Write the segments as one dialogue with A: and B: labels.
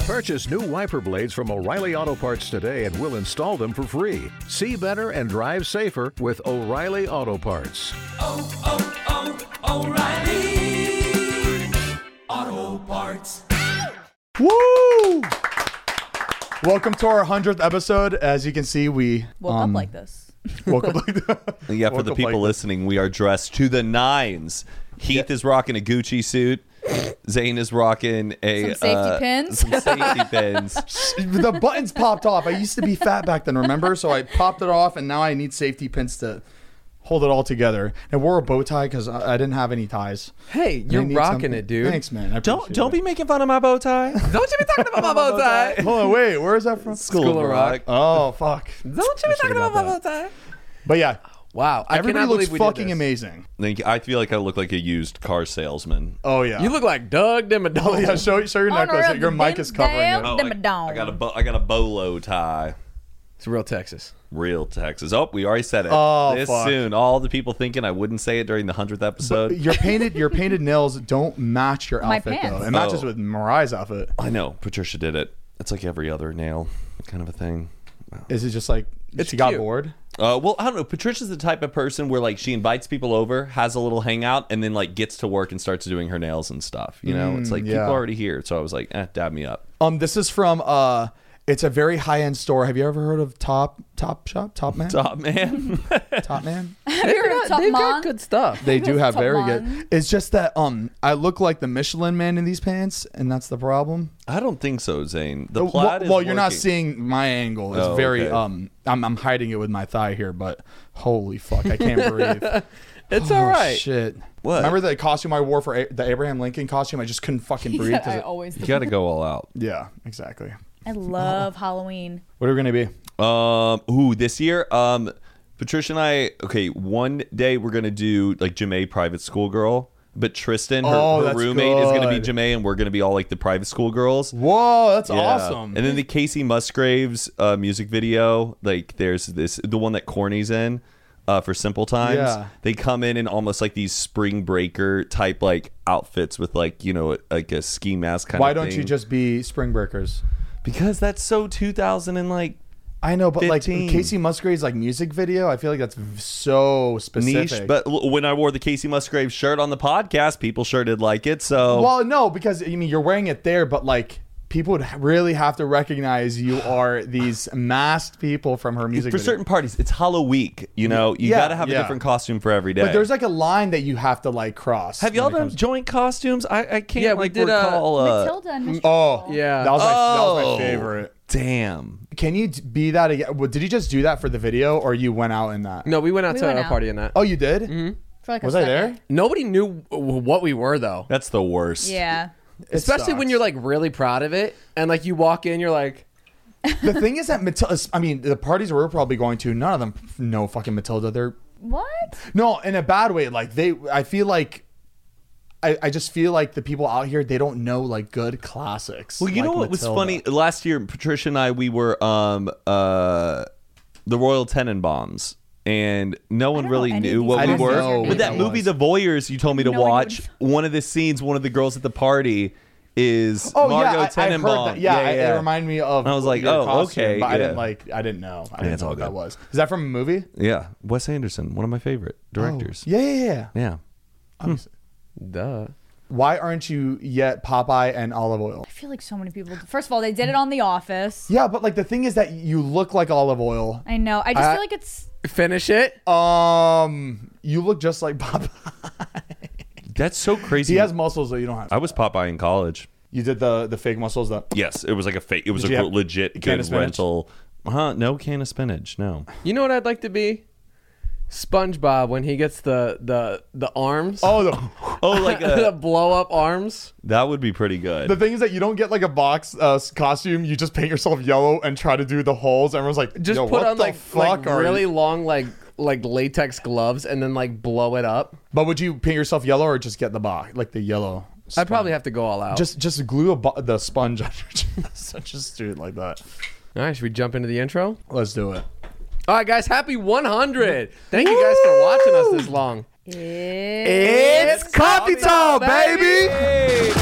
A: Purchase new wiper blades from O'Reilly Auto Parts today and we'll install them for free. See better and drive safer with O'Reilly Auto Parts.
B: oh, oh, O'Reilly Auto Parts.
C: Woo! Welcome to our hundredth episode. As you can see, we
D: woke
C: um,
D: up like this.
C: Woke up like that.
E: Yeah, for
C: Woke up
E: the
C: like
E: people listening, we are dressed to the nines. Heath is rocking a Gucci suit. Zane is rocking
D: Some
E: a
D: safety
E: uh,
D: pins.
E: Some safety pins.
C: the buttons popped off. I used to be fat back then, remember? So I popped it off, and now I need safety pins to hold it all together. And wore a bow tie because I, I didn't have any ties.
F: Hey,
C: And I
F: you're
C: need
F: rocking
C: something-
F: it, dude.
C: Thanks, man. I
E: Don't
C: appreciate
E: don't be
C: it.
E: making fun of my bow tie.
F: Don't you be talking about my bow tie.
C: Hold on, wait. Where is that from?
E: School,
F: School
E: of
F: of
E: Rock.
C: Oh fuck.
F: Don't you be talking about my bow tie.
C: But yeah,
F: Wow, I
C: everybody
F: cannot
C: looks
F: believe we did
C: fucking
F: this.
C: amazing.
E: Like, I feel like I look like a used car salesman.
C: Oh yeah.
F: You look like Doug Dimmadome.
C: Oh yeah. Show show your
D: Honor
C: necklace.
D: of
C: Your mic
D: Ben
C: is covering
D: Dam.
C: it.
D: Oh.
E: I,
D: Them down.
E: I got a bo- I got a bolo tie.
F: It's real Texas.
E: Real Texas. Oh, we already said it.
C: Oh,
E: this
C: fuck.
E: soon. All the people thinking I wouldn't say it during the hundredth episode.
C: Your painted your painted nails don't match your
D: My
C: outfit
D: pants.
C: though. It matches
E: Oh.
C: with Mariah's outfit.
E: I know Patricia did it. It's like every other nail kind of a thing.
C: Is it just like
F: It's
C: she got
F: cute.
C: bored?
E: Uh, well, I don't know. Patricia's the type of person where like she invites people over, has a little hangout, and then like gets to work and starts doing her nails and stuff. You know, it's like people
C: Mm, yeah.
E: are already here. So I was like, eh, dab me up.
C: Um, this is from uh, it's a very high end store. Have you ever heard of Top Top Shop Top Man
E: Top man.
C: Top Man?
D: Have you heard of Top
F: They've
D: Mon?
F: got good stuff.
C: They do have
D: Top
C: very
D: Man.
C: good. It's just that um, I look like the Michelin Man in these pants, and that's the problem.
E: I don't think so, Zane. The
C: Well,
E: plot is
C: well, you're not
E: working.
C: seeing my angle. It's
E: Oh,
C: very
E: okay.
C: um, I'm I'm hiding it with my thigh here, but holy fuck, I can't breathe.
F: It's
C: Oh,
F: all right.
C: Shit.
E: What?
C: Remember the costume I wore for A- the Abraham Lincoln costume? I just couldn't fucking
D: He
C: breathe.
D: said,
C: 'cause
D: I
C: it-
D: always.
E: You got to go all out.
C: yeah, exactly.
D: I love Halloween.
C: What are we gonna be?
E: Um, ooh, this year, um, Patricia and I. Okay, one day we're gonna do like Jamae private school girl, but Tristan, her,
C: Oh,
E: her
C: that's
E: roommate, is gonna be
C: good.
E: Jamae, and we're gonna be all like the private school girls.
C: Whoa, that's
E: Yeah.
C: awesome.
E: And then the Casey Musgraves uh, music video, like there's this the one that Corny's in uh, for Simple Times.
C: Yeah.
E: They come in in almost like these spring breaker type like outfits with like you know like a ski mask kind
C: Why
E: of.
C: don't you
E: thing.
C: just be spring breakers?
E: Because that's so 2000 and like
C: I know, but like
E: 15.
C: Casey Musgrave's like music video, I feel like that's v- so specific.
E: niche. But l- when I wore the Casey Musgraves shirt on the podcast, people sure did like it. So
C: well, no, because I mean you're wearing it there, but like people would really have to recognize you are these masked people from her music.
E: for
C: video.
E: certain parties, it's Halloween. You know, you
C: Yeah,
E: gotta have
C: yeah.
E: a different costume for every day.
C: but there's like a line that you have to like cross.
E: have y'all
C: when it
E: done
C: comes-
E: joint costumes? I, I can't
F: Yeah, we
E: like
F: did, uh,
E: recall. Uh,
D: Matilda and Mr.
C: Oh,
F: Yeah.
C: that was, my, that was
E: Oh.
C: my favorite.
E: damn.
C: Can you d- be that again? Well, Did you just do that for the video, or you went out in that?
F: No, we went out
D: We
F: to
D: went
F: a
D: out.
F: party in that.
C: Oh, you did.
E: Mm-hmm.
D: for like a
C: Was I there?
D: second.
F: Nobody knew w- what we were though,
E: That's the worst.
D: Yeah.
F: especially when
C: sucks.
F: you're like really proud of it, and like you walk in, you're like,
C: The thing is that Matilda. I mean, the parties we're probably going to, none of them know fucking Matilda. They're
D: What?
C: No, in a bad way. Like they, I feel like, I, I just feel like the people out here they don't know like good classics.
E: Well, you know
C: like
E: what
C: Matilda.
E: was funny last year? Patricia and I we were um uh the Royal Tenenbaums. And no one
D: don't
E: really
D: know any
E: knew
D: of
E: what
C: these movies.
E: we
C: I
E: were.
C: didn't know
E: but
C: what
E: that
C: that
E: movie,
C: was.
E: The Voyeurs, you told me to
D: No one
E: watch. One of the scenes, one of the girls at the party is
C: Oh
E: Margot
C: yeah, I, I heard
E: Tenenbaum.
C: that. Yeah, I-
E: yeah.
C: it reminded me of.
E: I was like,
C: your
E: oh,
C: costume,
E: okay,
C: but I didn't
E: yeah.
C: like. I didn't know. I didn't
E: it's
C: know
E: all
C: what that
E: good.
C: was. Is that from a movie?
E: Yeah. Wes Anderson, one of my favorite directors.
C: Oh, Yeah, yeah, yeah. yeah.
E: Yeah.
C: Obviously.
F: duh.
C: Why aren't you yet Popeye and olive oil?
D: I feel like so many people. First of all, they did it on The Office.
C: Yeah, but like the thing is that you look like olive oil.
D: I know. I just
C: I-
D: feel like it's.
F: Finish it.
C: Um, you look just like Popeye.
E: That's so crazy.
C: He has muscles that you don't have.
E: I was Popeye in college.
C: You did the the fake muscles that.
E: Yes, it was like a fake. It was
C: Did
E: a
C: you
E: gr-
C: have
E: legit
C: can of
E: good
C: spinach?
E: rental. Huh? No can of spinach. No.
F: You know what I'd like to be? SpongeBob when he gets the the the arms.
C: Oh, the,
E: Oh, like
F: the
E: a,
F: blow up arms.
E: that would be pretty good.
C: The thing is that you don't get like a box uh, costume. You just paint yourself yellow and try to do the holes. Everyone's like,
F: Just
C: "Yo,
F: put
C: what
F: on
C: the
F: like,
C: fuck
F: like
C: are you-
F: really long like like latex gloves and then like blow it up.
C: But would you paint yourself yellow or just get the box like the yellow?
F: I'd probably have to go all out.
C: Just just glue a bo- the sponge on your chest and just do it like that.
F: all right. Should we jump into the intro?
C: Let's do it.
F: All right, guys. Happy 100. Thank you guys for watching us this long.
D: It's.
C: coffee time,
F: baby!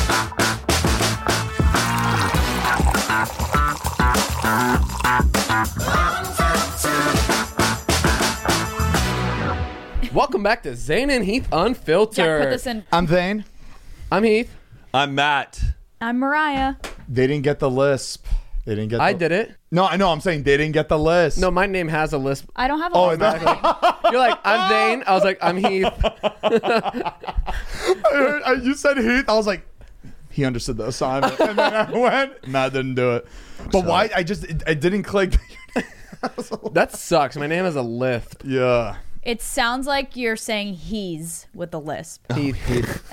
F: Welcome back to Zane and Heath Unfiltered.
D: Jack, put this in.
C: I'm Thane.
F: I'm Heath.
E: I'm Matt.
D: I'm Mariah.
C: They didn't get the lisp. They didn't get.
F: I
C: the-
F: did it.
C: No, I know. I'm saying they didn't get the lisp.
F: No, my name has a lisp.
D: I don't have a
C: Oh,
D: oh,
C: that-
F: You're like, I'm Zane. I was like, I'm Heath.
C: I heard- I- you said Heath. I was like, he understood the assignment, and then I went. Matt didn't do it. But why? I just it, it didn't click.
F: That sucks. My name has a lisp.
C: yeah.
D: It sounds like you're saying he's with a lisp.
C: Oh,
F: Heath.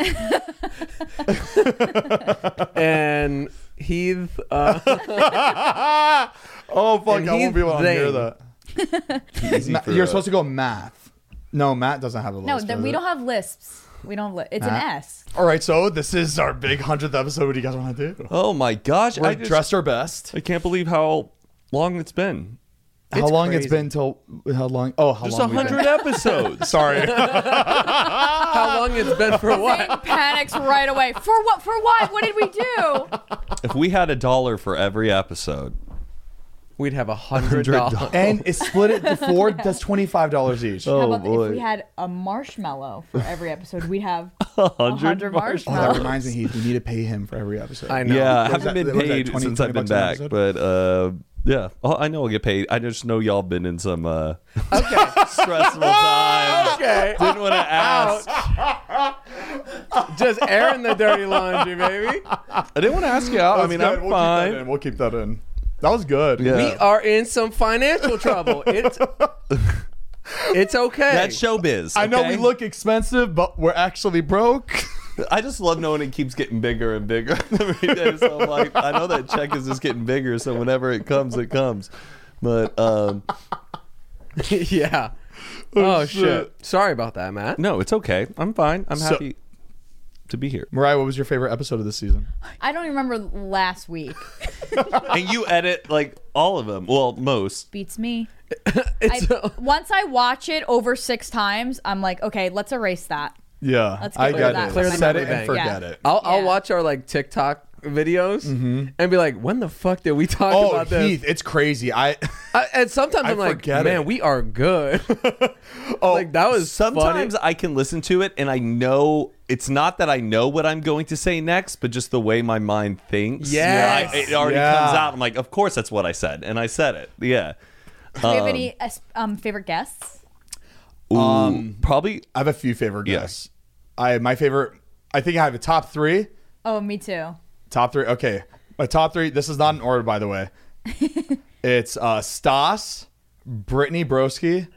F: and Heath. Uh,
C: Oh fuck!
F: And
C: I
F: he's
C: won't be able to hear
F: Zane.
C: that.
E: Easy
C: Ma-
E: for,
C: you're
E: uh,
C: supposed to go math. No, Matt doesn't have a lisp.
D: No, then
C: does
D: we
C: it?
D: don't have lisps. We don't. Have li- it's
C: Nah.
D: an S.
C: All right, so this is our big hundredth episode. What do you guys want to do?
E: Oh my gosh!
C: We're
E: I just,
C: dressed our best.
E: I can't believe how long it's been.
C: how long it's
F: crazy.
C: been till? How long? Oh, how
E: Just
C: long? we've been-
E: hundred episodes.
C: Sorry.
F: how long it's been for
D: Zane
F: what?
D: panics right away. For what? For what? What did we do?
E: if we had a dollar for every episode,
F: We'd have a hundred dollars.
C: and it's split it to four. That's twenty five dollars each.
E: Oh,
D: How about if we had a marshmallow for every episode? We'd have a
E: 100
D: hundred
C: Oh, that
D: marshmallows.
C: reminds me, Heath, we need to pay him for every episode.
F: I know.
E: yeah, I
C: was that-
E: haven't
C: what
E: been
C: was that,
E: paid
C: 20,
E: since I've
C: 20
E: been back,
C: bucks an
E: but uh, yeah, oh, I know I'll get paid. I just know y'all been in some uh,
F: Okay.
E: stressful times.
F: Okay.
E: Didn't want to ask.
F: Just airing the dirty laundry, baby.
E: I didn't want to ask you out. I
C: That's
E: mean,
C: good. we'll
E: I'm
C: Keep that
E: fine.
C: in. We'll keep that in. That was good.
E: Yeah.
F: We are in some financial trouble. It's it's okay.
E: That's showbiz.
C: I know
E: okay?
C: we look expensive, but we're actually broke. Oh,
E: I just love knowing it keeps getting bigger and bigger every day. So I'm like, I know that check is just getting bigger. So whenever it comes, it comes. But um,
F: yeah. Oh shit.
C: shit.
F: Sorry about that, Matt.
E: no, it's okay. I'm fine. I'm
C: So-
E: happy to be here.
C: Mariah, what was your favorite episode of this season?
D: I don't remember last week.
E: And you edit like all of them. Well, most.
D: Beats me.
F: It's
D: I, once I watch it over six times, I'm like, okay, let's erase that.
C: Yeah,
D: Let's get
C: I
D: rid
C: got
D: of that.
C: it.
D: Clear the
C: Set
F: memory
C: it and
F: bank.
C: forget
D: Yeah.
C: it.
F: I'll I'll
D: Yeah.
F: watch our like TikTok videos and be like, when the fuck did we talk
C: Oh,
F: about this?
C: Heath, it's crazy. I
F: I, and sometimes
C: I
F: I'm like,
C: forget
F: man,
C: it.
F: we are good. oh, like that was
E: Sometimes
F: funny.
E: I can listen to it and I know it's not that I know what I'm going to say next, but just the way my mind thinks.
F: Yes.
E: I- it already
C: Yeah.
E: comes out. I'm like, of course that's what I said. And I said it. Yeah.
D: Do you have any uh, um, favorite guests?
E: Ooh,
F: Um,
E: probably
C: I have a few favorite
E: Yeah.
C: guests. I my favorite. I think I have a top three.
D: Oh, me too.
C: Top three. Okay, my top three. This is not in order, by the way. it's uh, Stas, Brittany Broski,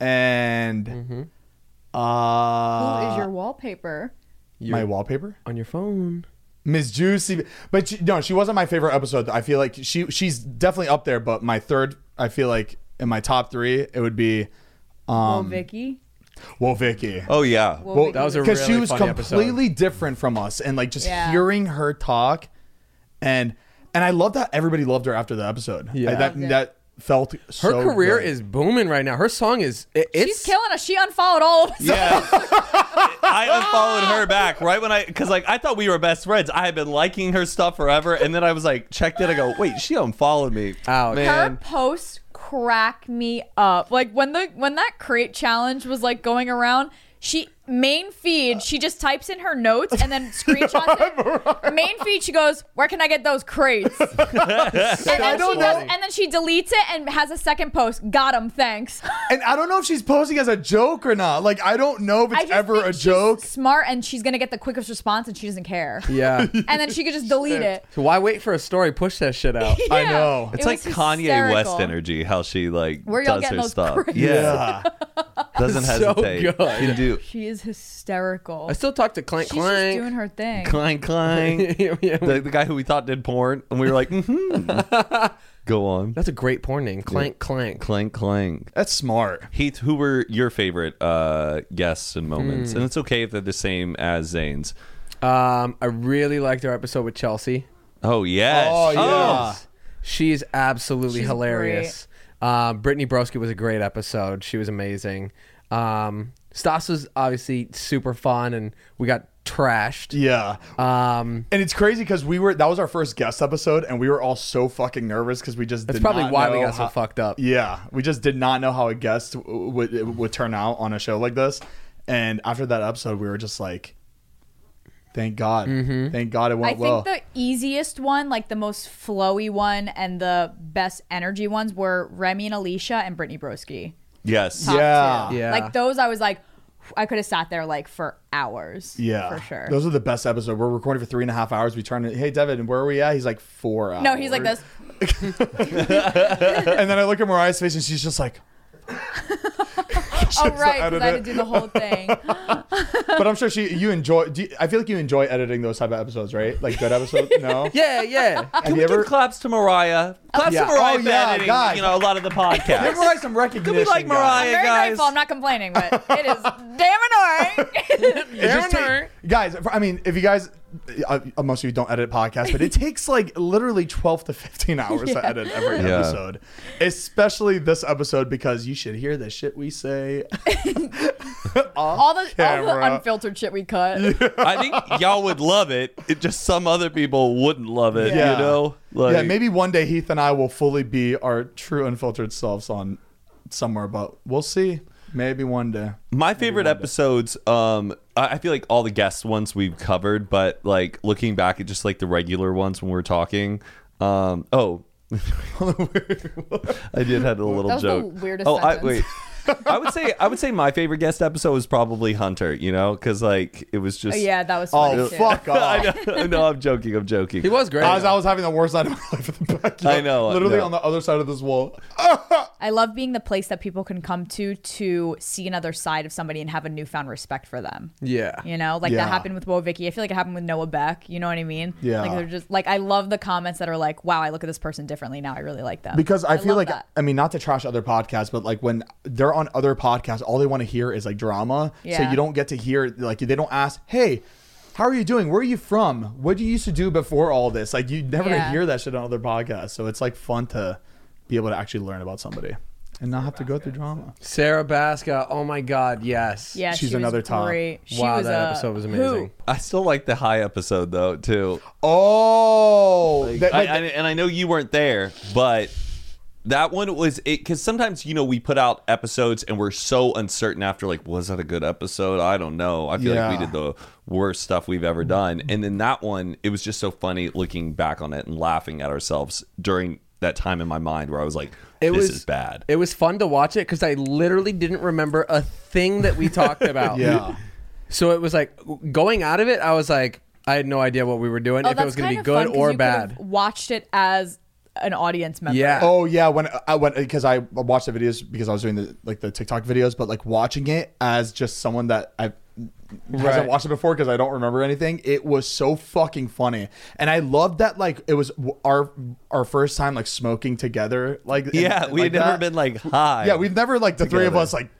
C: and
D: Who
C: uh,
D: is your wallpaper?
C: my wallpaper.
F: on your phone.
C: Miss Juicy, but she, no, she wasn't my favorite episode. I feel like she she's definitely up there, but my third, I feel like in my top three, it would be
D: Oh, Vicky.
C: Whoa Vicky.
E: Oh yeah.
D: Well,
C: Well,
D: Vicky
F: that was a
D: was-
C: because she
F: really
C: was
F: funny episode.
C: completely different from us, and like just
D: Yeah.
C: hearing her talk, and and I love that everybody loved her after the episode.
F: Yeah.
C: Yeah, that
D: Loved it.
C: that felt.
F: Her
C: so
F: career
C: good.
F: is booming right now. Her song is it, it's
D: She's killing us. She unfollowed all of us.
E: Yeah. I unfollowed her back right when I, because like I thought we were best friends. I had been liking her stuff forever, and then I was like, checked it. I go, wait, she unfollowed me.
F: Ouch.
D: Her
E: man.
D: posts crack me up. Like when the when that crate challenge was like going around, she main feed, she just types in her notes and then screenshots it. Main feed, she goes, "Where can I get those crates?" and, then she
C: don't
D: does,
C: know.
D: and then she deletes it and has a second post. Got him, thanks.
C: and I don't know if she's posing as a joke or not. Like I don't know if
D: I
C: it's
D: just
C: ever
D: think
C: a
D: she's
C: joke.
D: Smart, and she's gonna get the quickest response, and she doesn't care.
F: yeah.
D: And then she could just delete it.
F: so why wait for a story? Push that shit out.
C: I
D: Yeah.
C: know.
E: It's
D: It
E: like
D: was
E: Kanye West
D: hysterical.
E: energy, how she like
D: Where y'all
E: does her
D: getting those
E: stuff.
D: crates?
E: Yeah,
C: Yeah.
E: doesn't
F: So
E: hesitate.
F: good.
E: Can do
D: She is hysterical.
F: I still talk to Clank
D: She's just doing
F: Clank.
D: her thing.
E: clang clang.
F: Yeah, we-
E: the, the guy who we thought did porn, and we were like, mm-hmm. go on,
F: That's a great porn name. Clank Clank.
E: clang clang.
C: That's smart.
E: Heath, who were your favorite uh, guests and moments? And it's okay if they're the same as Zane's.
F: Um, I really liked our episode with Chelsea.
E: Oh yes.
C: Oh yeah.
F: She is absolutely
D: She's
F: hilarious. Um, Brittany Broski was a great episode. She was amazing. Um, Stas was obviously super fun, and we got trashed.
C: Yeah.
F: Um,
C: And it's crazy because we were that was our first guest episode, and we were all so fucking nervous because we just
F: that's
C: did
F: probably
C: not
F: why we
C: know
F: got so
C: how-
F: fucked up.
C: Yeah, we just did not know how a guest w- would would turn out on a show like this. And after that episode, we were just like, "Thank God,
F: Mm-hmm.
C: thank God it
D: I
C: went
D: think
C: well."
D: the easiest one, like the most flowy one, and the best energy ones were Remy and Alicia and Brittany Broski.
E: Yes.
D: Top
C: Yeah.
D: two.
F: Yeah.
D: Like those, I was like, I could have sat there like for hours.
C: yeah,
D: for sure.
C: Those are the best episodes. We're recording for three and a half hours. We turn it. Hey, Devin, where are we at? He's like four hours.
D: no, he's like this.
C: and then I look at Mariah's face, and she's just like.
D: Oh right,
C: edit
D: because I
C: it.
D: had
C: Oh
D: to do the whole thing.
C: But I'm sure she. You enjoy. Do you, I feel like you enjoy editing those type of episodes, right? Like good episodes. No.
F: Yeah, yeah.
C: Have you ever?
E: Give claps to Mariah. Claps
F: Yeah.
E: to Mariah
C: Oh,
E: for
C: yeah,
E: editing,
C: guys.
E: you know, a lot of the podcast.
C: Give Mariah some recognition.
E: like
C: guys.
E: Mariah?
D: I'm very
E: guys.
D: grateful. I'm not complaining, but it is damn annoying.
C: It just take- guys, if- I mean, if you guys, uh, uh, most of you don't edit podcasts, but it takes like literally 12 to 15 hours to edit every
E: Yeah.
C: episode, especially this episode because you should hear the shit we say.
D: all the all the
C: Camera.
D: unfiltered shit we cut.
E: I think y'all would love it. It just some other people wouldn't love it.
C: Yeah.
E: You know, like
C: yeah, maybe one day Heath and I will fully be our true unfiltered selves on somewhere, but we'll see. Maybe one day.
E: my favorite episodes. Um, I I feel like all the guest ones we've covered, but like looking back at just like the regular ones when we were talking. Um, oh, I did have a little
D: That was the
E: joke.
D: weirdest
E: Oh, I,
D: sentence.
E: wait. I would say I would say my favorite guest episode was probably Hunter. You know, because like it was just.
D: yeah, that was funny
C: Oh,
D: too.
C: fuck off.
E: I know, no, I'm joking. I'm joking.
F: He was great.
C: I was, I was having the worst night of my life in the backyard.
E: I know, I
C: Literally
E: know.
C: on the other side of this wall.
D: I love being the place that people can come to to see another side of somebody and have a newfound respect for them.
F: yeah.
D: You know, like
C: Yeah.
D: that happened with Wo Vicky. I feel like it happened with Noah Beck. You know what I mean?
C: Yeah.
D: Like they're just like I love the comments that are like, "Wow, I look at this person differently now. I really like them."
C: because I, feel
D: love
C: like
D: that.
C: I mean not to trash other podcasts, but like when they're on other podcasts, all they want to hear is like drama. So
D: Yeah.
C: you don't get to hear like they don't ask, "Hey, how are you doing? Where are you from? What do you used to do before all this?" Like you never
D: Yeah.
C: hear that shit on other podcasts. So it's like fun to be able to actually learn about somebody and not have to go through drama.
F: Sarah Baska. Oh my God. Yes.
D: yeah,
C: she's
D: she was
C: another top.
D: Great. She
F: wow,
D: was
F: that
D: a
F: episode was
D: hoot.
F: amazing.
E: I still like the high episode though too.
C: Oh, that-
E: I,
C: like-
E: I, and I know you weren't there, but that one was it because sometimes you know we put out episodes and we're so uncertain after like was that a good episode? I don't know. I feel like
C: Yeah.
E: we did the worst stuff we've ever done, and then that one it was just so funny looking back on it and laughing at ourselves during that time in my mind where I was like,
F: It
E: "This
F: was
E: is bad."
F: It was fun to watch it because I literally didn't remember a thing that we talked about.
C: yeah.
F: So it was like going out of it, I was like, I had no idea what we were doing,
D: Oh,
F: if it
D: that's
F: was going
D: kind
F: to be
D: of
F: good
D: fun 'cause
F: or
D: you could've
F: bad.
D: Watched it as an audience member.
F: Yeah.
C: Oh yeah, when I went because I watched the videos because I was doing the like the TikTok videos, but like watching it as just someone that I
F: Right.
C: hasn't watched it before because I don't remember anything. It was so fucking funny, and I loved that like it was w- our our first time like smoking together. Like and-
E: yeah,
C: and
E: we
C: like
E: had never
C: that.
E: been like high.
C: Yeah, we've never like the three of
E: together.
C: us like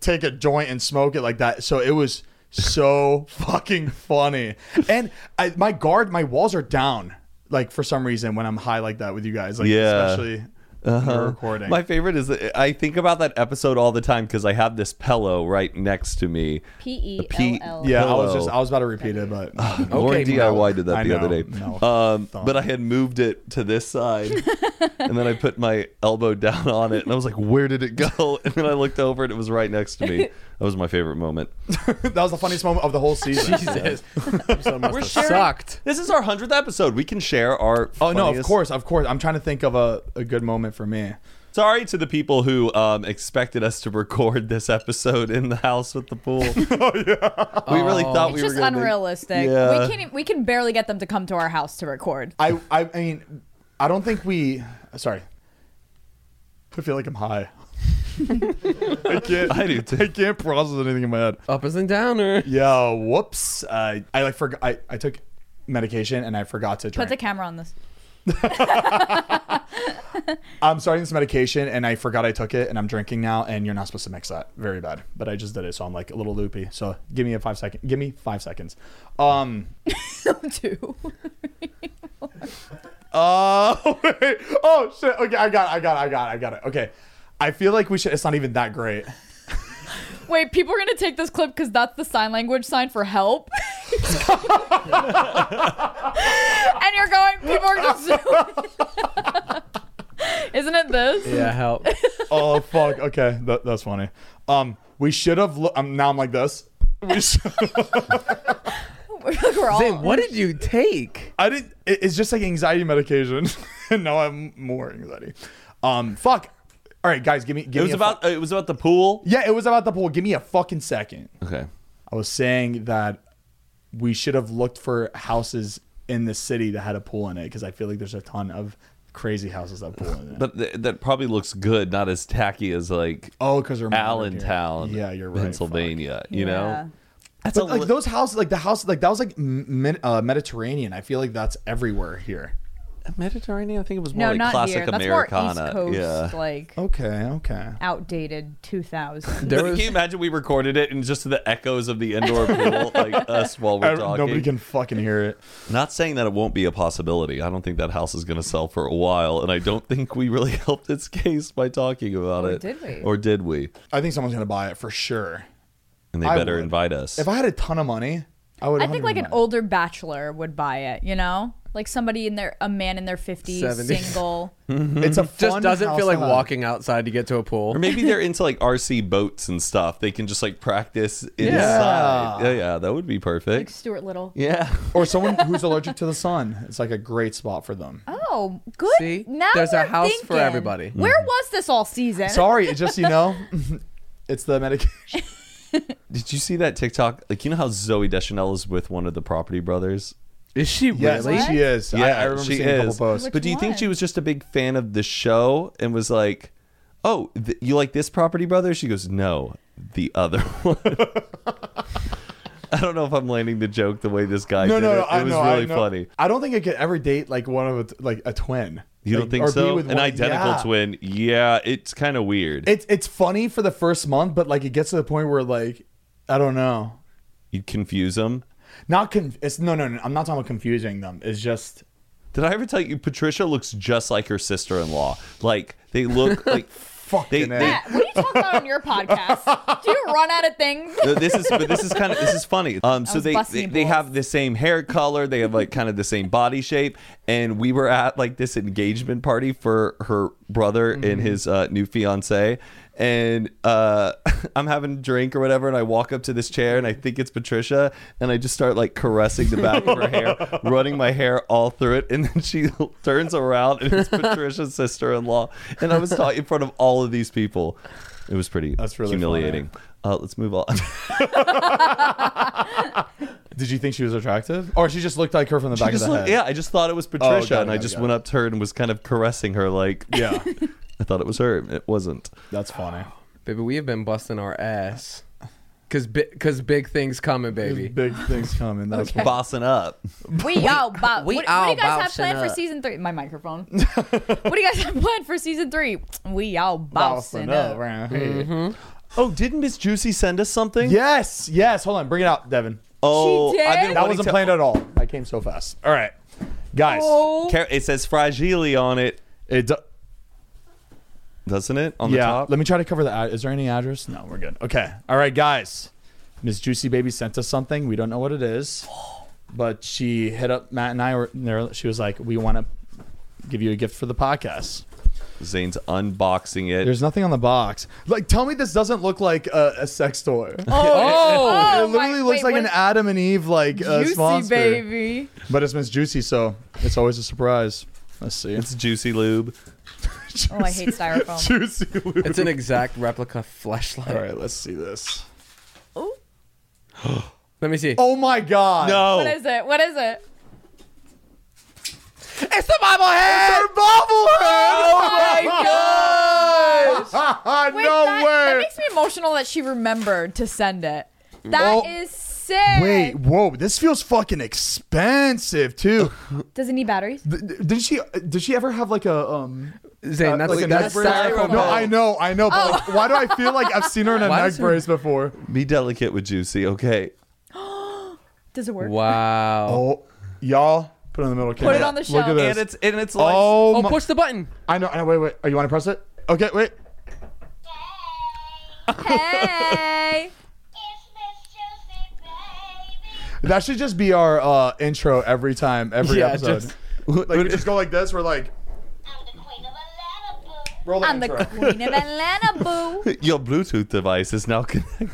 C: take a joint and smoke it like that. So it was so fucking funny. And I, my guard, my walls are down. Like for some reason, when I'm high like that with you guys, like
E: Yeah.
C: especially when we're recording.
E: Uh-huh. My favorite is I think about that episode all the time because I have this pillow right next to me.
D: P E
E: P-
D: L L.
C: yeah, I was
E: Hello. Uh,
C: just I was about to repeat it, but
E: Lauren
F: Okay,
E: DIY
F: Mel.
E: did that
C: I
E: the
C: know,
E: other day.
C: no.
E: um,
C: Don't.
E: but I had moved it to this side, and then I put my elbow down on it, and I was like, "Where did it go?" And then I looked over, and it was right next to me. That was my favorite moment.
C: that was the funniest moment of the whole season.
F: Jesus. episode must have sucked.
E: This is our hundredth episode. We can share our.
C: Oh no, of
E: funniest-
C: course, of course. I'm trying to think of a, a good moment for me.
E: Sorry to the people who um, expected us to record this episode in the house with the pool. oh yeah, we really thought
D: It's
E: we
D: just
E: were gonna make-
D: unrealistic.
E: Yeah.
D: We can we can barely get them to come to our house to record.
C: I I, I mean, I don't think we. Sorry, I feel like I'm high. I can't.
E: I do too.
C: I can't process anything in my head.
F: Up is and downer.
C: Yeah. Whoops. Uh, I like forgot. I, I took medication and I forgot to
D: Put
C: drink.
D: the camera on this.
C: I'm starting this medication and I forgot I took it and I'm drinking now and you're not supposed to mix that. Very bad. But I just did it, so I'm like a little loopy. So give me a five second. Give me five seconds. Um.
D: Two.
C: Uh, wait. Oh shit. Okay. I got. It, I got. It, I got. It, I got it. Okay. I feel like we should. It's not even that great.
D: Wait, people are gonna take this clip because that's the sign language sign for help. and you're going, people are just Isn't it this?
F: Yeah, help.
C: oh fuck. Okay, that, that's funny. Um, we should have. Lo- um, now I'm like this. We should-
D: We're all-
F: Zane, what did you take?
C: I didn't. It, it's just like anxiety medication, and now I'm more anxiety. Um, fuck. All right, guys, give me. Give
E: It
C: me
E: was
C: a fu-
E: about uh, it was about the pool.
C: yeah, it was about the pool. Give me a fucking second.
E: Okay.
C: I was saying that we should have looked for houses in the city that had a pool in it because I feel like there's a ton of crazy houses that have pool in it.
E: But th- that probably looks good, not as tacky as like
C: Oh, 'cause they're modern here.
E: Allentown,
C: Yeah, you're right,
E: Pennsylvania. You
D: Yeah.
E: know, that's
C: But,
E: a
C: like
E: li-
C: those houses, like the house, like that was like m- Med- uh, Mediterranean. I feel like that's everywhere here.
E: Mediterranean. I think it was more
D: No,
E: like
D: not
E: classic
D: here. That's
E: Americana.
D: more East Coast,
E: yeah.
D: like
C: Okay, okay.
D: outdated 2000.
F: Oh. There
E: But
F: was
E: Can you imagine we recorded it and just the echoes of the indoor pool, like us while we're
C: I-
E: talking?
C: nobody can fucking hear it.
E: Not saying that it won't be a possibility. I don't think that house is going to sell for a while, and I don't think we really helped its case by talking about it.
D: did we?
E: Or did we?
C: I think someone's gonna buy it for sure.
E: And they
C: I
E: better
C: would.
E: invite us.
C: If I had a ton of money, I would.
D: I think like an
C: 100%
D: older bachelor would buy it, you know? Like somebody in their a man in their 50s,
F: 70s.
D: single.
C: It's a
F: just
C: fun
F: doesn't
C: house
F: feel like
C: to have.
F: walking outside to get to a pool.
E: or maybe they're into like RC boats and stuff. They can just like practice
C: Yeah.
E: inside. Yeah, yeah, that would be
D: Like
E: perfect.
D: Stuart Little.
E: Yeah.
C: or someone who's allergic to the sun. It's like a great spot for them.
D: Oh, good.
F: See?
D: Now
F: There's a
D: we're
F: house for
D: thinking.
F: everybody.
D: Where
E: Mm-hmm.
D: was this all season?
C: Sorry, it's just you know, it's the medication.
E: Did you see that TikTok? Like, you know how Zoe Deschanel is with one of the property brothers?
F: Is she
C: Yes,
F: really?
C: she is. I, I remember seeing a couple posts.
D: Which
E: But do you
D: one?
E: think she was just a big fan of the show and was like, "Oh, th- you like this property, brother?" She goes, "No, the other one." I don't know if I'm landing the joke the way this guy
C: No,
E: did
C: no,
E: it.
C: no.
E: It
C: I
E: was
C: know, I
E: really
C: know.
E: funny.
C: I don't think I could ever date like one of a, t- like a twin.
E: You
C: Like,
E: don't think
C: or be
E: so?
C: with
E: An
C: one-
E: identical
C: yeah.
E: twin. Yeah, it's kind of weird.
C: It's it's funny for the first month, but like it gets to the point where like I don't know.
E: you confuse them.
C: Not con. It's no, no, no. I'm not talking about confusing them. It's just
E: Did I ever tell you Patricia looks just like her sister-in-law? Like they look like
C: Fucking
E: they,
C: A.
E: they,
D: Matt, what do you talk about on your podcast? Do you run out of things?
E: No, this is but this is kind of this is funny. Um, so
D: was
E: they
D: busting
E: they, they
D: balls.
E: have the same hair color. They have like kind of the same body shape. And we were at like this engagement party for her brother
C: Mm-hmm.
E: and his uh, new fiance. And uh, I'm having a drink or whatever, and I walk up to this chair, and I think it's Patricia, and I just start like caressing the back of her hair, running my hair all through it, and then she turns around, and it's Patricia's sister-in-law, and I was talking in front of all of these people. It was pretty
C: That's really funny.
E: humiliating. Uh, let's move on.
C: Did you think she was attractive, or she just looked like her from the
E: I
C: back of
E: just
C: the
E: look-
C: head? Oh,
E: yeah, I just thought it was Patricia,
C: got it,
E: and
C: got
E: I
C: it,
E: just
C: got
E: went
C: it.
E: up to her and was kind of caressing her, like
C: yeah, yeah.
E: I thought it was her. It wasn't.
C: That's funny.
F: Baby, we have been busting our ass. Cause, bi- Cause big things coming,
C: There's
F: baby.
C: Big things coming. That's
D: Okay.
E: Bossing up.
D: We all bob.
F: we
D: what,
F: all
D: what do you guys have
F: bouncing
D: planned for
F: up.
D: season three? My microphone. what do you guys have planned for season three? We all bouncing up. Mm-hmm.
C: right?
E: Oh, didn't Miss Juicy send us something?
C: Yes, yes. Hold on, bring it out, Devin.
E: Oh,
D: She did?
E: I've been
D: That
C: That
E: wanting
C: wasn't
E: to-
C: planned at all. I came so fast. All right, guys.
D: Oh,
E: Car- It says fragile on it,
C: It do-
E: doesn't it? On the
C: yeah.
E: top.
C: Let me try to cover the. Ad- is there any address? No, we're good. Okay. All right, guys. Miss Juicy Baby sent us something. We don't know what it is, but she hit up Matt and I. Were there. She was like, "We want to give you a gift for the podcast."
E: Zane's unboxing it.
C: There's nothing on the box. Like, tell me this doesn't look like a, a sex toy.
D: oh,
C: it literally
D: my-
C: looks
D: wait,
C: like
D: what
C: an
D: is-
C: Adam and Eve like uh,
D: Juicy
C: sponsor.
D: baby.
C: But it's Miss Juicy, so it's always a surprise. Let's see.
E: it's Juicy Lube.
D: Oh, I hate styrofoam.
C: Juicy Lube.
F: It's an exact replica flashlight.
C: All right, let's see this.
F: Let me see.
C: Oh my God!
D: What is it? What is it?
F: it's the bobblehead.
C: Her bobblehead!
D: Oh, my gosh! Wait,
C: no
D: that, that
C: way!
D: makes me emotional that she remembered to send it. That is
C: Oh.
D: sick.
C: Wait, whoa! This feels fucking expensive too.
D: does it need batteries?
C: Th- th- did she? Did she ever have like a um?
F: Zane, that's
C: like a
F: that's
C: neck brace?
F: styrofoam.
C: No, I know, I know. But like, why do I feel like I've seen her in a
F: Why
C: neck
F: is her-
C: brace before?
E: Be delicate with Juicy, okay?
D: Does it work?
F: Wow. Oh,
C: Oh, y'all, put it in the middle.
D: Put it on the shelf.
C: Look at
E: And
C: this.
E: it's and it's like
C: oh, my-
F: push the button.
C: I know. I know. Wait, wait. Oh, you want to press it? Okay, wait.
D: Hey.
G: It's Miss Josie, baby.
H: That should just be our uh, intro every time, every
F: Yeah,
H: episode.
F: just-
H: like,
E: what-
H: we just go like this. We're like,
G: I'm the queen of Atlanta, boo.
H: roll the
D: I'm the
H: intro.
D: queen of Atlanta, boo.
E: Your Bluetooth device is now connected.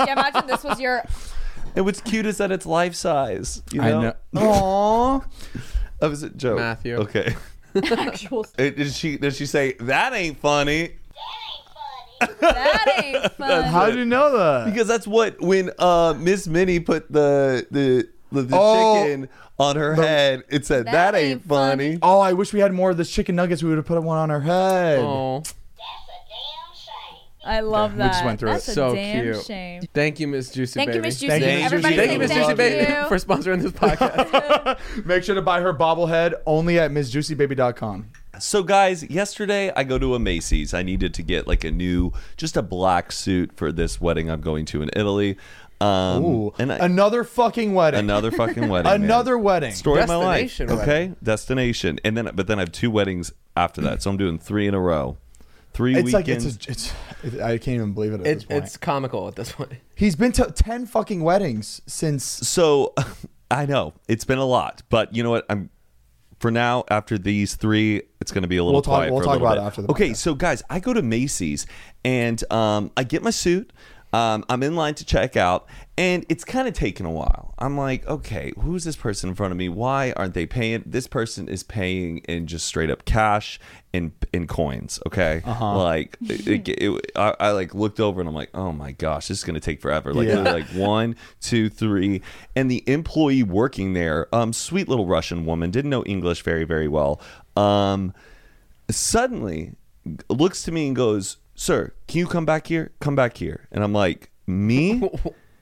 D: Yeah, imagine this was your.
E: And what's cute is that it's life size. You know?
H: I know. Aww.
E: Oh, is it Joe?
F: Matthew.
E: Okay.
D: Actual,
E: It- Did she? Did she say that ain't funny?
G: That ain't funny.
D: that ain't fun.
H: How did you know that?
E: Because that's what when uh Miss Minnie put the the the, the
H: Oh.
E: chicken on her head, it said that, ain't, funny.
H: oh, I wish we had more of the chicken nuggets. We would have put one on her head.
F: Oh,
G: That's a damn shame.
D: I love
H: Yeah,
D: that.
H: we just went through it.
D: That's a
F: So
D: damn
F: cute.
D: shame.
F: thank you, Miss Juicy
D: Thank
F: Baby.
D: you, Miss Juicy.
H: Thank you, Miss
D: Everybody
H: Juicy.
F: Thank
D: say
F: you, Miss
D: thank
F: Juicy Baby,
D: you.
F: for sponsoring this podcast.
H: Make sure to buy her bobblehead only at MissJuicyBaby.com.
E: So guys, yesterday I go to a Macy's. I needed to get like a new, just a black suit for this wedding I'm going to in Italy. Um,
H: Ooh,
E: and I,
H: another fucking wedding.
E: another fucking wedding. man.
H: Another wedding.
E: story of my life.
F: Destination wedding.
E: Okay, destination, and then but then I have two weddings after that, so I'm doing three in a row. Three
H: It's like
E: weekends.
H: it's, a, it's it, I can't even believe it at this
F: It,
H: point.
F: it's comical at this point.
H: He's been to ten fucking weddings since.
E: so I know it's been a lot, but you know what? I'm for now after these three, it's going to be a little
H: We'll talk-
E: quiet.
H: we'll
E: for
H: talk
E: a little
H: about
E: bit.
H: it after the
E: Okay,
H: podcast.
E: so guys, I go to Macy's and um, I get my suit. Um, I'm in line to check out, and it's kind of taken a while. I'm like, okay, who's this person in front of me? Why aren't they paying? This person is paying in just straight up cash and in coins. Okay, uh-huh. like it, it, it- I, I like looked over and I'm like, oh my gosh, this is gonna take forever. Like,
H: Yeah.
E: literally, like one, two, three, and the employee working there, um, sweet little Russian woman, didn't know English very very well. Um, suddenly looks to me and goes, Sir, can you come back here? Come back here. And I'm like, Me?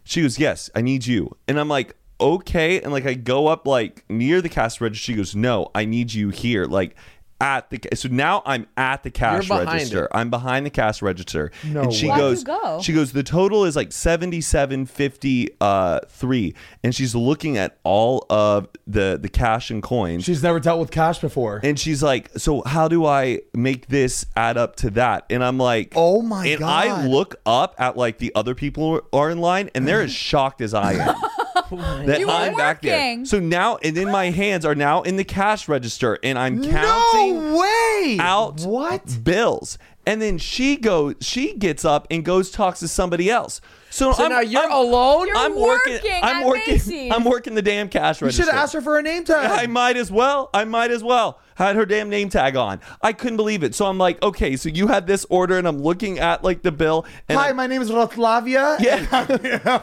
E: she goes, Yes, I need you. And I'm like, Okay. And like, I go up like near the cash register. She goes, No, I need you here. Like, at the ca- so now I'm at the cash
F: behind
E: register.
F: it.
E: I'm behind the cash register, no and she
H: way.
D: Why'd you
E: goes,
D: go?
E: she goes, the total is like seventy-seven fifty uh, three, and she's looking at all of the the cash and coins,
H: She's never dealt with cash before.
E: and she's like, "So how do I make this add up to that?" And I'm like,
H: Oh my
E: and I
H: God.
E: look up at like the other people who are in line, and they're as shocked as I am. that
D: You were
E: I'm back there.
D: working.
E: So now, and then my hands are now in the cash register, and I'm counting
H: no way.
E: out
H: What?
E: bills. And then she goes, she gets up and goes talks to somebody else. So,
F: So
E: I'm,
F: now you're
E: I'm-
F: alone.
D: You're
E: I'm working.
D: working
E: I'm
D: at
E: working.
D: Macy's.
E: I'm working the damn cash
H: You
E: register.
H: should have asked her for a name tag.
E: I might as well. I might as well. Had her damn name tag on. I couldn't believe it. So I'm like, okay, so you had this order, and I'm looking at like the bill. And
H: Hi,
E: I'm-
H: my name is Rotlavia.
E: and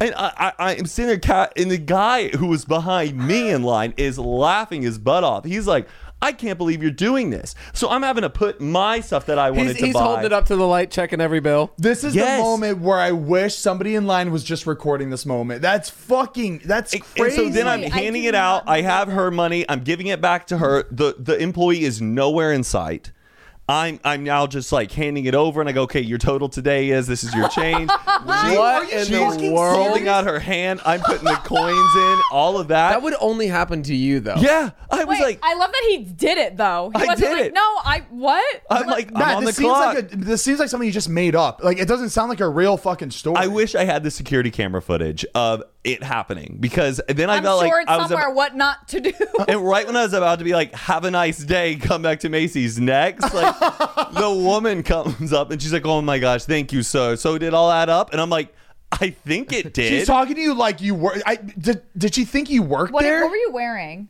E: I, I, I am sitting there, ca- and the guy who was behind me in line is laughing his butt off. He's like, I can't believe you're doing this. So I'm having to put my stuff that I wanted
F: He's,
E: to
F: he's
E: buy.
F: holding it up to the light, checking every bill.
H: This is
E: Yes.
H: the moment where I wish somebody in line was just recording this moment. That's fucking. That's
E: And
H: crazy.
E: so then I'm
D: I
E: handing
D: do
E: it out.
D: not
E: I have her money. I'm giving it back to her. The the employee is nowhere in sight. I'm I'm now just like handing it over and I go, okay, your total today is this is your change. She's
F: What in the
H: fucking
F: world?
E: holding out her hand. I'm putting the coins in, all of that.
F: That would only happen to you, though.
E: yeah. I was
D: Wait,
E: like,
D: I love that he did it though. He
E: I
D: wasn't
E: did
D: like,
E: it.
D: No, I what?
E: I'm like, I'm
H: Matt,
E: on the
H: this seems
E: clock.
H: like a, this seems like something you just made up. Like it doesn't sound like a real fucking story.
E: I wish I had the security camera footage of it happening because then I
D: I'm
E: felt
D: sure
E: like
D: it's
E: I was
D: somewhere
E: about-
D: what not to do.
E: And right when I was about to be like, "Have a nice day," come back to Macy's next, like the woman comes up and she's like, "Oh my gosh, thank you, sir." So did all add up? And I'm like, "I think it did."
H: She's talking to you like you were. I did. Did she think you worked
D: what,
H: there?
D: what were you wearing?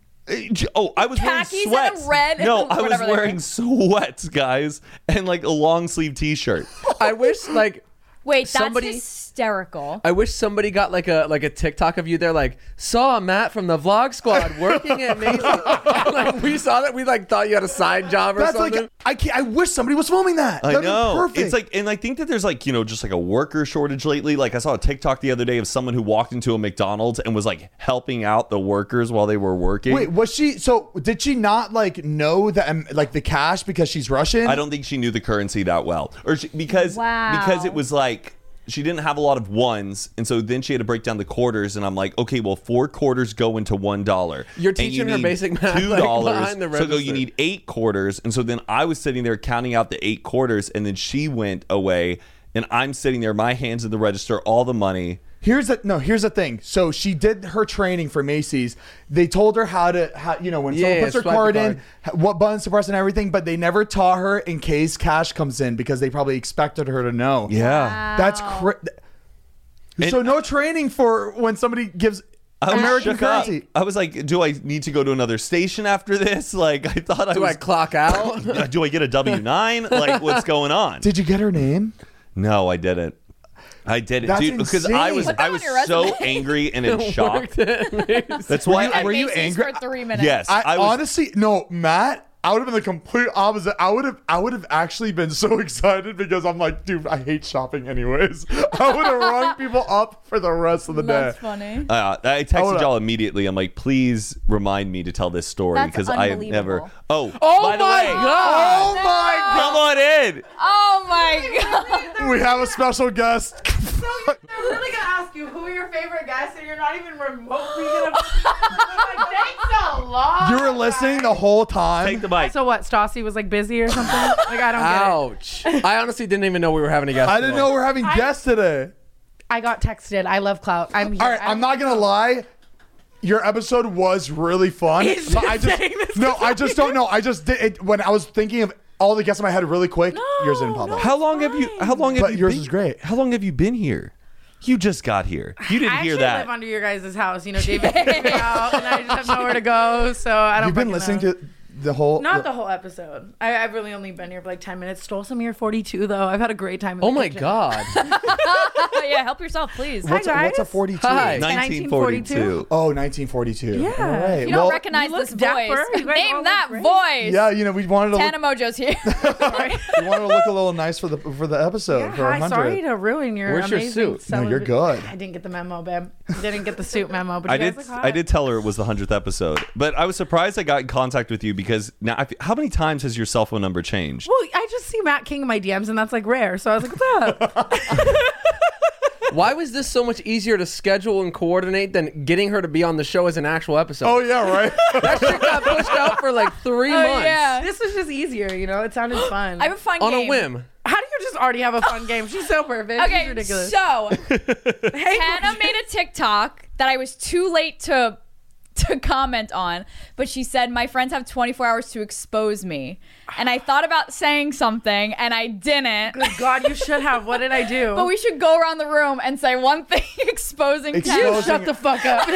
E: oh, I was
D: Khakis and a
E: wearing sweats.
D: red-
E: no, I was
D: whatever they
E: wearing
D: were.
E: sweats, guys, and like a long sleeve T-shirt.
F: I wish like
D: Wait,
F: Somebody-
D: that's hysterical.
F: I wish somebody got like a like a TikTok of you there like saw Matt from the vlog squad working at Macy's. like we saw that we like thought you had a side job or
H: That's
F: something.
H: like I can't. I wish somebody was filming that.
E: I
H: That'd be
E: know.
H: Perfect.
E: It's like, and I think that there's like, you know, just like a worker shortage lately. Like, I saw a TikTok the other day of someone who walked into a McDonald's and was like helping out the workers while they were working.
H: Wait, was she? So did she not like know that um, like the cash because she's Russian?
E: I don't think she knew the currency that well, or she, because
D: Wow.
E: because it was like she didn't have a lot of ones, and so then she had to break down the quarters. And I'm like, okay, well, four quarters go into one dollar.
F: You're
E: and you
F: teaching her
E: need
F: basic math,
E: Two
F: like,
E: dollars.
F: behind the
E: so go. You
F: register.
E: need eight quarters, and so then I was sitting there counting out the eight quarters, and then she went away, and I'm sitting there, my hands in the register, all the money.
C: Here's the no. Here's the thing. So she did her training for Macy's. They told her how to, how, you know, when
F: Yeah,
C: someone puts her
F: swipe the
C: card, in,
F: card.
C: h- what buttons to press and everything. But they never taught her in case cash comes in because they probably expected her to know.
E: Yeah.
C: That's cra- so no training for when somebody gives
E: I was
C: American
E: shook up.
C: currency.
E: I was like, do I need to go to another station after this? Like, I thought I
F: Do I
E: was.
F: clock out?
E: do I get a W nine? Like, what's going on?
C: Did you get her name?
E: no, I didn't. I didn't,
C: That's
E: dude, because I
C: insane.
E: was
C: Put
D: that
E: I
D: on
E: was
D: your resume.
E: so angry and in shock.
F: Worked it.
E: That's why
D: At
E: I,
C: were you
D: Macy's
C: angry?
D: for three minutes?
E: yes,
C: I,
E: I was
C: honestly no, Matt. I would have been the complete opposite. I would have, I would have actually been so excited because I'm like, dude, I hate shopping anyways. I would have rung people up for the rest of the
D: That's
C: day.
D: funny.
E: Uh, I
C: Hold
E: texted
C: up.
E: y'all immediately. I'm like, please remind me to tell this story
D: That's
E: because I have never. Oh,
F: oh
E: by the
F: my
E: way,
F: god!
C: Oh my
E: Come on in.
D: Oh my god.
C: god, we have a special guest.
I: I'm really gonna ask you who your favorite guys are. You're not even remotely gonna. I'm like, Thanks a lot.
C: you were listening the whole time.
E: Take the mic.
I: So what? Stassi was like busy or something. Like I don't get
F: Ouch!
I: it.
F: I honestly didn't even know we were having a guest.
C: I didn't know we we're having guests today.
I: I got texted. I love clout. I'm here.
C: All right, I'm not gonna lie. Your episode was really fun.
I: He's
C: but I just
I: saying this
C: no,
I: 'cause
C: I just don't know. I just did it when I was thinking of all the guests in my head really quick. yours didn't pop
D: no.
C: up.
E: How long have you? How long have
C: But
E: you?
C: yours
E: been,
C: is great.
E: How long have you been here? You just got here. You didn't
I: I
E: hear
I: actually
E: that.
I: live under your guys' house. You know, David took me out, and I just have nowhere to go. So I don't.
C: You've been
I: fucking
C: listening
I: know.
C: to the whole.
I: Not the whole episode. I, I've really only been here for like ten minutes. Stole some of your forty-two though. I've had a great time. in
F: Oh
I: the
F: my
I: kitchen.
F: god!
D: Oh, yeah, help yourself, please.
C: What's,
I: Hi,
C: what's a
I: guys.
C: 42?
F: Hi.
E: 1942.
C: Oh, 1942.
I: Yeah.
C: All right.
I: You
D: You don't
C: well,
D: recognize
I: you look
D: this
I: dapper.
D: voice.
I: You guys all
D: Name
I: look
D: that
I: great.
D: voice.
C: yeah, you know, we wanted to look,
D: Tana Mojo's here.
C: we wanted to look a little nice for the for the episode
I: Yeah,
C: for
I: hi,
C: 100.
I: sorry to ruin your
F: Where's your
I: amazing
F: suit?
C: No, you're
I: celebra-
C: good.
I: I didn't get the memo, babe. I didn't get the suit memo, but
E: I
I: you guys
E: did.
I: look hot.
E: I did tell her it was the hundredth episode, but I was surprised I got in contact with you because now. I, fe- how many times has your cell phone number changed?
I: Well, I just see Matt King in my DMs, and that's like rare. So I was like, "What's up?"
F: Why was this so much easier to schedule and coordinate than getting her to be on the show as an actual episode?
C: Oh yeah, right.
F: that shit got pushed out for like three months
D: Oh, yeah.
I: this was just easier, you know. It sounded fun.
D: I have a fun
F: on
D: game.
F: a whim.
I: How do you just already have a fun game? She's so perfect. She's
D: Okay,
I: ridiculous.
D: so
I: Hey,
D: Hannah made a TikTok that I was too late to to comment on, but she said my friends have 24 hours to expose me, and I thought about saying something and I didn't.
I: Good God, you should have. What did I do?
D: But we should go around the room and say one thing exposing
C: Expose-
D: Tana.
I: you shut the fuck up.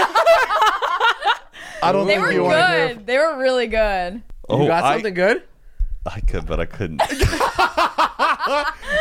C: I don't
D: They
C: think
D: were
C: we want to hear.
D: good. They were really good.
E: Oh,
F: You got
E: I-
F: something good?
E: I could, but I couldn't.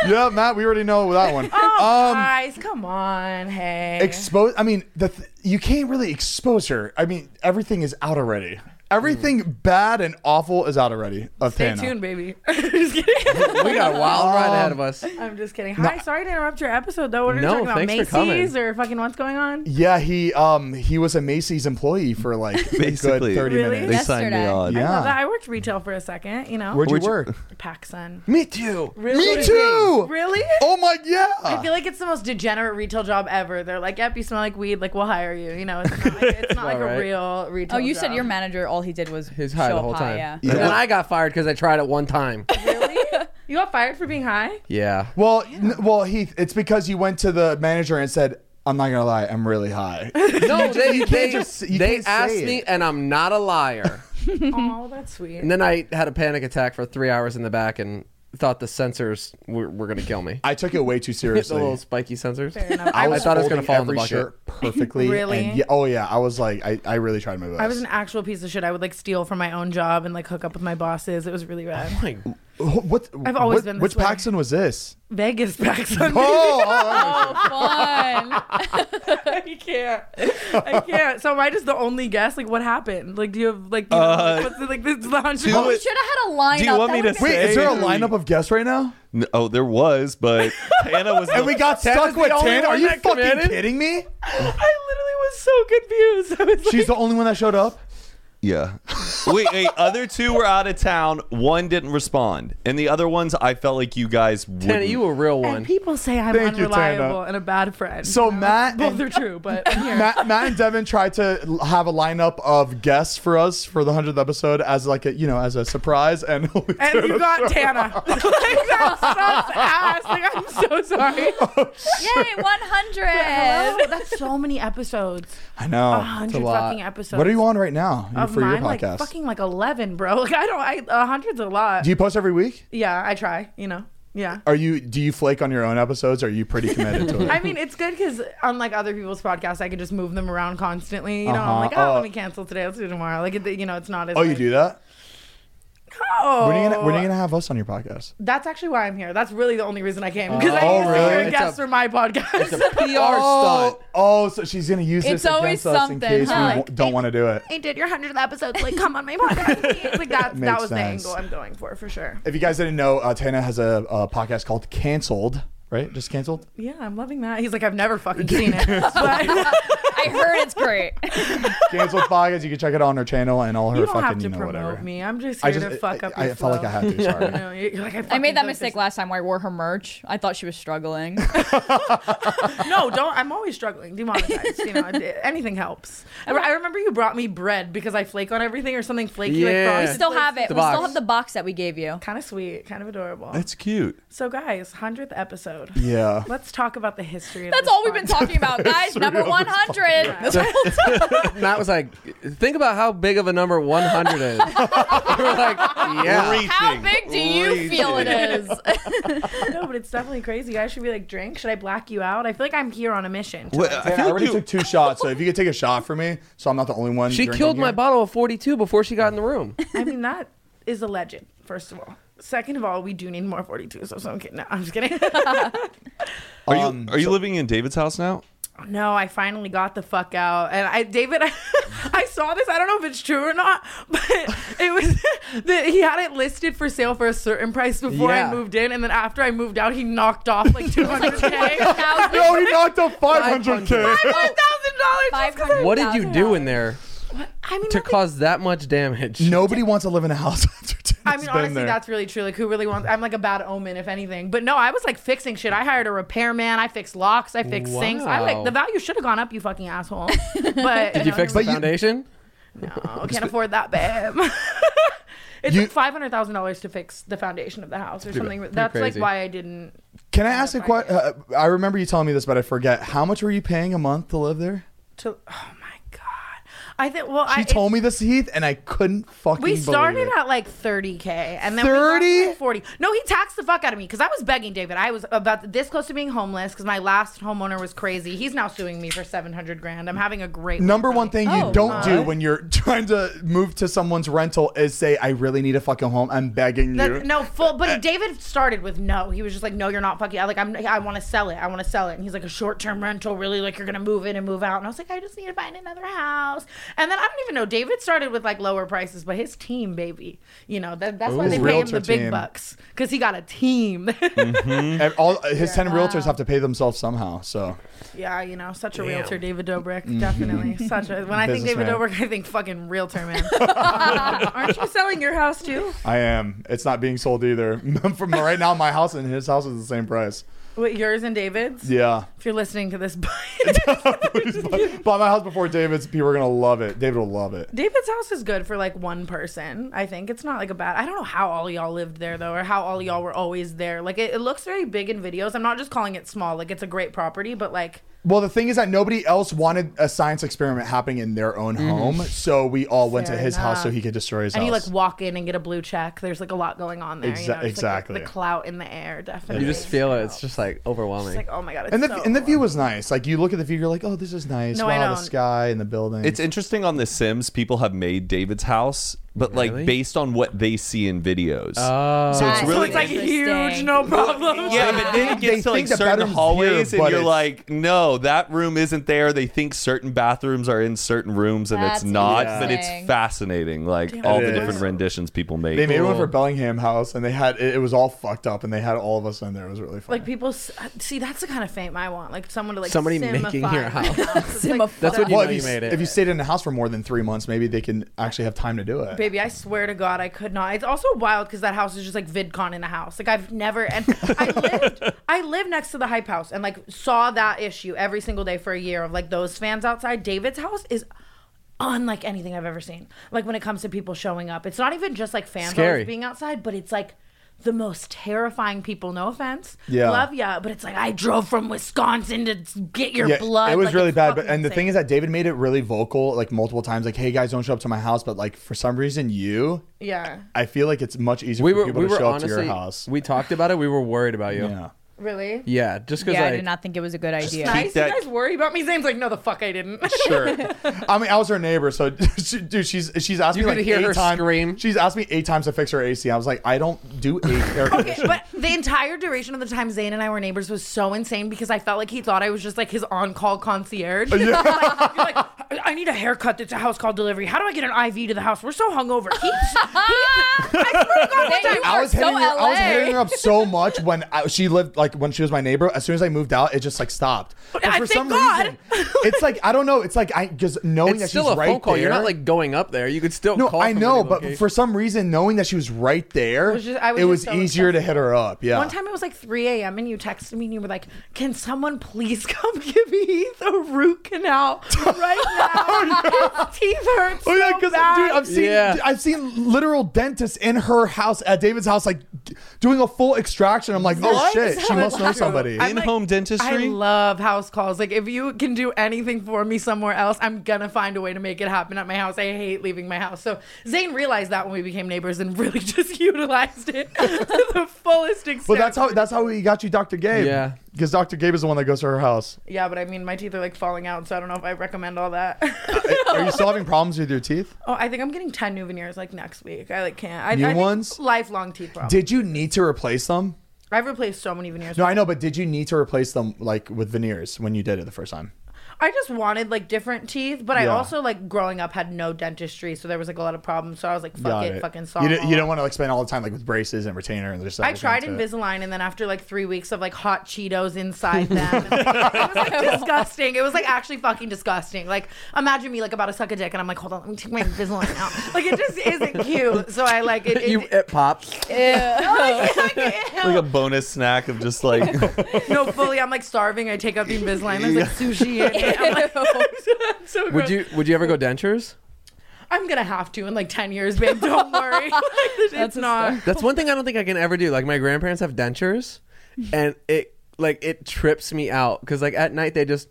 C: Yeah, Matt, we already know that one. Um,
I: Oh, guys, come on, hey.
C: expose i mean the th- you can't really expose her i mean everything is out already everything bad and awful is out already of
I: Stay
C: Tana.
I: tuned, baby. just kidding.
F: We got a wild
C: Um,
F: ride ahead of us.
I: I'm just kidding. Hi, sorry to interrupt your episode though. What are
F: No,
I: you talking
F: thanks for
I: about? Macy's
F: coming.
I: or fucking what's going on?
C: yeah he um he was a macy's employee for like a
E: Basically.
C: good 30
I: Really?
E: they
C: minutes
E: signed me
D: Yesterday.
E: on.
I: I love that.
C: yeah
I: I worked retail for a second, you know.
C: where'd you
E: Would you-
C: work
I: PacSun.
F: Me too.
C: me too
I: Really?
C: oh my yeah
I: I feel like it's the most degenerate retail job ever. They're like, "Yep, you smell like weed. Like, we'll hire you." You know, it's not like, it's not like
F: Alright.
I: a real retail.
D: Oh, you said
I: job.
D: your manager all he did was
F: He's high
D: show
F: the
D: up
F: whole
D: high,
F: time.
D: Yeah.
F: And I got fired because I tried it one time.
I: really? You got fired for being high?
F: Yeah.
C: well n- well heath it's because you went to the manager and said i'm not gonna lie i'm really high
F: No, they, they,
C: just- you
F: they
C: can't say
F: asked
C: it.
F: me, and I'm not a liar.
I: Oh, that's sweet.
F: and then I had a panic attack for three hours in the back and thought the sensors were, were going to kill me.
C: i took it way too
F: Hit the
C: seriously
F: little spiky sensors.
I: Fair enough.
F: I thought it was
C: folding
F: gonna fall in the
C: every
F: bucket.
C: shirt perfectly
I: Really?
C: and yeah, oh yeah i was like i, I really tried my best
I: I was an actual piece of shit. I would like steal from my own job and like hook up with my bosses. It was really rad.
F: Like,
C: Wh- What?
I: I've always
C: what-
I: been this
C: Which
I: way.
C: Paxton was this?
I: Vegas back Sunday.
C: Oh, oh, oh,
D: Fun.
I: I can't. I can't. So am I just the only guest? Like, what happened? Like, do you have like, you know,
E: Uh,
I: like, what's the, like this is the hunch?
E: do
D: we
E: it.
D: should have had a lineup.
E: Do you want
D: That
E: me
D: would've
F: oh.
D: been-
E: to
C: wait, is there a
E: Hey.
C: lineup of guests right now?
E: No, oh, there was, but Hannah was.
C: And
E: the-
C: we got
F: Tana's
C: stuck
F: the
C: with
F: only
C: Tana. Are
F: one
C: you
F: that
C: fucking
F: committed?
C: kidding me?
I: I literally was so confused. I was
C: She's
I: like,
C: the only one that showed up.
E: Yeah. wait, wait. Other two were out of town. One didn't respond, and the other ones, I felt like you guys.
F: Tana,
E: would
F: you a real one.
I: And people say I'm
C: Thank you,
I: unreliable
C: Tana.
I: and a bad friend.
C: So Matt
I: both
C: and,
I: are true, but I'm here.
C: Matt, Matt and Devin tried to l- have a lineup of guests for us for the hundredth episode as like a you know as a surprise, and we
I: and you got Tana. like that sucks ass. Like I'm so sorry.
D: Yay, 100.
I: Hello? That's so many episodes.
C: I know Oh,
I: A
C: it's
I: hundred
C: a lot.
I: fucking episodes.
C: What are you on right now you-
I: Of
C: for your
I: mine, like
C: podcast?
I: fucking like eleven, bro. Like I don't. I a hundred's a lot.
C: do you post every week?
I: yeah, I try. You know. Yeah.
C: Are you do you flake on your own episodes? Or are you pretty committed to it?
I: I mean, it's good because unlike other people's podcasts, I can just move them around constantly. You know,
C: Uh-huh.
I: I'm like, oh,
C: Oh.
I: let me cancel today. Let's do tomorrow. Like, it- you know, it's not as.
C: oh, you
I: like-
C: do that.
I: Oh,
C: When are you gonna, when are you gonna have us on your podcast?
I: That's actually why I'm here. That's really the only reason I came because
C: Oh,
I: I used to
C: really?
I: hear
C: It's
I: a
F: a-
I: guest for my podcast.
F: PR stunt.
C: Oh, so she's gonna use
D: It's
C: this
D: always
C: against us in
D: something,
C: case
D: huh?
C: we w- don't want to do it.
I: I did your hundredth episode. Like, come on my podcast. like that.
C: Makes
I: That was
C: sense.
I: the angle I'm going for for sure.
C: If you guys didn't know, uh, Tana has a, a podcast called Cancelled, right? Just canceled.
I: Yeah, I'm loving that. He's like, I've never fucking seen it. But
D: I heard it's great.
C: Canceled podcast. You can check it out on her channel and all her
I: you don't
C: fucking
I: have to
C: you know
I: promote
C: whatever.
I: me. I'm just
C: I
I: here
C: just
I: to fuck
C: I,
I: up.
C: I
I: your
C: felt like I
I: flow.
C: had to. Sorry.
I: You know, you're like, I,
D: I
I: fucking
D: made that
I: did this.
D: mistake last time where I wore her merch. I thought she was struggling.
I: No, don't. I'm always struggling. Demonetized. You know, I- anything helps. I, I remember you brought me bread because I flake on everything or something flaky.
F: Yeah.
I: Like
D: We still have it.
F: The
D: we still
F: box.
D: have the box that we gave you.
I: Kind of sweet. Kind of adorable.
E: That's cute.
I: so, guys, hundredth episode.
C: Yeah.
I: Let's talk about the history. Of
D: That's
I: this
D: all we've been
I: podcast.
D: talking about, guys. Number 100.
F: Matt was like, think about how big of a number 100 is. we were like, yeah.
D: How big do you feel it is?
I: No, but it's definitely crazy. You guys should be like, drink. Should I black you out? I feel like I'm here on a mission.
E: Wait,
C: I,
E: I
C: I
E: feel like
C: already
E: you-
C: took two shots, so if you could take a shot for me, so I'm not the only one.
F: She
C: drinking
F: killed my
C: here.
F: bottle of 42 before she got in the room.
I: I mean, that is a legend. First of all. Second of all, we do need more 42. So, so I'm kidding. No, I'm just kidding.
E: Are you
C: Um,
E: are you living in David's house now?
I: No, I finally got the fuck out. And I, David, I, saw this. I don't know if it's true or not, but it was that he had it listed for sale for a certain price before
F: Yeah.
I: I moved in. And then after I moved out, he knocked off like 200K.
C: No, he knocked a 500k.
I: $500,000.
F: What did you do in there
I: I mean,
F: to
I: nothing-
F: cause that much damage?
C: Nobody wants to live in a house after Tana's
I: I mean,
C: been
I: honestly,
C: there.
I: that's really true. Like, who really wants? I'm like a bad omen, if anything. But no, I was like fixing shit. I hired a repairman. I fixed locks. I fixed sinks. I'm
F: Wow.
I: like, the value should have gone up, you fucking asshole. But
F: Did you fix the
C: But you-
F: foundation?
I: No, can't afford that, babe. it's
C: You-
I: like five hundred thousand dollars to fix the foundation of the house or something. That's
F: crazy.
I: like why I didn't.
C: Can I ask a
I: fine.
C: question? Uh, I remember you telling me this, but I forget. How much were you paying a month to live there?
I: To oh my god, I think. Well,
C: She
I: I,
C: told me this, Heath, and I couldn't fucking.
I: We
C: believe
I: started
C: it.
I: at like 30k and then
C: 30?
I: 30 40. No, he taxed the fuck out of me because I was begging David. I was about this close to being homeless because my last homeowner was crazy. He's now suing me for 700 grand. I'm having a great week,
C: Number
I: honey.
C: one thing you
D: Oh,
C: don't do
D: what?
C: when you're trying to move to someone's rental is say, "I really need a fucking home. I'm begging you."
I: That- no, full.
C: Uh,
I: But David started with no. He was just like, no, you're not fucking. I Like, I'm. I want to sell it. I want to sell it. And he's like, a short term rental, really? Like, you're gonna move in and move out. And I was like, I just need to find another house. And then I don't even know. David started with like lower prices, but his team, baby, you know, that, that's why
C: Ooh.
I: they pay him
C: Realtor
I: the big
C: team. Mm-hmm.
I: bucks because he got a team.
C: And all his ten realtors have to pay themselves somehow. So
I: yeah, you know, such a realtor, David Dobrik, definitely such a. When I think David
C: Mm-hmm. Businessman.
I: Dobrik, I think fucking realtor man. Aren't you selling your house too?
C: I am. It's not being sold either. From right now, my house and his house is the same price.
I: What yours and David's?
C: Yeah,
I: If you're listening to this.
C: bought my house before David's. People are gonna love it. David will love it.
I: David's house is good for like one person. I think it's not like a bad. I don't know how all y'all lived there though, or how all y'all were always there. Like it, it looks very big in videos. I'm not just calling it small. Like it's a great property, but like
C: Well, the thing is that nobody else wanted a science experiment happening in their own home, so we all went
I: Fair
C: to his house so
I: enough.
C: he could destroy his
I: and you
C: house.
I: like walk in and get a blue check. There's like a lot going on there.
C: Exa-
I: you know? Just, like, the-
C: exactly.
I: the, clout in the air, definitely.
F: You just feel it. It's just like
I: It's
F: overwhelming.
I: like oh my god. It's
C: and the
I: so
C: and the view was nice. Like you look at the view, you're like, oh, this is nice.
I: No, I
C: wow, the
I: don't.
C: sky and the building.
E: It's interesting on The Sims. People have made David's house but like based on what they see in videos. so it's
D: That's
E: really
D: it's like huge, no problem.
E: yeah, but then it
C: they
E: gets to like
C: think the
E: certain
C: bedroom's
E: hallways,
C: here,
E: and
C: but
E: you're
C: it's-
E: like, no, that room isn't there. They think certain bathrooms are in certain rooms, and
D: That's
E: it's not. But
D: interesting.
E: it's fascinating, like all the
H: It
E: different
H: is.
E: renditions people make.
C: They made one
F: Cool.
C: for Bellingham House, and they had it, it was all fucked up, and they had all of us in there. It was really funny.
I: Like people s- see, that's the kind of fame I want. Like someone to like
F: Somebody making
I: simify
F: your
I: my
F: house.
I: It's like,
D: Simify.
F: That's what you
C: well,
F: know
C: if,
F: you
C: you,
F: made it.
C: if you stayed in the house for more than three months, maybe they can actually have time to do it.
I: Baby, I swear to God, I could not. It's also wild because that house is just like VidCon in a house. Like I've never and I lived, I lived next to the hype house and like saw that issue every single day for a year of like those fans outside. David's house is unlike anything I've ever seen. Like when it comes to people showing up, it's not even just like fans
F: Scary.
I: always being outside, but it's like the most terrifying people. No offense,
C: Yeah.
I: love ya, but it's like I drove from Wisconsin to get your blood.
C: It was
I: Like,
C: really
I: it's
C: bad. But
I: fucking
C: and the thing
I: insane.
C: is that David made it really vocal, like multiple times, like, "Hey guys, don't show up to my house." But like for some reason, you,
I: yeah,
C: I feel like it's much easier
F: we
C: for
F: were
C: people
F: we
C: to
F: were
C: show
F: honestly
C: up to your house.
F: we talked about it. We were worried about you.
C: yeah.
F: Yeah,
I: really.
F: just because
D: Yeah, I
F: like
D: did not think it was a good idea.
I: Nice.
E: that-
I: You guys worry about me? Zane's like, no, the fuck, I didn't.
C: Sure. I mean, I was her neighbor, so she, dude, she's she's asked
F: You
C: me
F: could
C: like
F: hear
C: eight
F: her
C: times.
F: scream.
C: She's asked me eight times to fix her AC. I was like, I don't do eight air
I: Okay,
C: conditioning.
I: but the entire duration of the time Zayn and I were neighbors was so insane because I felt like he thought I was just like his on-call concierge.
C: Uh,
I: Like, you're like, "I- I need a haircut. That's a house call delivery. How do I get an IV to the house? We're so hungover. He, he, I swear to God,
D: Then you
C: I
D: are
C: was hitting
D: so
C: her, I was
D: LA.
C: hitting her up so much when I, she lived like when she was my neighbor. As soon as I moved out, it just like stopped. But
I: I- thank God.
C: it's like I don't know. It's like I because knowing
F: it's
C: that
F: still
C: she's
F: a
C: right
F: phone call. You're not
C: there-
F: like going up there. You could still
C: No,
F: call
C: I
F: from
C: know,
F: any
C: but
F: location.
C: for some reason, knowing that she was right there,
I: was just- I was
C: it
I: just
C: was
I: so
C: easier to hit her up. Yeah.
I: One time it was like 3 a.m. and you texted me and you were like, "Can someone please come give Heath a root canal right now? His teeth hurt so
C: Oh yeah, because
I: bad."
C: dude, I've seen
F: Yeah.
C: dude, I've seen literal dentists in her house at David's house, like d- doing a full extraction. I'm like, oh
I: What?
C: shit, she must know somebody.
I: I'm
E: in
I: like,
E: home dentistry.
I: I love house calls. Like if you can do anything for me somewhere else, I'm gonna find a way to make it happen at my house. I hate leaving my house. So Zane realized that when we became neighbors and really just utilized it to the fullest extent.
C: Well, that's how that's how we got you, Dr. Gabe.
F: Yeah.
C: because Dr. Gabe is the one that goes to her house.
I: yeah, but I mean, my teeth are like falling out, so I don't know if I recommend all that.
C: Are you still having problems with your teeth?
I: oh, I think I'm getting ten new veneers like next week. I like can't. I,
C: New
I: I think
C: ones?
I: Lifelong teeth problem.
C: Did you need to replace them?
I: I've replaced so many veneers.
C: No, I know, but did you need to replace them like with veneers when you did it the first time?
I: I just wanted like different teeth, but I
C: Yeah.
I: also like growing up had no dentistry, so there was like a lot of problems. So I was like, fuck
C: Got
I: it, fucking solve
C: You don't,
I: all.
C: you don't want to like spend all the time like with braces and retainer and just.
I: I tried Invisalign, and then after like three weeks of like hot Cheetos inside them, and, like, it was like disgusting. It was like actually fucking disgusting. Like imagine me like about to suck a dick, and I'm like, hold on, let me take my Invisalign out. Like it just isn't cute. So I like it. it,
F: you it pops.
E: like a bonus snack of just like
I: no, fully, I'm like starving. I take out the Invisalign. There's like sushi. In it. I'm like, I'm so
F: Would
I: gross.
F: you would you ever go dentures?
I: I'm gonna have to in like ten years, babe. Don't worry. Like, it's
D: That's
I: not.
F: That's one thing I don't think I can ever do. Like my grandparents have dentures, and it like it trips me out because like at night they just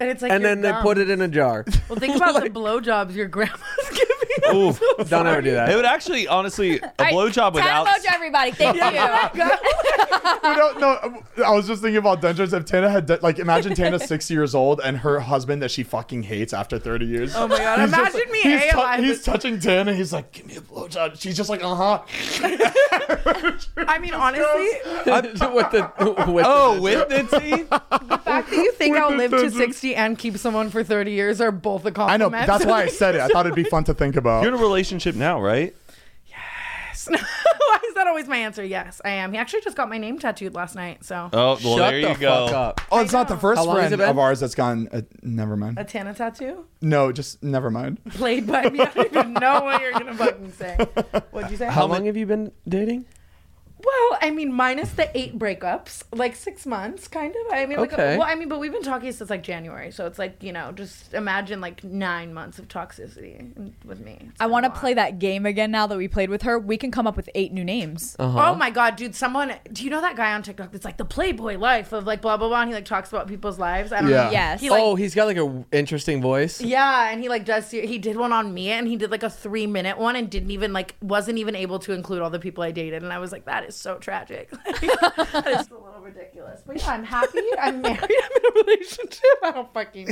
I: And it's like.
F: and
I: your
F: then they put
I: gum.
F: it in a jar.
I: Well, think about the blowjobs your grandma's giving.
E: Ooh.
I: us. I'm so
F: don't ever do
E: It
F: that.
E: would actually, honestly, a
D: All right,
E: blowjob without.
D: Time emoji, everybody. Thank you.
C: no, no, I was just thinking about dentures. If Tana had de- like, imagine Tana's sixty years old and her husband that she fucking hates after thirty years. Oh
I: my God, imagine me
C: He's,
I: A
C: tou-
I: alive.
C: he's touching Tana. He's like, give me a blowjob. She's just like, uh huh.
I: I mean, honestly,
F: with the with
E: Oh, with the teeth?
I: the fact that you think I'll live to 60 and keep someone for 30 years are both a
C: I know.
I: compliment.
C: That's why I said it. I thought it'd be fun to think
E: You're in
C: about.
E: a relationship now, right?
I: why is that always my answer? Yes, I am. He actually just got my name tattooed last night, so
E: Oh,
F: the,
E: well,
F: shut
E: there
F: the
E: you go.
F: fuck up.
C: Oh, it's not the first
F: How long has
C: friend
F: it been?
C: of ours that's gone. Uh, never mind.
I: a Tana tattoo
C: No, just never mind.
I: played by me. I don't even know what you're gonna fucking say. What'd you say?
F: How long have you been dating?
I: Well, I mean, minus the eight breakups, like six months, kind of. I mean, like,
F: Okay.
I: well, I mean, but we've been talking since like January, so it's like you know, just imagine like nine months of toxicity with me. It's
D: I
I: been
D: want
I: a
D: to
I: lot.
D: play that game again now that we played with her. We can come up with eight new names.
F: Uh-huh.
I: Oh my god, dude! Someone, do you know that guy on TikTok that's like the Playboy life of like blah blah blah? And he like talks about people's lives. I don't
C: Yeah.
I: know.
D: Yes.
I: He like,
F: oh, he's got like a interesting voice.
I: yeah, and he like does. He did one on Mia, and he did like a three minute one, and didn't even like wasn't even able to include all the people I dated. And I was like, that is so tragic. Like, that is a little ridiculous. But yeah, I'm happy. I'm married. I'm in a relationship. I don't fucking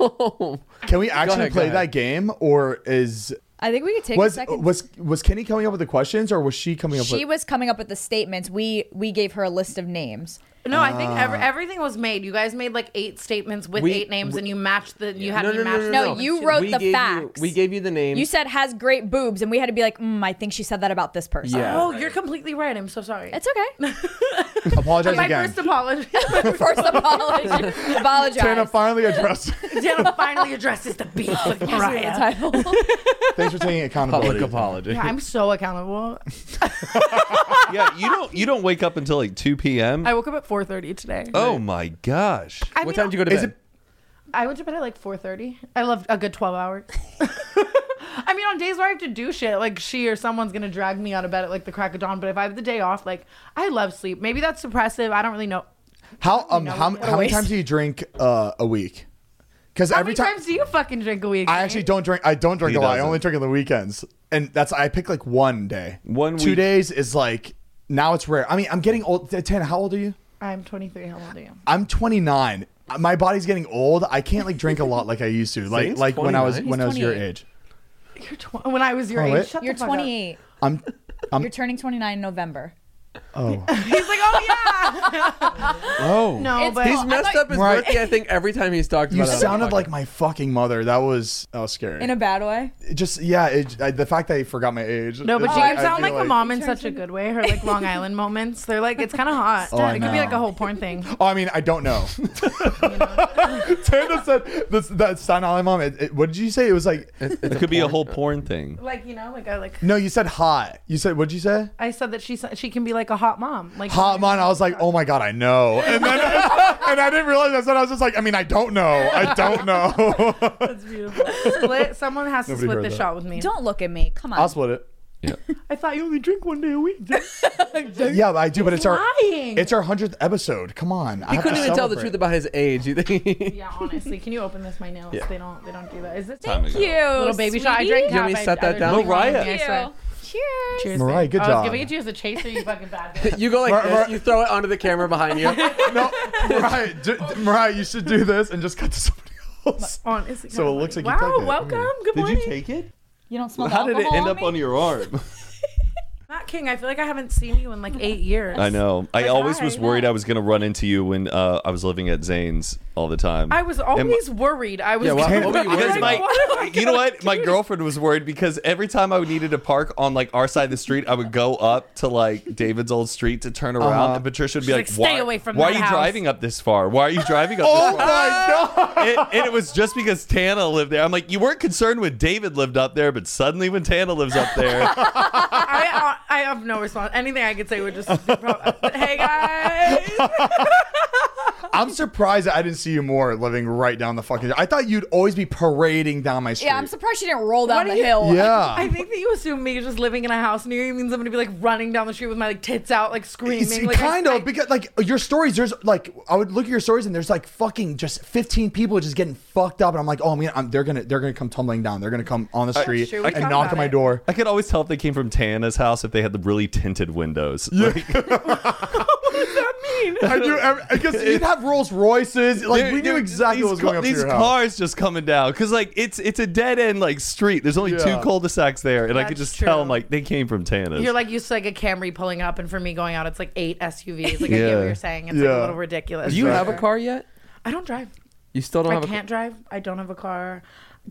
I: know.
C: Can we actually
F: Oh. ahead, go
C: play
F: ahead.
C: that game, or is
D: I think we could take a
C: Was uh,
D: second.
C: was was Kenny coming up with the questions, or was she coming up
D: she
C: with?
D: was coming up with the statements. We we gave her a list of names.
I: No, I think every, everything was made. You guys made like eight statements with
F: Ah. We-
I: eight names, and you matched the. You had
F: No,
I: me
F: no,
I: match.
F: no, no,
I: the
D: No,
F: no.
D: you wrote
F: we
D: the
F: gave you-
D: facts.
F: we gave you the names.
D: You said has great boobs, and we had to be like, mm, I think she said that about this person.
F: Yeah.
I: Oh, you're completely right. I'm so sorry.
D: It's okay.
C: Apologize
I: my
C: again.
I: first apology.
D: First apology. Apologize.
C: Tana finally addressed.
I: Dana finally addresses the beef with
D: The
I: Mariah.
D: title.
C: Thanks for taking accountability.
F: public apology.
I: I'm so accountable.
E: yeah, you don't you don't wake up until like 2 p.m.
I: I woke up at 4:30 today.
E: oh my gosh.
I: I
F: What
I: mean,
F: time did you go to
C: Is
F: bed?
I: I went to bed at like 4:30. I loved a good 12 hours. I mean, on days where I have to do shit, like she or someone's gonna drag me out of bed at like the crack of dawn. But if I have the day off, like I love sleep. Maybe that's suppressive. I don't really know.
C: How um
I: No,
C: how,
I: what a
C: how many
D: waste.
C: times do you drink uh, a week? Because
I: How
C: every
I: many
C: time
I: times do you fucking drink a week?
C: I actually don't drink. I don't drink
E: He
C: a lot. I
E: doesn't.
C: only drink on the weekends, and that's I pick like one day.
E: One
C: two
E: week-
C: days is like now it's rare. I mean, I'm getting old. uh, Tana, how old are you?
I: I'm 23. How old are you?
C: I'm 29. My body's getting old. I can't like drink a lot like I used to. Like
F: Zane's
C: like when I was
F: 29.
C: when I was your
D: 28.
C: age.
I: You're tw- when I was your
C: Oh,
I: age.
C: wait.
I: Shut
D: You're
I: the fuck up.
D: 28.
C: I'm
D: You're turning 29 in November.
C: oh
I: He's like, oh yeah.
C: oh.
I: No,
D: It's
I: but
D: He's
F: He's messed up his
C: Right.
F: birthday, I think, every time he's talked
C: You
F: about it. on the
C: sounded
F: podcast.
C: like my fucking mother. That was that was scary.
D: In a bad way.
C: It just yeah, it, I, the fact that I forgot my age.
I: No, but
C: it's
I: she
C: like,
I: can
C: I
I: sound
C: feel
I: like, a mom in such a good way. Her like Long Island moments, they're like it's kind of hot.
C: Oh, I
I: it could be
C: know.
I: like a whole porn thing.
C: Oh, I mean, I don't know. Tana said this, that Staten Island mom. It, it- what did you say? It was like
E: It could be a whole porn thing.
I: Like you know, like I like
C: no. You said hot. You said what did you say?
I: I said that she s- she can be like a hot mom. Like
C: Hot mom. I was like, oh my god, I know. And then and I didn't realize I said I was just like, I mean, I don't know. I don't know.
I: That's beautiful. Split. Someone has to
C: Nobody
I: split
C: heard
I: this
C: that.
I: shot with me.
D: Don't look at me. Come on.
C: I'll split it.
I: I thought you only drink one day a week.
C: Yeah, I do. But it's our
I: lying.
C: it's our hundredth episode. Come on.
F: He couldn't even tell the truth about his age. You think? you
I: yeah, honestly, can you open this? My nails. They don't. They don't do that. Is this
E: Time to
D: Cute.
E: go.
I: little baby shot? I
D: sweetie.
I: drank.
F: want me
I: half.
F: to
I: I-
F: set
I: I
F: that
I: drank
F: down?
I: one
E: Mariah.
I: with me, I swear.
D: Cheers.
I: Cheers,
C: Mariah,
I: babe.
C: good
I: I
C: job.
I: was giving it to you as a chaser. You fucking bad bitch.
F: go like
C: Mar-
F: this.
C: Mar-
F: you throw it onto the camera behind you.
C: No, Mariah, d- d- Mariah, you should do this and just cut to somebody else.
I: Honestly.
C: So it looks like you
I: wow.
C: took it. Mm-hmm.
I: welcome. Good
E: Did
I: morning.
E: you take it?
D: You don't smell
E: How
D: the
E: did it
D: alcohol
E: end up
D: me?
E: on your arm?
I: Matt King. I feel like I haven't seen you in like eight years.
E: I know. I
I: Like,
E: always
I: hi.
E: was worried I was going to run into you when uh, I was living at Zane's all the time.
I: I was
E: And my-
I: always worried. I was.
F: Yeah, what- what were you
I: I was
E: Because
F: worried
I: like,
E: my,
F: about?
I: what am I
E: you know
I: gonna
E: what? My
I: do?
E: girlfriend was worried because every time I needed to park on like our side of the street, I would go up to like David's old street to turn around, and Patricia would be like,
I: She's like,
E: "Why,
I: "Stay away from
E: why are
I: that
E: you
I: house."
E: driving up this far? Why are you driving up?"
C: Oh
E: this far?
I: Uh,
C: my god.
E: and, and it was just because Tana lived there. I'm like, you weren't concerned when David lived up there, but suddenly when Tana lives up there,
I: I, I I have no response. Anything I could say would just. hey guys.
C: I'm surprised that I didn't see you more living right down the fucking. I thought you'd always be parading down my street.
D: Yeah, I'm surprised she didn't roll
I: What
D: down
I: do
D: the
I: you-
D: hill.
C: Yeah.
I: I think that you assume me just living in a house near you means I'm gonna be like running down the street with my like tits out, like
C: It's
I: screaming. Like, I-
C: kind
I: I-
C: of because like your stories, there's like I would look at your stories and there's like fucking just 15 people just getting fucked up, and I'm like, oh man, I'm, they're gonna they're gonna come tumbling down, they're gonna come on the street
I: true, we
C: and
I: talked
C: knock
I: about
C: on my
I: it.
C: door.
E: I could always tell if they came from Tana's house if they had the really tinted windows. Like,
C: I do every- I guess you'd have Rolls Royces, like
E: Dude,
C: we knew
E: dude,
C: exactly
E: these
C: what was going
E: ca-
C: up to
E: These
C: your house.
E: cars just coming down because like it's it's a dead end like street. There's only
C: Yeah.
E: two cul-de-sacs there, and I could
I: That's
E: just tell
I: true.
E: them like they came from Tana's.
I: You're like used to like a Camry pulling up, and for me going out, it's like eight SUVs. Like I get
E: Yeah.
I: what you're saying. It's like
C: Yeah.
I: a little ridiculous.
F: Do you
I: for
F: have a
I: sure.
F: car yet?
I: I don't drive.
F: You still don't
I: I
F: have
I: can't drive. I don't have a car.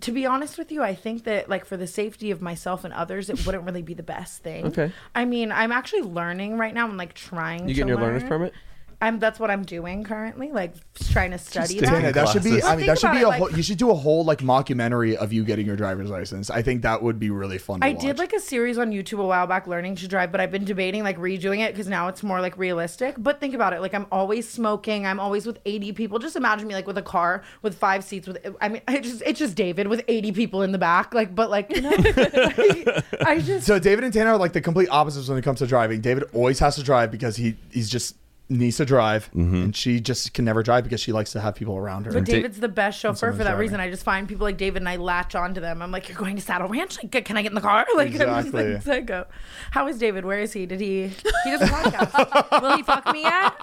I: To be honest with you, I think that like for the safety of myself and others, it wouldn't really be the best thing.
F: Okay.
I: I mean, I'm actually learning right now. I'm like trying.
F: a. You getting
I: to
F: your learner's
I: learn.
F: permit?
I: I'm. That's what I'm doing currently. Like trying to study
E: taking
C: Dana,
I: that.
E: a
C: that should be.
E: Classes.
C: I
I: Well,
C: mean,
I: think
C: that should
I: about
C: be
I: it,
C: a
I: like-
C: whole. You should do a whole like mockumentary of you getting your driver's license. I think that would be really fun. To
I: I did
C: watch.
I: like a series on YouTube a while back, learning to drive, but I've been debating like redoing it because now it's more like realistic. But think about it, like I'm always smoking, I'm always with 80 people. Just imagine me like with a car with five seats. With I mean, it just it's just David with 80 people in the back, like but like you know, like, I just
C: So David and Tana are like the complete opposites when it comes to driving. David always has to drive because he he's just needs to drive, and she just can never drive because she likes to have people around her.
I: But David's the best chauffeur for
C: someone's
I: that
C: driving.
I: reason. I just find people like David and I latch onto them. I'm like, you're going to Saddle Ranch? Like, can I get in the car? Like, I'm just
C: Exactly.
I: like psycho. How is David? Where is he? Did he? He does a podcast. Will he fuck me yet?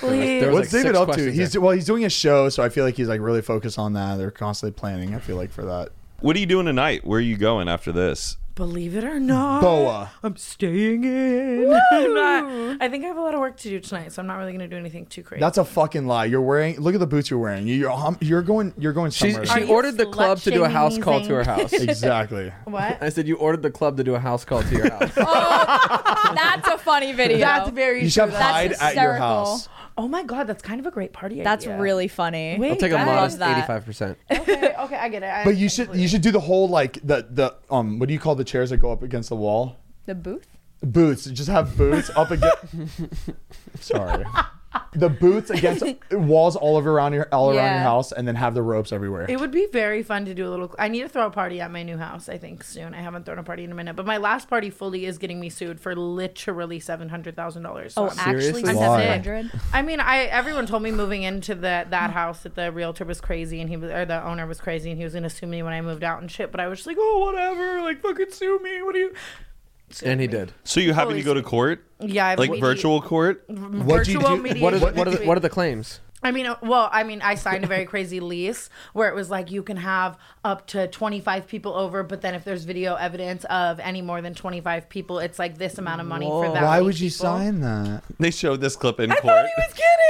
I: Please.
F: there was-
C: What's
F: like
C: David
F: six
C: up to?
F: questions
C: He's well, he's doing a show, so I feel like he's like really focused on that. They're constantly planning. I feel like for that.
E: What are you doing tonight? Where are you going after this?
I: Believe it or not,
C: Boa.
I: I'm staying in. I'm not, I think I have a lot of work to do tonight, so I'm not really going to do anything too crazy.
C: That's a fucking lie. You're wearing. Look at the boots you're wearing. You- You're hum, you're going you're going
F: She,
C: somewhere.
F: she
I: you
F: ordered the club to do a house call to her house.
C: exactly.
I: what?
F: I said you ordered the club to do a house call to your house.
D: That's a funny video.
I: That's very
C: You should have
I: true.
D: That's
C: hide at your
D: hysterical.
C: house.
I: oh my god, that's kind of a great party.
D: That's
I: idea.
D: really funny.
I: Wait,
F: I'll take a
I: guys.
F: modest
D: that.
F: eighty-five percent.
I: okay, okay, I get it. I-
C: But you
I: I
C: should
I: completely-
C: you should do the whole like the the um what do you call the chairs that go up against the wall?
D: The booth?
C: Boots. Just have boots up against. Sorry. The boots against walls all over around your all around your
D: Yeah.
C: house, and then have the ropes everywhere.
I: It would be very fun to do a little. I need to throw a party at my new house. I think soon. I haven't thrown a party in a minute, but my last party fully is getting me sued for literally seven hundred thousand dollars.
D: Oh,
F: Seriously?
D: actually,
C: Why?
D: 700?
I: I mean, I everyone told me moving into the that house that the realtor was crazy and he was or the owner was crazy and he was gonna sue me when I moved out and shit. But I was just like, oh whatever, like fucking sue me. What do you?
F: And he did.
E: So you happen to go to court,
I: Yeah, I've
E: like
I: we-
E: virtual court?
C: What'd you
I: virtual
C: do-
I: mediation.
F: What are the,
I: next
F: what are the,
I: week.
F: what are the claims?
I: I mean, uh, well, I mean, I signed a very crazy lease where it was like you can have up to 25 people over, but then if there's video evidence of any more than 25 people, it's like this amount of money for that.
C: Why
I: many
C: would you
I: people.
C: sign that?
E: They showed this clip in court.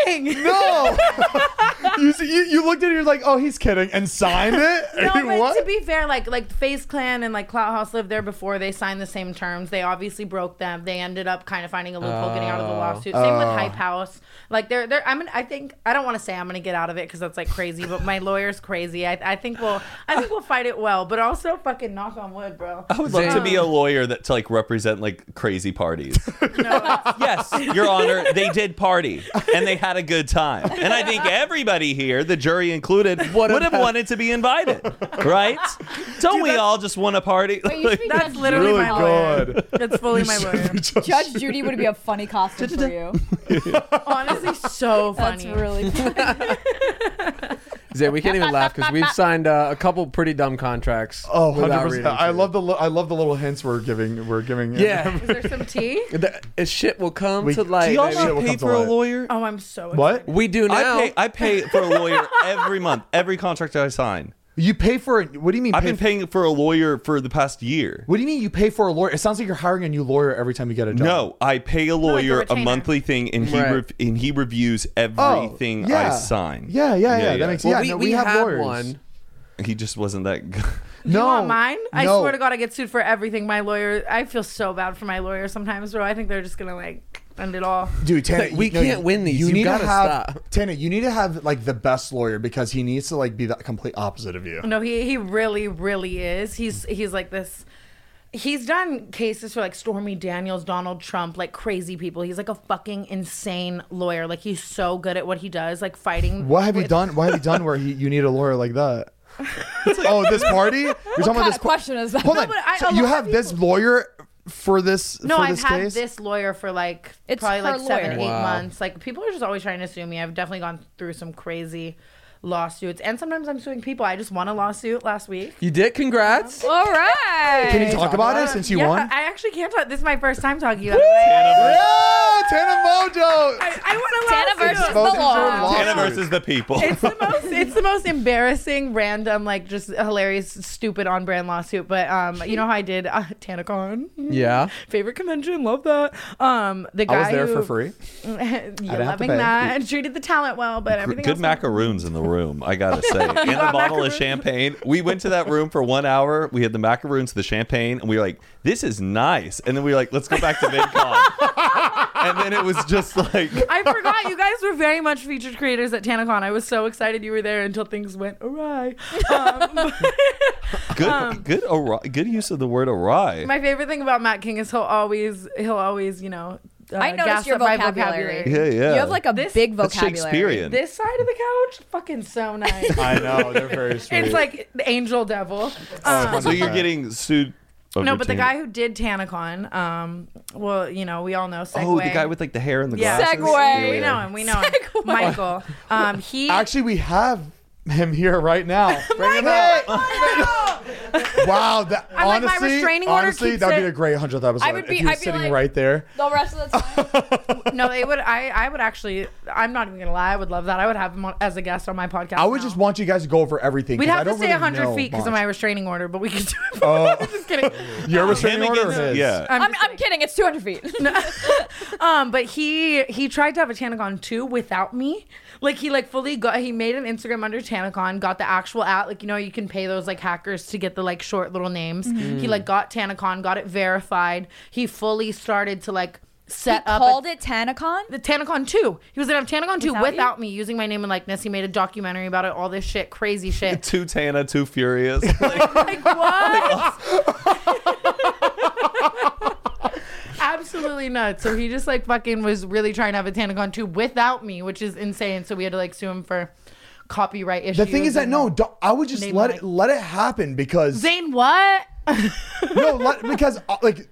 I: Kidding.
C: No. you, see, you you looked at it. You're like, oh, he's kidding, and signed it.
I: No,
C: And
I: but to be fair, like like Face Clan and like Clout House lived there before they signed the same terms. They obviously broke them. They ended up kind of finding a loophole, getting
E: Oh.
I: out of the lawsuit. Same with Hype House. Like they're they're. I'm. Gonna, I think I don't want to say I'm going to get out of it because that's like crazy. But my lawyer's crazy. I, I think we'll I think we'll fight it well. But also fucking knock on wood, bro.
E: I would love to be a lawyer that to like represent like crazy parties. yes, Your Honor, they did party and they had a good time, and I think everybody here, the jury included, would have wanted to be invited, right? Don't we all just want to party?
D: Wait, you should be
I: That's
D: Judge
I: literally
C: Really
I: my lawyer.
C: good.
I: That's fully my lawyer.
D: Judge Judy would be a funny costume for you.
I: Honestly, so
D: That's
I: funny.
D: really funny.
F: Zay, we can't even laugh because we've signed uh, a couple pretty dumb contracts.
C: Oh,
F: without
C: 100%.
F: reading
C: I
F: through.
C: love the li- I love the little hints we're giving we're giving.
F: Yeah.
I: Is there some tea?
F: The, uh, shit will come
C: We-
F: to light.
E: Do y'all
F: baby.
C: Shit
E: not
C: will
E: pay
C: come to
E: for a
C: light.
E: lawyer?
I: Oh, I'm so
C: What?
F: We do
E: I
F: now.
E: pay I pay for a lawyer every month, every contract I sign.
C: You pay for it. What do you mean?
E: I've
C: pay
E: been
C: for-
E: paying for a lawyer for the past year.
C: What do you mean you pay for a lawyer? It sounds like you're hiring a new lawyer every time you get a job.
E: No, I pay a
I: it's a
E: lawyer a
I: retainer.
E: monthly thing, and he
F: Right.
E: rev- and he reviews everything
C: Oh,
E: I
C: yeah.
E: sign.
C: Yeah, yeah, yeah, that makes-
F: Well,
C: Yeah,
F: we,
C: no,
F: we,
C: we have
F: had
C: lawyers.
F: one.
E: He just wasn't that good.
C: no.
I: You want mine? I
C: No.
I: swear to God, I get sued for everything. My lawyer, I feel so bad for my lawyer sometimes, bro. I think they're just gonna like end it all.
C: dude, Tana,
F: Like, we can't win these. You gotta
C: have
F: stop.
C: Tana. You need to have like the best lawyer because he needs to like be the complete opposite of you.
I: No, he he really really is. He's he's like this. He's done cases for like Stormy Daniels, Donald Trump, like crazy people. He's like a fucking insane lawyer. Like he's so good at what he does, like fighting.
C: What have you
I: with-
C: done? What have you done where he, you need a lawyer like that? oh, this party? You're talking about
D: kind
C: this
D: of question is that?
C: Hold on.
I: but I-
C: So
I: a
C: you
I: lot of
C: have this lawyer for this
I: No,
C: for
I: I've
C: this
I: had
C: case?
I: this lawyer for like
D: It's
I: probably
D: her
I: like seven,
D: lawyer.
I: eight
F: Wow.
I: months. Like people are just always trying to sue me. I've definitely gone through some crazy lawsuits, and sometimes I'm suing people. I just won a lawsuit last week.
F: You did? Congrats.
D: All right.
C: Can you talk about it since you
I: yeah,
C: won?
I: I actually can't talk. This is my first time talking about it. I,
C: yeah, Tana Mojo.
I: I
D: Tana
I: won a
D: versus
I: lawsuit.
D: the law.
E: Hannah versus the people.
I: It's the most. It's the most embarrassing, random, like just hilarious, stupid on-brand lawsuit. But um, you know how I did uh, TanaCon,
F: Yeah.
I: favorite convention, love that. Um, the guy
C: I was there
I: who,
C: for free.
I: yeah,
C: to
I: loving
C: pay.
I: that. And treated the talent well, but everything
E: Good
I: else
E: macaroons in the room, I gotta say, and a
I: got
E: bottle of champagne. We went to that room for one hour. We had the macaroons, the champagne, and we were like, "This is nice." And then we were like, "Let's go back to VidCon." and then it was just like,
I: I forgot you guys were very much featured creators at TanaCon. I was so excited you were there until things went awry. Um, but-
E: "Good, good, awry, good use of the word awry."
I: um, my favorite thing about Matt King is he'll always he'll always you know. Uh,
D: I noticed
I: gas
D: your
I: up my
D: vocabulary.
E: yeah, yeah.
D: You have like a big
E: That's
D: vocabulary.
E: Shakespearean.
I: This side of the couch, fucking so nice.
C: I know they're very sweet.
I: it's like the angel devil.
C: Oh,
I: Um,
E: so you're getting sued. of
I: no,
E: your
I: but the
E: team.
I: guy who did TanaCon, um, well, you know, we all know. Segway.
E: Oh, the guy with like the hair and the
I: yeah,
E: glasses.
D: Segway.
I: We know him. We know him.
D: Segway.
I: Michael. Um, he
C: Actually, we have him here right now. Bring him out. Wow, that
I: I'm like, my
C: honestly,
I: restraining order
C: honestly,
I: keeps
C: that'd be
I: it-
C: a great hundredth episode.
D: I would be-
C: if you were
D: I'd be
C: sitting
D: like-
C: right there,
D: The rest of the time,
I: No, it would. I, I would actually. I'm not even gonna lie. I would love that. I would have him on, as a guest on my podcast.
C: I would
I: now.
C: just want you guys to go over everything.
I: We'd
C: 'cause I
I: have to
C: don't
I: stay
C: really
I: 100
C: know
I: feet because of my
C: much.
I: restraining order, but we could do it.
C: Oh.
I: just kidding. Um,
C: your restraining
E: Him
C: order. or
E: against-
C: his?
E: yeah.
I: I'm,
D: I'm,
I: just
D: I'm kidding. It's 200 feet.
I: Um, but he he tried to have a Tanacon too without me. Like he like fully got he made an Instagram under Tanacon, got the actual at like you know you can pay those like hackers to get the like short little names.
C: Mm-hmm.
I: He like got Tanacon, got it verified. He fully started to like set up a-
D: Called it Tanacon.
I: the Tanacon 2. He was gonna have Tanacon 2
D: Without
I: without,
D: you?
I: me using my name and likeness. He made a documentary about it, all this shit, crazy shit.
E: Too Tana, too furious.
I: like what? Absolutely nuts. So he just like fucking was really trying to have a Tanacon 2 without me, which is insane. So we had to like sue him for copyright issues.
C: The thing is that
I: and-
C: no, don't- I would just
I: Name
C: let
I: like-
C: it let it happen because
I: Zane, what?
C: no, let, because uh, like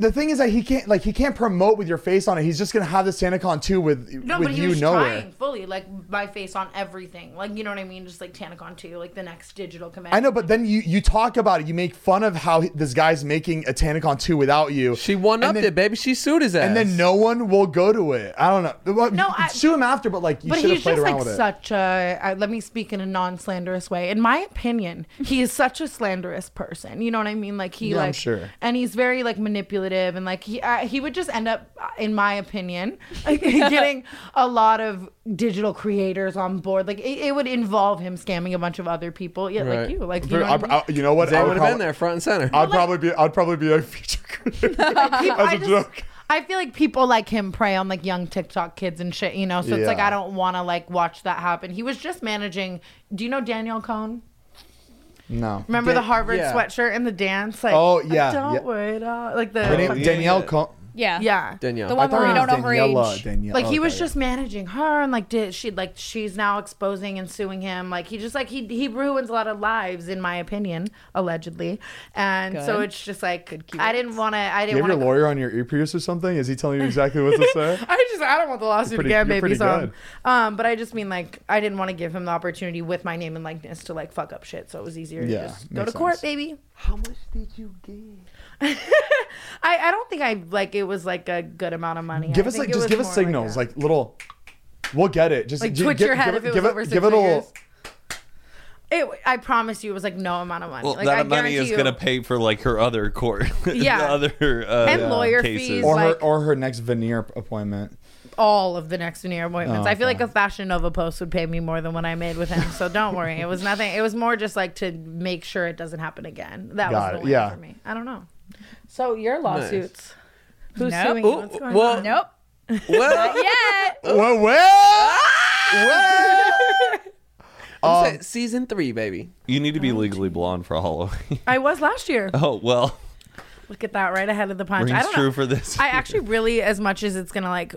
C: the thing is that he can't like he can't promote with your face on it. He's just gonna have this TanaCon too with
I: No,
C: with
I: but he
C: you
I: was
C: nowhere.
I: trying fully, like my face on everything. Like, you know what I mean? Just like Tanacon 2, like the next digital command.
C: I know, but then you you talk about it. You make fun of how he- this guy's making a TanaCon two without you.
F: She won
C: And
F: up
C: then-
F: it, baby. She sued his ass.
C: and then no one will go to it. I don't know. Well,
I: No,
C: you
I: I-
C: sue him after, but like you
I: but
C: should have
I: he's
C: played
I: just
C: around
I: like
C: with it.
I: such a. I, let me speak in a non-slanderous way. In my opinion, he is such a slanderous person. You know what I mean? Like he
C: Yeah, I'm
I: like,
C: sure.
I: and he's very like manipulative, and like he uh, he would just end up, uh, in my opinion, getting a lot of digital creators on board. Like it, it would involve him scamming a bunch of other people. Yeah,
F: Right.
I: like you, like you
C: Dude,
I: know
C: I-
I: what I mean?
C: I- you know what? I
F: Zane
C: would
F: would have
C: probably-
F: been there, front and center.
C: I'd probably be. I'd probably be a feature creator
I: People-
C: uh, as
I: I
C: a
I: just-
C: joke.
I: I feel like people like him prey on like young TikTok kids and shit, you know. So it's like
C: Yeah.
I: I don't want to like watch that happen. He was just managing. Do you know Daniel Cohn?
C: No.
I: Remember the
F: Dan-
I: Harvard
F: yeah.
I: sweatshirt and the dance? Like,
C: Oh, yeah,
I: Don't
C: yeah.
I: worry, dog. like the
C: Her name-
E: yeah.
C: Danielle. Co-
D: Yeah.
I: yeah.
F: Danielle.
D: The one where you
I: thought
D: don't
I: it
D: overage.
C: Danielle.
I: Like he was
C: Okay.
I: just managing her and like did she like she's now exposing and suing him. Like he just like he he ruins a lot of lives in my opinion, allegedly. And so
D: Good.
I: it's just like I didn't want to. I
C: Do you have
I: didn't
C: your
I: want to.
C: lawyer on your earpiece or something? Is he telling you exactly what to say?
I: I just I don't want the lawsuit
C: pretty-
I: again,
C: you're
I: baby.
C: pretty
I: So, um,
C: good.
I: um, but I just mean like I didn't want to give him the opportunity with my name and likeness to like fuck up shit. So it was easier to
C: Yeah,
I: just go to
C: makes
I: court,
C: sense.
I: baby.
F: How much did you get?
I: I, I don't think I like it was like a good amount of money.
C: give
I: I
C: us
I: think
C: like
I: it
C: just
I: was
C: give us
I: more
C: signals,
I: a-
C: like, little. We'll get it. Just
I: Like,
C: gi-
I: twitch
C: give,
I: your head
C: give
I: if it was
C: give
I: over six
C: give it
I: figures.
C: all.
I: it, I promise you, it was like no amount of money.
E: well,
I: like
E: that
I: I
E: money is
I: guarantee you.
E: gonna pay for like her other court,
I: Yeah.
E: the other uh,
I: And lawyer
E: cases.
I: fees.
C: Or
I: like-
C: her or her next veneer appointment.
I: all of the next veneer appointments.
C: Oh,
I: I feel like
C: okay.
I: a Fashion Nova post would pay me more than what I made with him. So don't worry, it was nothing. It was more just like to make sure it doesn't happen again. That
C: Got
I: was the
C: it,
I: win
C: yeah.
I: for me. I don't know. So your lawsuits. Who's
D: Nope.
I: suing? you?
D: Ooh,
I: What's going
F: well-
I: on?
D: Nope.
F: Well,
D: Yeah.
C: Well, well, well.
F: I'm saying season three, baby.
E: You need to be legally blonde for Halloween.
I: I was last year.
E: oh well,
I: Look at that, right ahead of the punch. I
E: rings
I: don't
E: true
I: know.
E: for this.
I: I actually really, as much as it's gonna like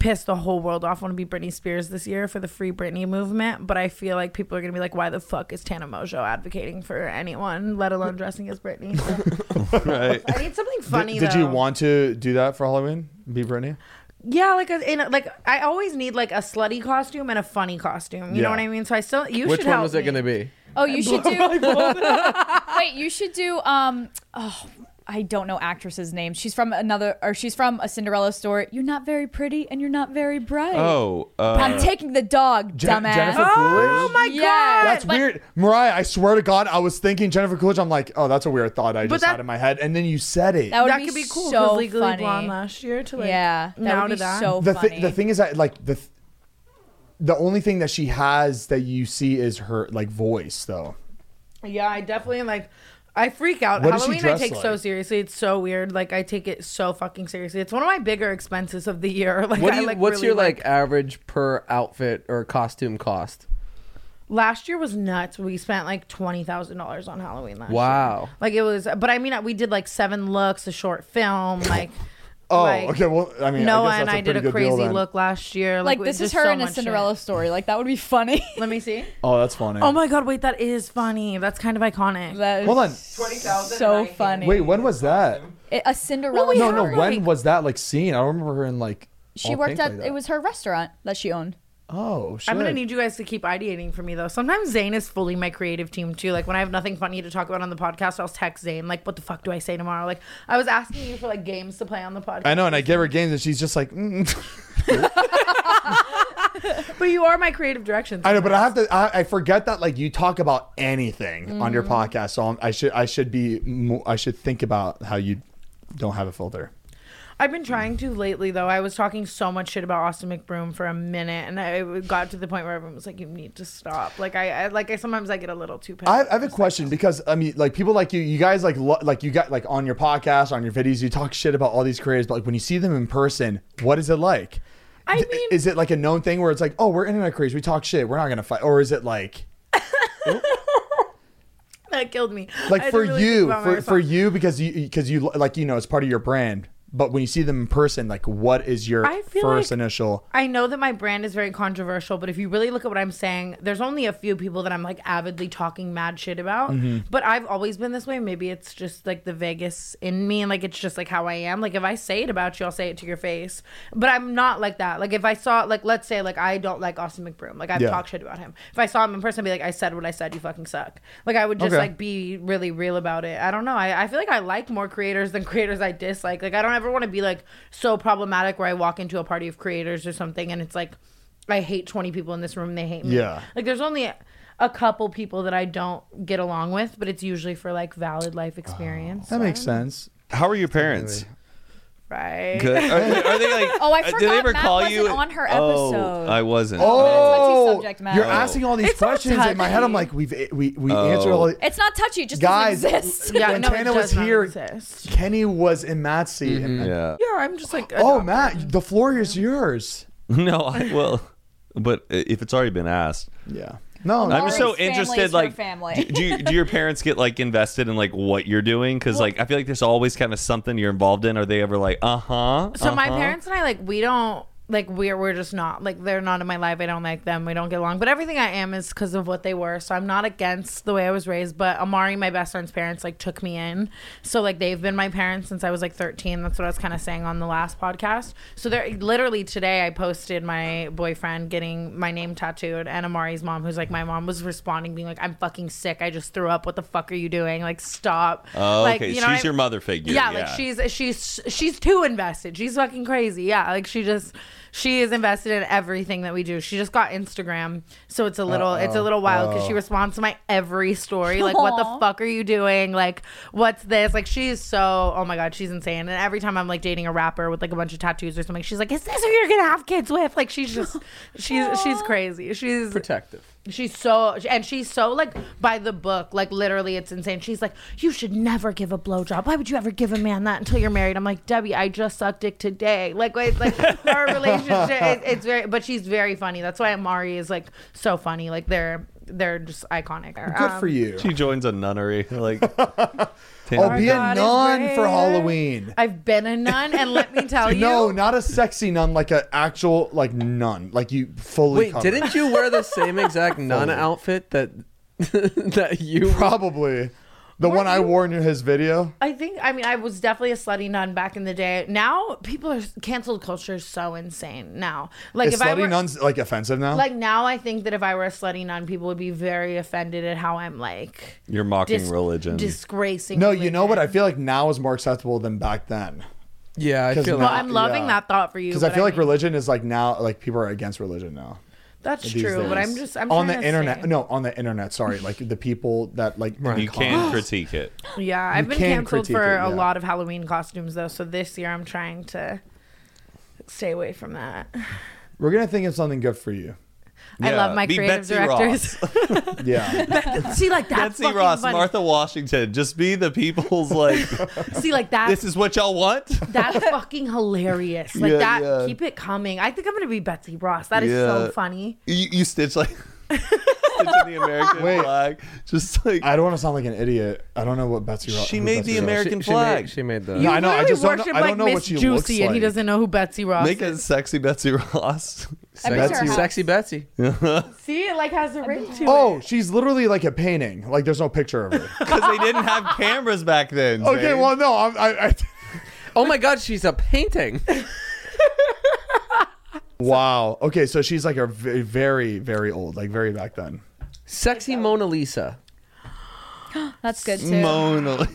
I: piss the whole world off, want to be Britney Spears this year for the Free Britney movement. But I feel like people are gonna be like, "Why the fuck is Tana Mojo advocating for anyone, let alone dressing as Britney?" So-
E: right.
I: I need something funny.
C: Did, did you
I: though.
C: want to do that for Halloween? Be Brittany?
I: Yeah, like a, in a, like I always need like a slutty costume and a funny costume. You
C: Yeah.
I: know what I mean? So I still you
F: Which
I: should
F: one
I: help
F: was it
I: me.
F: gonna be?
D: Oh, you should do. Wait, you should do. Um. Oh, I don't know actress's name. She's from another, or she's from a Cinderella story. You're not very pretty, and you're not very bright.
E: Oh, uh,
D: I'm taking the dog,
C: Jen-
D: dumbass.
C: Jennifer
I: Oh
C: Coolidge?
I: my
D: Yeah.
I: god!
C: That's
D: But-
C: weird. Mariah, I swear to God, I was thinking Jennifer Coolidge. I'm like, oh, that's a weird thought I just
I: that-
C: had in my head. And then you said it.
D: That would
I: that
D: be,
I: could be cool. 'cause
D: so
I: legally
D: funny.
I: blonde last year to like
D: yeah, that
I: now
D: would
I: to
D: be
I: that.
D: so
C: the, thi-
D: funny.
C: the thing is that, like, the, th- the only thing that she has that you see is her, like, voice, though.
I: Yeah, I definitely am like. I freak out.
C: What does she
I: Halloween I
C: dress
I: take so
C: like?
I: seriously. It's so weird. Like I take it so fucking seriously. It's one of my bigger expenses of the year. Like
F: What
I: I
F: do you,
I: like
F: what's
I: really
F: your
I: like,
F: like average per outfit or costume cost?
I: last year was nuts. We spent like twenty thousand dollars on Halloween last year.
F: Wow.
I: Like it was but I mean we did like seven looks, a short film, like
C: Oh,
I: like,
C: okay. Well, I mean,
I: Noah
C: I guess
I: and
C: that's
I: I did
C: pretty
I: a
C: good deal
I: crazy
C: then.
I: look last year.
D: like
I: it was
D: this is
I: just
D: her
I: so
D: in a
I: much shit.
D: Cinderella story. Like that would be funny.
I: Let me see.
C: Oh, that's funny.
I: Oh my god, wait, that is funny. That's kind of iconic.
D: that is
C: Hold on.
D: so funny.
C: Wait, when was that?
D: It- a Cinderella.
I: Well, we
C: No,
I: have
C: no.
I: her,
C: When
I: like-
C: was that, like, scene? I don't remember her in, like,
D: She
C: all
D: worked
C: pink
D: at
C: like that.
D: it was her restaurant that she owned.
H: Oh shit.
I: I'm gonna need you guys to keep ideating for me though. Sometimes Zane is fully my creative team too. Like when I have nothing funny to talk about on the podcast, I'll text Zane like, "What the fuck do I say tomorrow?" Like I was asking you for like games to play on the podcast,
H: I know, and I give her games, and she's just like, mm.
I: but you are my creative directions.
C: I know, but I have to. I, I forget that like you talk about anything on
I: Mm.
C: your podcast, so I'm, I should I should be mo- I should think about how you don't have a filter.
I: I've been trying to lately though. I was talking so much shit about Austin McBroom for a minute, and I it got to the point where everyone was like, "You need to stop." Like I, I like I sometimes I get a little too.
C: I,
I: Petty.
C: I have a question because I mean, like people like you, you guys like lo- like you got like on your podcast, on your videos, you talk shit about all these creators, but like when you see them in person, what is it like?
I: I
C: Th-
I: mean-
C: is it like a known thing where it's like, oh, we're internet creators, we talk shit, we're not gonna fight, or is it like
I: that killed me. I
C: like
I: had to
C: for
I: really think
C: you,
I: about my
C: for, for
I: response.
C: you because you because you like you know it's part of your brand, but when you see them in person, like what is your
I: I feel
C: first
I: like-
C: initial?
I: I know that my brand is very controversial, but if you really look at what I'm saying, there's only a few people that I'm like avidly talking mad shit about. But I've always been this way. Maybe it's just like the Vegas in me and like it's just like how I am. Like if I say it about you, I'll say it to your face. But I'm not like that. Like if I saw like let's say like I don't like Austin McBroom. Like I've
C: Yeah.
I: talked shit about him. If I saw him in person, I'd be like, I said what I said, you fucking suck. Like I would just
C: Okay.
I: like be really real about it. I don't know. I, I feel like I like more creators than creators I dislike. Like I don't ever want to be like so problematic where I walk into a party of creators or something and it's like I hate 20 people in this room. They hate me.
C: Yeah.
I: Like there's only a, a couple people that I don't get along with, but it's usually for like valid life experience.
C: That makes sense.
E: How are your parents?
I: right.
E: Good. Are, are they like?
D: Oh, I
E: uh,
D: forgot
E: Did they ever
D: Matt
E: call
D: wasn't
E: you?
D: on her
E: Oh,
D: episode.
E: I wasn't.
D: touchy
C: Oh,
D: subject matter.
C: you're asking all these
I: It's not
C: questions in my head. I'm like,
I: touchy.
C: we've eh, we we answered all.
D: It's not touchy. It just
C: Guys,
D: doesn't exist.
I: Yeah,
C: When
I: no, it
C: Tana
I: does
C: was
I: not
C: here-
I: exist.
C: Kenny was in Matt's seat. and-
E: Yeah.
I: Yeah, I'm just like
C: Oh,
I: adopted.
C: Matt, the floor is yours.
E: No, I will. But i- if it's already been asked,
C: Yeah. No,
E: I'm just so
D: Laurie's family
E: interested.
D: is her
E: Like,
D: family.
E: do, do, you, do your parents get like invested in like what you're doing? Because like I feel like there's always kind of something you're involved in. Are they ever like, uh huh?
I: So my parents and I like we don't like we're we're just not like they're not in my life. I don't like them. We don't get along. But everything I am is because of what they were. So I'm not against the way I was raised. But Amari, my best friend's parents, like took me in. So like they've been my parents since I was like 13. That's what I was kind of saying on the last podcast. So they're literally today I posted my boyfriend getting my name tattooed and Amari's mom, who's like my mom, was responding being like, "I'm fucking sick. I just threw up. What the fuck are you doing? Like stop."
E: Oh,
I: like,
E: okay,
I: you know
E: she's
I: what I-
E: your mother figure.
I: yeah, like she's she's she's too invested. She's fucking crazy. Yeah, like she just she is invested in everything that we do. She just got Instagram, so it's a little it's a little wild because she responds to my every story. Like, what the
D: Aw.
I: fuck are you doing? Like, what's this? Like, she is so oh my god, she's insane. And every time I'm like dating a rapper with like a bunch of tattoos or something, she's like, "Is this who you're gonna have kids with?" Like, she's just she's she's crazy. She's
F: Protective.
I: She's so, and she's so like by the book, like literally, it's insane. She's like, you should never give a blowjob. Why would you ever give a man that until you're married? I'm like, Debbie, I just sucked dick today. Like, it's like our relationship, it, it's very, but she's very funny. That's why Amari is like so funny. Like they're they're just iconic. Um,
C: good for you.
E: she joins a nunnery. Like,
C: Oh, be a
I: God, it's
C: nun for
I: rare.
C: Halloween.
I: I've been a nun, and let me tell you,
C: No, not a sexy nun, like an actual like nun, like you fully.
F: Wait,
C: covered.
F: didn't you wear the same exact nun outfit that that you?
C: Probably the one I
I: you-
C: wore in his video.
I: I think I mean I was definitely a slutty nun back in the day. Now people are canceled culture is so insane. Now, like
C: Is
I: if I
C: slutty
I: were,
C: nuns like offensive now?
I: Like now, I think that if I were a slutty nun, people would be very offended at how I'm like
E: you're mocking
I: dis-
E: religion.
I: disgracing.
C: no, you know what? I
I: religion.
C: feel like now is more acceptable than back then.
F: Yeah, I
C: 'Cause
F: feel
C: now-
F: like
I: Well, I'm loving
C: yeah.
I: that thought for you
C: Because I
I: but
C: feel like
I: mean,
C: religion is like now, like people are against religion now.
I: that's
C: these
I: true, but
C: days.
I: I'm just I'm
C: on the
I: trying to
C: internet.
I: say-
C: No, on the internet. Sorry, like the people that like
E: you can critique it.
I: Yeah, I've been
C: can
I: canceled
C: critique
I: for
C: it, yeah.
I: a lot of Halloween costumes though, so this year I'm trying to stay away from that.
C: We're gonna think of something good for you.
I: I love my
E: be
I: creative
E: Betsy
I: directors.
C: Yeah.
I: See, like that's
E: Betsy
I: fucking
E: Ross,
I: funny.
E: Martha Washington, just be the people's like.
I: See, like that's
E: this is what y'all want.
I: That's fucking hilarious. Like
E: Yeah,
I: that.
E: yeah.
I: Keep it coming. I think I'm gonna be Betsy Ross. That is
E: Yeah.
I: so funny.
E: You, you stitch like stitching the American
C: Wait.
E: flag, just like
C: I don't want to sound like an idiot. I don't know what Betsy. Ro-
E: She
C: who
E: made
C: Betsy
E: the
C: Ross-
E: Ameri-
F: she,
E: American
F: she made,
E: flag.
F: she made the.
I: You
C: I know, I
I: literally
C: just don't know-
I: worship,
C: I don't
I: like,
C: know what
I: Miss
C: she
I: Juicy,
C: looks
I: and he
C: like.
I: doesn't know who Betsy Ross.
E: make it sexy Betsy Ross.
D: I'm pretty
F: Betsy,
D: sure
F: sexy Betsy.
I: See, it like has a ring to it.
C: Oh, she's literally like a painting. Like there's no picture of her.
E: Because they didn't have cameras back then.
C: okay,
E: Zane.
C: well no, I'm, I, I
F: Oh my God, she's a painting.
C: Wow. Okay, so she's like a ve- very, very old, like very back then.
F: Sexy Mona Lisa.
D: That's good too.
E: Mona.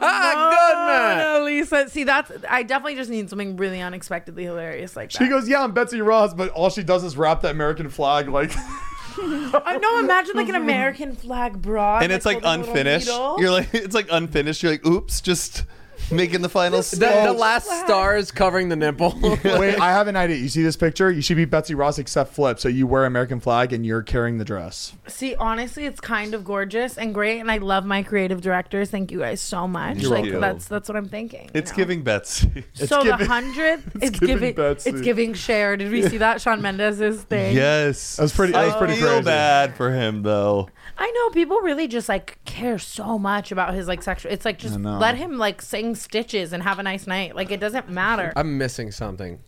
E: Oh.
I: Mona Lisa. See, that's I definitely just need something really unexpectedly hilarious like that.
C: She goes, "Yeah, I'm Betsy Ross," but all she does is wrap that American flag. Like,
I: I know. Imagine like an American flag bra,
E: And it's like
I: holding a little
E: unfinished.
I: needle.
E: You're like it's like unfinished. You're like, oops, just making the final
F: The, the
E: step.
F: last star is covering the nipple.
C: wait, I have an idea. You see this picture? You should be Betsy Ross except flip. So you wear American flag and you're carrying the dress.
I: See, honestly, it's kind of gorgeous and great, and I love my creative directors. Thank you guys so much.
E: You're
I: like
E: welcome.
I: that's that's what I'm thinking. you
E: It's
I: know?
E: giving Betsy.
I: So the
C: giving-
I: hundredth, it's,
C: giving
I: giving,
C: Betsy.
I: it's giving share. Did we see that Sean Mendes's thing?
E: Yes,
C: That was pretty- that was pretty
E: I feel
C: crazy.
E: bad for him though.
I: I know people really just like care so much about his like sexual. It's like just let him like sing stitches and have a nice night. Like it doesn't matter
F: I'm missing something.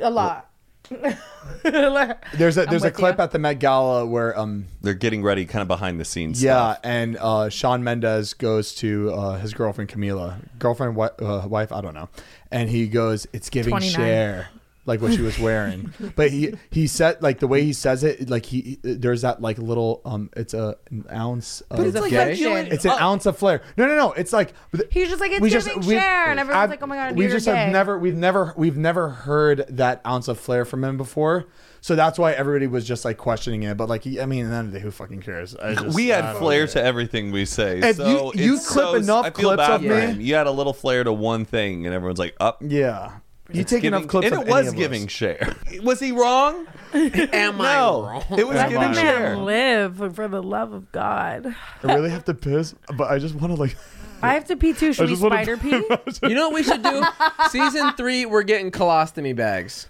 I: a lot.
C: There's a there's a
I: with
C: clip
I: ya.
C: at the Met Gala where um
E: They're getting ready, kind of behind the scenes.
C: yeah,
E: stuff.
C: and uh, Sean Mendez goes to uh, his girlfriend Camila, girlfriend wi- uh, wife, I don't know, and he goes, "It's giving
I: 29.
C: share." Like what she was wearing, but he he said like the way he says it, like he there's that like little um, it's a an ounce. Of
F: it's like
C: gay.
F: that you and-
C: it's an ounce of flair. No, no, no. It's like
I: He's just like, "It's giving
C: we've-
I: share," and everyone's
C: I've-
I: like, "Oh my God,
C: we
I: you're
C: just
I: gay."
C: have never we've never we've never heard that ounce of flair from him before. So that's why everybody was just like questioning it. But like, I mean, at the end of the day, who fucking cares? I just-
E: we
C: I
E: add
C: don't
E: flair
C: care.
E: to everything we say.
C: If
E: so
C: you- you
E: it's
C: clip
E: so-
C: enough
E: I feel
C: clips
E: bad
C: of
E: for
C: me-
E: him. You add a little flair to one thing, and everyone's like, up.
C: Yeah. You take
E: giving-
C: enough clips
E: and
C: of
E: it was
C: any of
E: giving
C: us.
E: share. Was he wrong?
F: Am
E: No, it was
C: Am
E: giving
C: I
E: share.
I: Live for the love of God.
C: I really have to piss, but I just want to like.
I: I have to pee too. Should
C: I
I: we
C: just wanna-
I: spider pee?
F: I? You know what we should do? Season three, we're getting colostomy bags.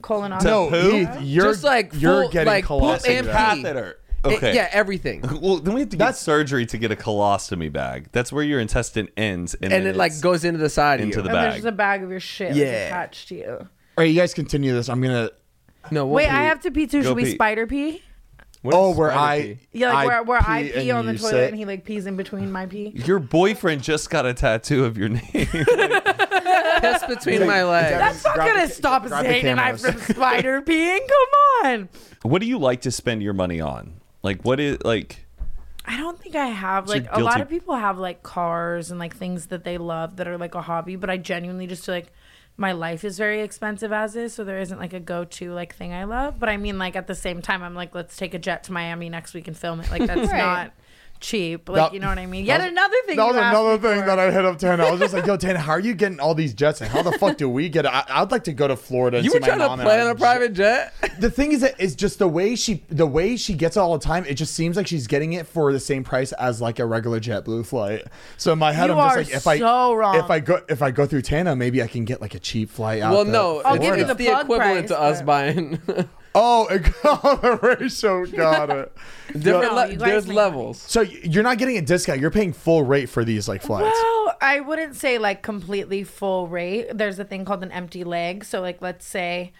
I: Colonoscopy.
E: No, Who?
C: Heath, you're
F: Just like
C: you're
F: full-
C: getting
F: like poop
C: colostomy.
F: and
C: bags.
F: pee.
E: Catheter.
F: It-
E: Okay.
F: yeah, everything. And,
E: Well, then we have to get surgery to get a colostomy bag. That's where your intestine ends, and, then
F: it like
E: it's
F: goes into the side
E: into
F: of
E: the
F: you.
I: And there's
E: bag.
I: just a bag of your shit like,
F: Yeah.
I: attached to you.
C: All right, you guys continue this. I'm gonna.
F: no, we'll
I: Wait,
F: pee.
I: I have to pee too.
E: Go
I: Should we
E: pee.
I: spider pee?
F: What
C: oh,
F: is
C: where
F: spider
C: I
F: pee?
I: Yeah, like
C: I
I: where, where I
C: pee
I: pee
C: and
I: on the
C: you
I: toilet
C: sit.
I: and he like pees in between my pee.
E: Your boyfriend just got a tattoo of your name.
F: piss between my legs.
I: That's not
C: Grab the
I: gonna
C: ca-
I: stop
C: grab the
I: Zayn and I
C: cameras.
I: from spider peeing. Come on.
E: what do you like to spend your money on? Like, what is like?
I: I don't think I have
E: It's your
I: like a lot
E: guilty-
I: of people have like cars and like things that they love that are like a hobby, but I genuinely just feel like my life is very expensive as is, so there isn't like a go to like thing I love. But I mean like at the same time I'm like, let's take a jet to Miami next week and film it. Like that's
D: Right.
I: not cheap. Like
C: That-
I: you know what I mean? Yet
C: was-
I: another thing.
C: That was
I: you asked
C: another
I: me
C: thing
I: for.
C: that I hit up Tana. I was just like, "Yo, Tana, how are you getting all these jets? And how the fuck do we get? I, I'd like to go to Florida." And
F: You
C: see
F: were
C: my
F: trying to
C: mom and
F: play
C: I-
F: on a private jet?
C: The thing is, that it's just the way she, the way she gets it all the time. It just seems like she's getting it for the same price as like a regular JetBlue flight. So in my head,
I: You
C: I'm just
I: are
C: like, if
I: so
C: I,
I: wrong.
C: if I go, if I go through Tana, maybe I can get like a cheap flight out.
F: Well,
C: to
F: no,
I: I'll
F: it's,
I: give you
F: it's
I: the
F: the,
I: plug
F: equivalent
I: price,
F: to us
I: but-
F: buying. Different
C: Oh, it got the ratio. Got it.
I: No,
F: le-
I: you guys
F: there's
I: make
F: levels.
C: So you're not getting a discount. You're paying full rate for these like flights.
I: Well, I wouldn't say like completely full rate. There's a thing called an empty leg. So like let's say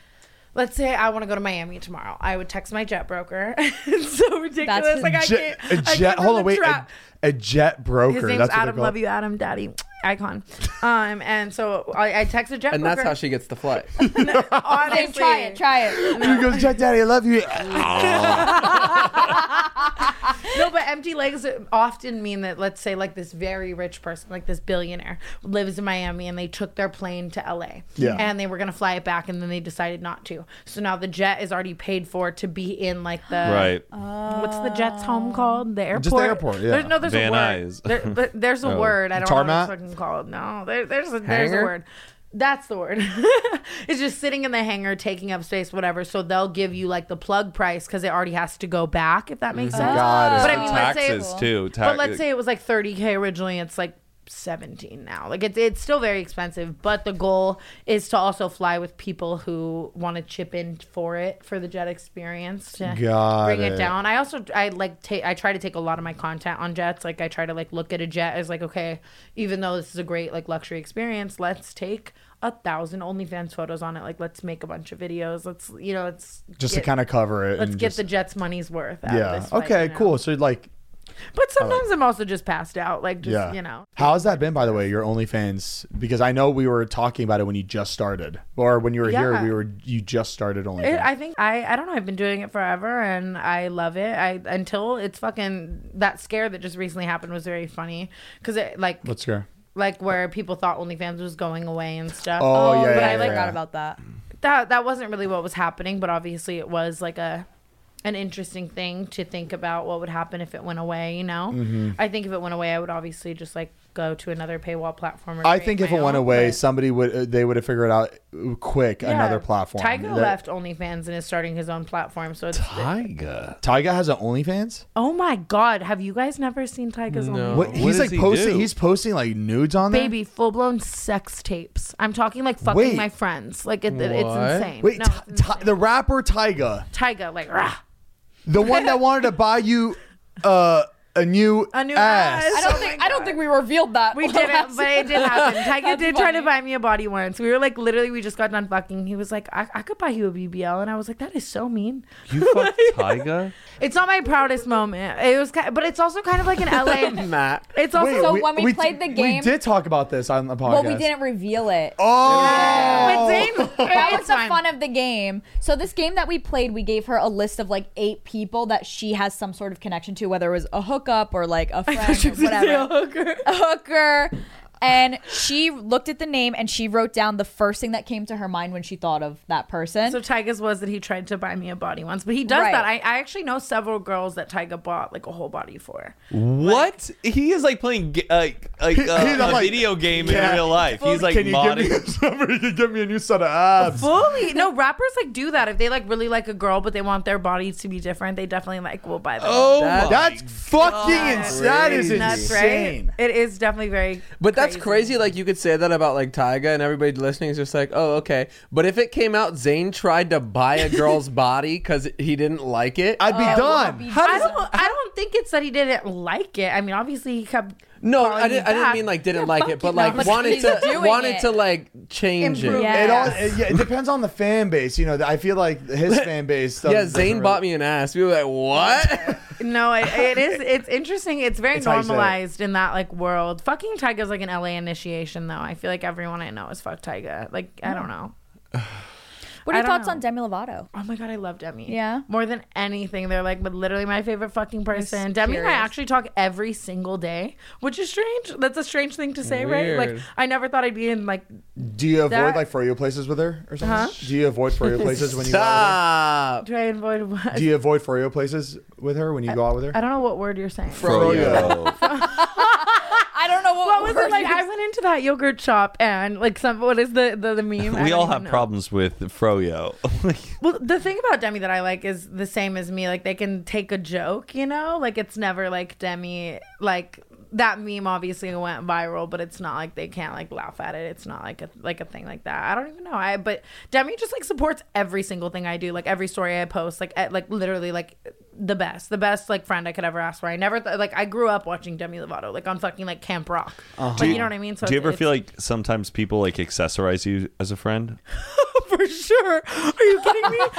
I: let's say I want to go to Miami tomorrow. I would text my jet broker. it's so ridiculous.
D: That's-
I: like I
C: Jet,
I: can't
C: a
I: I
C: jet.
I: can't
C: Hold on, wait.
I: really
C: A,
I: track-
C: a jet broker.
I: His name's
C: that's what they're
I: Adam.
C: called.
I: Love you, Adam. Daddy. Icon. Um, and so I, I text a jet
F: And
I: broker.
F: that's how she gets the flight.
I: honestly.
D: Babe, try it, try it.
C: He goes, Jet Daddy, I love you.
I: No, but empty legs often mean that, let's say, like this very rich person, like this billionaire, lives in Miami and they took their plane to LA.
C: Yeah.
I: And they were going to fly it back and then they decided not to. So now the jet is already paid for to be in like the.
E: Right.
I: uh, What's the jet's home called? The airport.
C: Just the airport, yeah.
I: There's, no, there's
E: Van
I: a word.
E: Nuys. Oh.
I: There, but there's a word. I don't
C: Tarmac?
I: know what it's fucking called. No, there, there's a, there's a
F: Hangar?
I: word. That's the word. it's just sitting in the hangar, taking up space, whatever. So they'll give you like the plug price because it already has to go back, if that
C: Mm-hmm.
I: makes sense.
C: God, it's
I: But I
E: The
I: mean, let's say-
E: taxes too. Ta-
I: But let's say it was like 30k originally. It's like 17 now. Like it's it's still very expensive. But the goal is to also fly with people who want to chip in for it for the jet experience to
C: Got
I: bring it.
C: it.
I: down. I also I like take I try to take a lot of my content on jets. Like I try to like look at a jet as like okay, even though this is a great like luxury experience, let's take a thousand OnlyFans photos on it. Like let's make a bunch of videos. Let's you know let's
C: Just
I: get,
C: to kind of cover it.
I: let's
C: and
I: get
C: just,
I: the Jets money's worth. Out of
C: Yeah.
I: this flight,
C: Okay.
I: you know?
C: Cool. So like,
I: But sometimes I'm also just passed out, like just
C: yeah.
I: you know.
C: How has that been, by the way, your OnlyFans? Because I know we were talking about it when you just started, or when you were here,
I: Yeah.
C: we were you just started OnlyFans.
I: It, I think I I don't know. I've been doing it forever, and I love it. I until it's fucking that scare that just recently happened was very funny because it like
C: Let's go.
I: like where people thought OnlyFans was going away and stuff.
C: Oh, yeah,
D: but
C: yeah,
D: I
C: yeah, yeah.
D: like forgot about that.
I: that that wasn't really what was happening, but obviously it was like a an interesting thing to think about what would happen if it went away. You know,
C: Mm-hmm.
I: I think if it went away, I would obviously just like go to another paywall platform. Or
C: I
I: create
C: think if
I: my
C: it went
I: own,
C: away,
I: but-
C: somebody would uh, they would have figured out uh, quick
I: Yeah.
C: another platform.
I: Tyga
C: That-
I: left OnlyFans and is starting his own platform. So it's
E: Tyga.
C: Tyga has an OnlyFans.
I: oh my god, have you guys never seen Tyga's OnlyFans?
C: What, he's
E: does
C: like
E: he
C: posting.
E: do?
C: He's posting like nudes on there.
I: Baby, full blown sex tapes. I'm talking like fucking
C: Wait.
I: my friends. Like it, it's
F: What?
I: insane.
C: Wait,
I: no,
C: Ty-
I: it's
C: Ty-
I: insane.
C: the rapper Tyga,
I: Tyga, like rah.
C: the one that wanted to buy you uh, a new
I: A new
C: ass.
I: ass.
D: I don't think I don't think we revealed that.
I: Oh We did it, but it did happen. Tyga
D: That's
I: did try to
D: funny.
I: buy me a body once. We were like, literally, we just got done fucking. He was like, I, I could buy you a BBL, and I was like, that is so mean.
E: You fucked Tyga?
I: It's not my proudest moment. It was, ki but it's also kind of like an LA.
F: Matt.
I: It's also
D: So when
C: d-
D: we played the
C: we
D: game-
C: did talk about this on the podcast.
D: Well, we didn't reveal it.
C: Oh,
I: But Zane-
D: That
I: it's
D: was the
I: fine.
D: fun of the game. So this game that we played, we gave her a list of like eight people that she has some sort of connection to, whether it was a hookup or like a friend or whatever. A hooker. And she looked at the name and she wrote down the first thing that came to her mind when she thought of that person.
I: So Tyga's was that he tried to buy me a body once, but he does
D: Right.
I: that. I, I actually know several girls that Tyga bought like a whole body for.
E: What? He is like playing ga- uh, like uh,
C: he's
E: a
C: like,
E: video game
C: yeah.
E: in real life. He's like
C: can you give
E: modding.
C: me somebody can give me a new set of abs?
I: Fully, no rappers like do that if they like really like a girl, but they want their body to be different. They definitely like will buy them.
E: Oh
F: That-
E: my
C: That's fucking insane. That is
F: Crazy.
I: That's
C: insane.
I: right. It is definitely very.
F: But that's crazy. Like you could say that about like Tyga, and everybody listening is just like, "Oh, okay." But if it came out, Zayn tried to buy a girl's body because he didn't like it.
C: I'd be done.
D: How
I: I don't. I don't think it's that he didn't like it. I mean, obviously he kept.
F: no,
I: calling
F: I didn't,
I: me
F: I didn't
I: back.
F: mean like didn't like it, but
D: no,
F: like
D: but
F: wanted
D: he's
F: to
D: doing
F: wanted
D: it.
F: to like change it.
I: Improve.
F: Yeah,
C: It all
D: Yeah.
C: it, yeah, it depends on the fan base. You know, I feel like his fan base. doesn't- doesn't
F: Zayn
C: really-
F: bought me an ass. We were like, "What?"
I: No, it, it is. It's interesting. It's very
C: It's how you say it.
I: normalized in that like world. Fucking Tyga's like an LA initiation, though. I feel like everyone I know is fuck Tyga. Like I don't know.
D: what are your
I: I don't
D: thoughts
I: know.
D: on Demi Lovato?
I: Oh my god, I love Demi.
D: Yeah?
I: more than anything, they're like but literally my favorite fucking
D: just
I: person. Demi and I
D: curious.
I: actually talk every single day, which is strange. That's a strange thing to say, right? Like
F: Weird.
I: I never thought I'd be in like
C: Do you avoid
I: That-
C: like froyo places with her or something? Do you avoid froyo places when you go out
F: Stop.
I: try and avoid. What?
C: with her? Do you avoid froyo places with her when you go out with her?
I: I don't know what word you're saying.
E: Froyo.
D: I don't know what,
I: what was
D: word
I: it like?
D: you're-
I: I went into that yogurt shop and like some. What is the the, the meme? I
E: we
I: don't
E: all
I: even
E: have
I: know.
E: problems with Froyo.
I: Well, the thing about Demi that I like is the same as me. Like they can take a joke, you know. Like it's never like Demi. Like that meme obviously went viral, but it's not like they can't like laugh at it. It's not like a like a thing like that. I don't even know. I but Demi just like supports every single thing I do. Like every story I post. Like at, like literally like the best, the best like friend I could ever ask for. I never th- like I grew up watching Demi Lovato like on fucking like Camp Rock. Like you know what I mean? So
E: Do you
I: it's-
E: ever
I: it's-
E: feel like sometimes people like accessorize you as a friend?
I: for sure? Are you kidding me? I,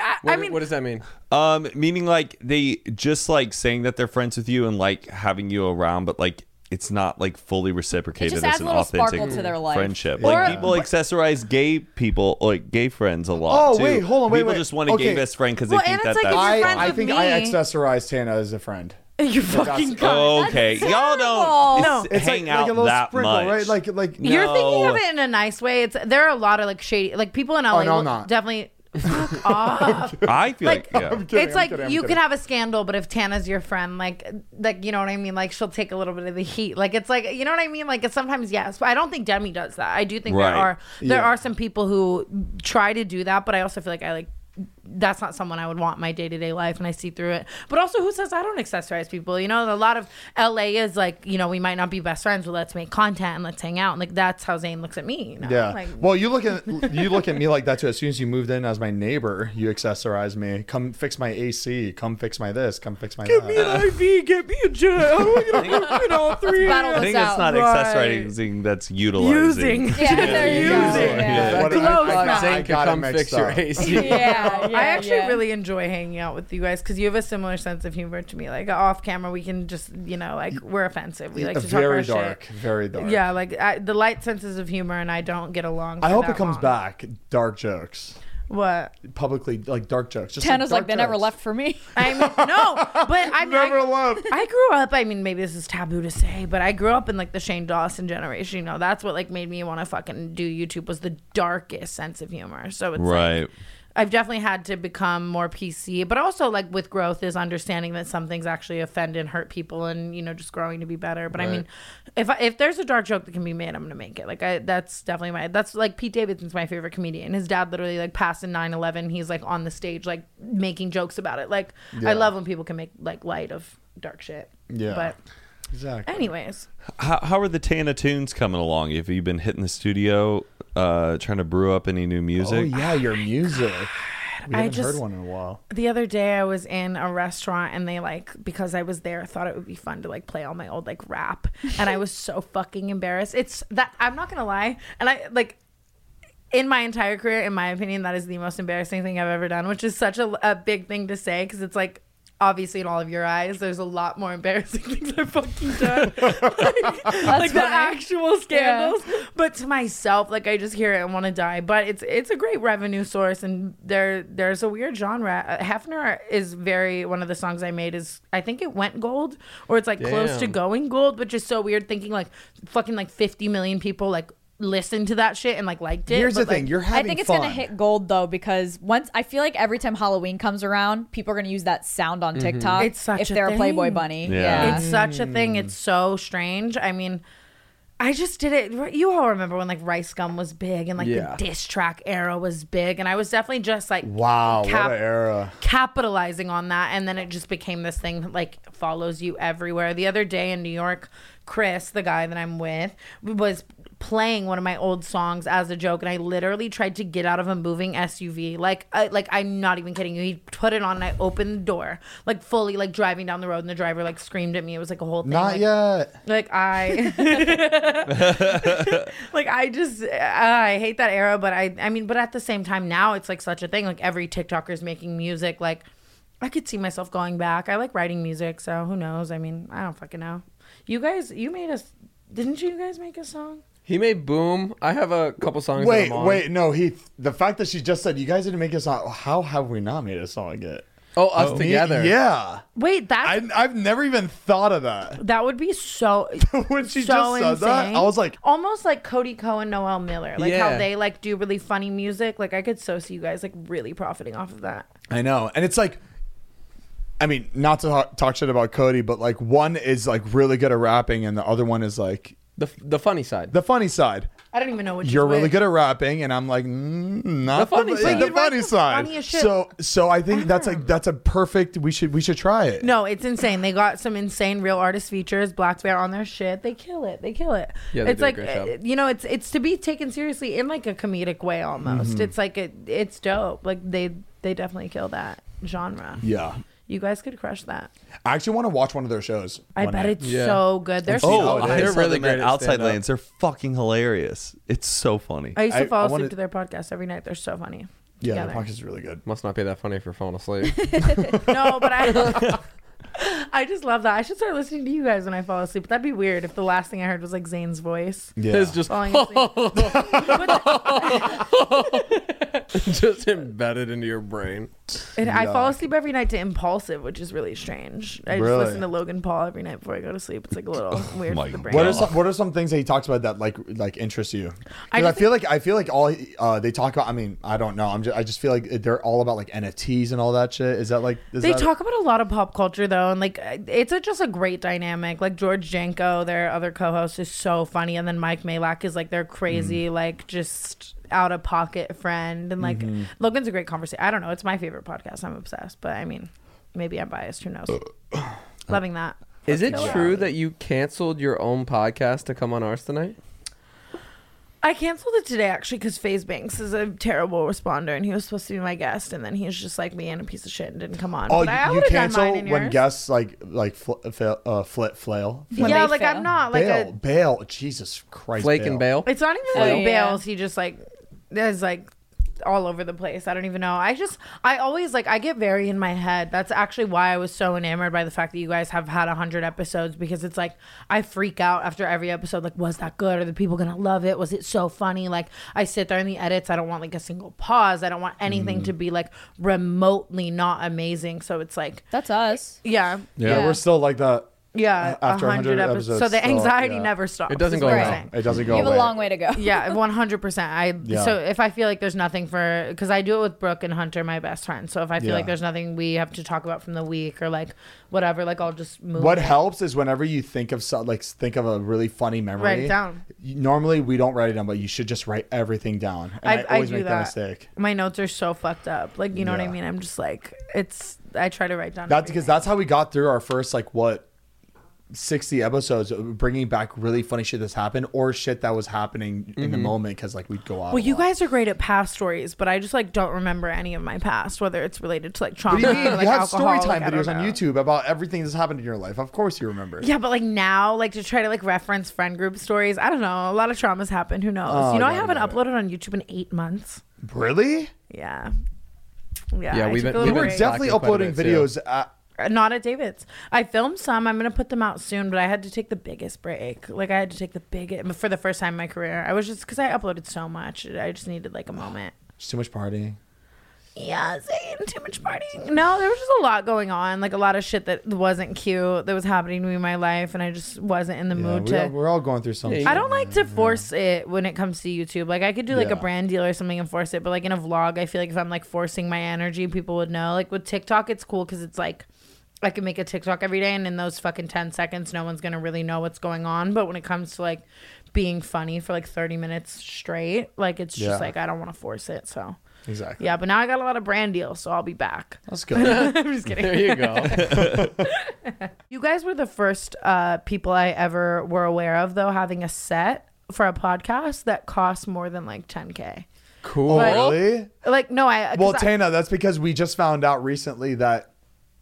I: I,
F: What,
I: I mean,
F: what does that mean?
E: Um, meaning like they just like saying that they're friends with you and like having you around, but like it's not like fully reciprocated
D: just
E: as
D: adds
E: an
D: a little
E: authentic
D: sparkle to their life.
E: friendship.
D: Or-
E: Like people accessorize gay people, like gay friends, a lot.
C: Oh,
E: too.
C: wait, hold on, wait,
E: people
C: wait.
E: just want a
C: Okay.
E: gay best friend because
I: Well,
E: they think that
I: and it's like
E: that's
I: if
C: I,
I: you're friends
C: I
I: with
C: think I
I: me.
C: accessorized Hannah as a friend.
I: you're fucking.
E: okay.
D: That's
E: Y'all don't
D: terrible.
E: s-
C: It's
E: hang
C: like,
E: out
C: like a little
E: that
C: sprinkle,
E: much,
C: right? Like, like
I: You're thinking
E: No.
I: of it in a nice way. It's there are a lot of like shady like people in LA
C: no, I'm
I: will
C: not.
I: definitely fuck off.
E: I feel like,
I: Like-
E: yeah.
C: I'm kidding,
I: it's
C: I'm
I: like
C: kidding, I'm
I: you
C: kidding.
I: could have a scandal, but if Tana's your friend, like like you know what I mean? Like she'll take a little bit of the heat. Like it's like you know what I mean? Like it's sometimes yes, but I don't think Demi does that. I do think
E: Right.
I: there are there
C: Yeah.
I: are some people who try to do that, but I also feel like I like that's not someone I would want in my day to day life, and I see through it. But also, who says I don't accessorize people? You know, a lot of LA is like, you know, we might not be best friends, but let's make content and let's hang out. And like, that's how Zayn looks at me. You know?
C: Yeah.
I: Like,
C: well, you look at you look at me like that too. As soon as you moved in as my neighbor, you accessorized me. Come fix my AC. Come fix my this. Come fix my that.
F: IV, get me a jet. How do I get a fucking all three?
D: Battle
E: I
D: this
E: think
D: out.
E: it's not accessorizing, that's utilizing.
D: Yeah, there you go.
C: Using.
D: Yeah.
C: What- I-
F: Close
C: I- I
F: Zayn could
C: got it
F: come
C: mixed
F: fix your
C: up.
F: AC.
D: yeah, yeah.
I: I actually
D: yeah.
I: really enjoy hanging out with you guys because you have a similar sense of humor to me. Like off camera, we can just you know like we're offensive. We like to talk
C: very
I: our
C: dark,
I: shit.
C: very dark.
I: Yeah, like I, the light senses of humor, and I don't get along.
C: I
I: for
C: hope
I: that
C: it comes
I: long.
C: back. Dark jokes,
I: What?
C: publicly like dark jokes. Just
D: Tana's like,
C: dark
D: they never
C: jokes.
D: left for me.
I: I mean, no, but I mean,
C: Never
I: I,
C: left.
I: I grew up. I mean, maybe this is taboo to say, but I grew up in like the Shane Dawson generation. You know, that's what like made me want to fucking do YouTube was the darkest sense of humor. So it's right.
E: Right.
I: I've definitely had to become more PC, but also like with growth is understanding that some things actually offend and hurt people, and you know just growing to be better. But I mean, if I, if there's a dark joke that can be made, I'm gonna make it. Like I, that's definitely my that's like Pete Davidson's my favorite comedian. His dad literally like passed in 9/11. He's like on the stage like making jokes about it. Like I love when people can make like light of dark shit.
C: Yeah.
I: But
C: Exactly.
I: anyways,
E: How, how are the Tana tunes coming along? Have you been hitting the studio, uh, trying to brew up any new music?
C: Oh yeah, your music. We
I: I
C: haven't heard
I: just-
C: one in a while.
I: the other day I was in a restaurant and they like because I was there thought it would be fun to like play all my old like rap and I was so fucking embarrassed. It's that I'm not gonna lie and I like in my entire career, in my opinion, that is the most embarrassing thing I've ever done, which is such a, a big thing to say because it's like obviously in all of your eyes, there's a lot more embarrassing things I've fucking done, like, like the
D: funny.
I: actual scandals. But to myself, like I just hear it and want to die. But it's it's a great revenue source, and there there's a weird genre. Uh, Hefner is very one of the songs I made is I think it went gold or it's like close to
F: Damn.
I: going gold, which is so weird. Thinking like fucking like 50 million people like listened to that shit and like liked it.
C: Here's
I: but,
C: the thing:
I: like-
C: you're
D: I
C: having
D: think it's
C: fun.
D: gonna hit gold though because once I feel like every time Halloween comes around, people are gonna use that sound on TikTok.
I: It's such
D: if
I: a
D: they're a
I: thing.
D: Playboy bunny.
E: Yeah.
D: Yeah,
I: It's such a thing.
C: Mm.
I: It's so strange. I mean, I just did it. You all remember when like Rice Gum was big and like
C: Yeah.
I: the diss track era was big, and I was definitely just like
C: Wow,
I: cap-
C: what an era!
I: capitalizing on that, and then it just became this thing that like follows you everywhere. The other day in New York, Chris, the guy that I'm with, was playing one of my old songs as a joke and I literally tried to get out of a moving SUV like I, like I'm not even kidding you he put it on and I opened the door like fully like driving down the road and the driver like screamed at me it was like a whole thing
C: Not
I: like,
C: yet.
I: like I, like I just I hate that era, but I I mean, but at the same time now it's like such a thing. Like every TikToker is making music. Like I could see myself going back. I like writing music, so who knows? I mean, I don't fucking know. You guys, you made us. Didn't you guys make a song?
F: He made Boom. I have a couple songs. that
C: Wait,
F: I'm on.
C: wait, no, Heath. The fact that she just said you guys didn't make a song. How have we not made a song yet?
F: Oh, us together.
C: Yeah,
I: Wait, that
C: I, I've never even thought of that.
I: that would be so.
C: when she
I: so
C: just said that,
I: insane.
C: I was like,
I: almost like Cody Cohen, Noel Miller, like how
F: Yeah.
I: they like do really funny music. Like I could so see you guys like really profiting off of that.
C: I know. And it's like, I mean, not to ho- talk shit about Cody, but like one is like really good at rapping, and the other one is like
F: The the funny side.
C: the funny side.
I: I don't even know what
C: You're really good at rapping, and I'm like, mm, not the
F: The funny
C: funny,
F: side.
C: the,
I: You
C: funny
I: rap the
C: side.
I: funniest shit.
C: So, so I think that's like that's a perfect. We should we should try it.
I: No, it's insane. They got some insane real artist features, Black Bear on their shit. They kill it. They kill it.
F: Yeah, they
I: it's
F: do a
I: like
F: great job.
I: uh, you know, it's it's to be taken seriously in like a comedic way almost. It's like it, it's dope. Like they they definitely kill that genre.
C: Yeah,
I: You guys could crush that.
C: I actually want to watch one of their shows.
I: I
C: one
I: bet
C: night.
I: it's
F: Yeah.
I: so good. They're
C: Oh,
E: Oh,
I: so
C: it
E: they're
C: is.
E: really
F: They're
E: great.
F: great at
E: Outside
F: stand-up.
E: Lands, they're fucking hilarious. It's so funny.
I: I used to
C: I-
I: fall
C: I
I: asleep
C: wanted-
I: to their podcast every night. They're so funny.
C: yeah,
I: together.
C: their podcast is really good.
F: Must not be that funny if you're falling asleep.
I: No, but I I just love that. I should start listening to you guys when I fall asleep. That'd be weird if the last thing I heard was like Zane's voice.
C: Yeah,
F: It's just
I: Falling asleep. But-
F: just embedded into your brain.
I: And I
C: Yeah.
I: fall asleep every night to Impulsive, which is really strange. I just
C: Really? Oh
I: listen to Logan Paul every night before I go to sleep. It's like a little weird
E: my
I: for the brain.
C: What are some What are some things that he talks about that like like interest you? 'Cause
I: I
C: I,
I: just
C: feel like I feel like all he- uh, they talk about. I mean, I don't know. I'm just I just feel like they're all about like NFTs and all that shit. Is that like is
I: they
C: that-
I: talk about a lot of pop culture though, and like uh, it's a, just a great dynamic. Like George Janko, their other co-host, is so funny, and then Mike Malak is like their crazy,
C: Mm.
I: like just out of pocket friend, and like
C: Mm-hmm.
I: Logan's a great conversation. I don't know, it's my favorite podcast. I'm obsessed, but I mean, maybe I'm biased. Who knows?
C: Uh,
I: Loving that.
F: Is it
I: Fucking
F: true
I: love.
F: that you canceled your own podcast to come on ours tonight?
I: I canceled it today actually because Faze Banks is a terrible responder and he was supposed to be my guest and then he's just like me and a piece of shit and didn't come on.
C: Oh,
I: But I
C: you, you
I: would've done
C: cancel
I: mine and
C: when
I: yours.
C: guests like like fl- fa- uh, flip flail.
D: when
I: yeah,
D: they
I: like
D: fail.
I: I'm not like
C: bail,
I: a.
C: bail. Jesus Christ,
F: Flake and bail.
I: It's not even
D: Oh,
I: like
D: yeah.
I: bails. He just like there's like all over the place. I don't even know. I just, I always like, I get very in my head. That's actually why I was so enamored by the fact that you guys have had 100 episodes because it's like, I freak out after every episode. Like, was that good? Are the people going to love it? Was it so funny? Like, I sit there in the edits. I don't want like a single pause. I don't want anything
C: Mm.
I: to be like remotely not amazing. So it's like,
D: That's us.
I: yeah.
C: Yeah, we're still like that.
I: Yeah,
C: A- after 100 episodes,
I: So the
C: still,
I: anxiety
C: yeah.
I: never stops.
F: It doesn't
I: is
F: go
I: what I'm
D: away.
I: saying.
C: It doesn't go
D: You have
C: away.
D: a long way to go.
I: Yeah, one hundred percent. I
C: Yeah.
I: so if I feel like there's nothing for because I do it with Brooke and Hunter, my best friends. So if I feel
C: Yeah.
I: like there's nothing we have to talk about from the week or like whatever, like I'll just move.
C: What
I: it.
C: helps is whenever you think of so, like think of a really funny memory.
I: Write it down.
C: you- normally we don't write it down, but you should just write everything down. And I,
I: I, I,
C: always
I: do
C: make
I: that.
C: that mistake.
I: My notes are so fucked up. Like you know what I
C: Yeah.
I: mean. I'm just like it's. I try to write down.
C: That's
I: everything.
C: because that's how we got through our first like what sixty episodes, of bringing back really funny shit that's happened or shit that was happening in
F: Mm-hmm.
C: the moment because like we'd go out.
I: Well,
C: a
I: you
C: lot.
I: guys are great at past stories, but I just like don't remember any of my past, whether it's related to like trauma.
C: What do you mean?
I: or, like,
C: you have
I: alcohol,
C: story time
I: like, I don't
C: videos on
I: know.
C: YouTube about everything that's happened in your life. Of course you remember.
I: Yeah, but like now, like to try to like reference friend group stories. I don't know. A lot of traumas happen. Who knows?
C: Oh,
I: you know, I
C: yeah,
I: haven't
C: yeah, yeah.
I: uploaded on YouTube in eight months.
C: Really?
I: Yeah. Yeah,
F: Yeah,
I: I
F: we've
I: took
F: been- we've
I: a little
C: We
F: been
C: were
I: break.
C: definitely
F: slacking quite a
C: uploading
F: bit, too.
C: videos. At,
I: Uh, not at David's. I filmed some. I'm gonna put them out soon, but I had to take the biggest break. Like I had to take the biggest for the first time in my career. I was just because I uploaded so much. I just needed like a moment.
C: It's too much partying.
I: Yeah, Zane, too much partying. No, there was just a lot going on, like a lot of shit that wasn't cute that was happening to me in my life, and I just wasn't in the
C: Yeah,
I: mood
C: we
I: to.
C: all, we're all going through something.
I: I don't like to force it when it comes to YouTube. Like I could do like
C: Yeah.
I: a brand deal or something and force it, but like in a vlog, I feel like if I'm like forcing my energy, people would know. Like with TikTok, it's cool because it's like I can make a TikTok every day, and in those fucking ten seconds, no one's gonna really know what's going on. But when it comes to like being funny for like thirty minutes straight, like it's
C: Yeah.
I: just like I don't want to force it. So
C: exactly.
I: yeah, but now I got a lot of brand deals, so I'll be back.
C: That's good.
I: I'm just kidding.
F: There you go.
I: You guys were the first uh, people I ever were aware of, though, having a set for a podcast that costs more than like 10K.
C: cool.
I: But-
C: Oh, really?
I: Like, no, I. uh, 'cause
C: Well,
I: I-
C: Tana, that's because we just found out recently that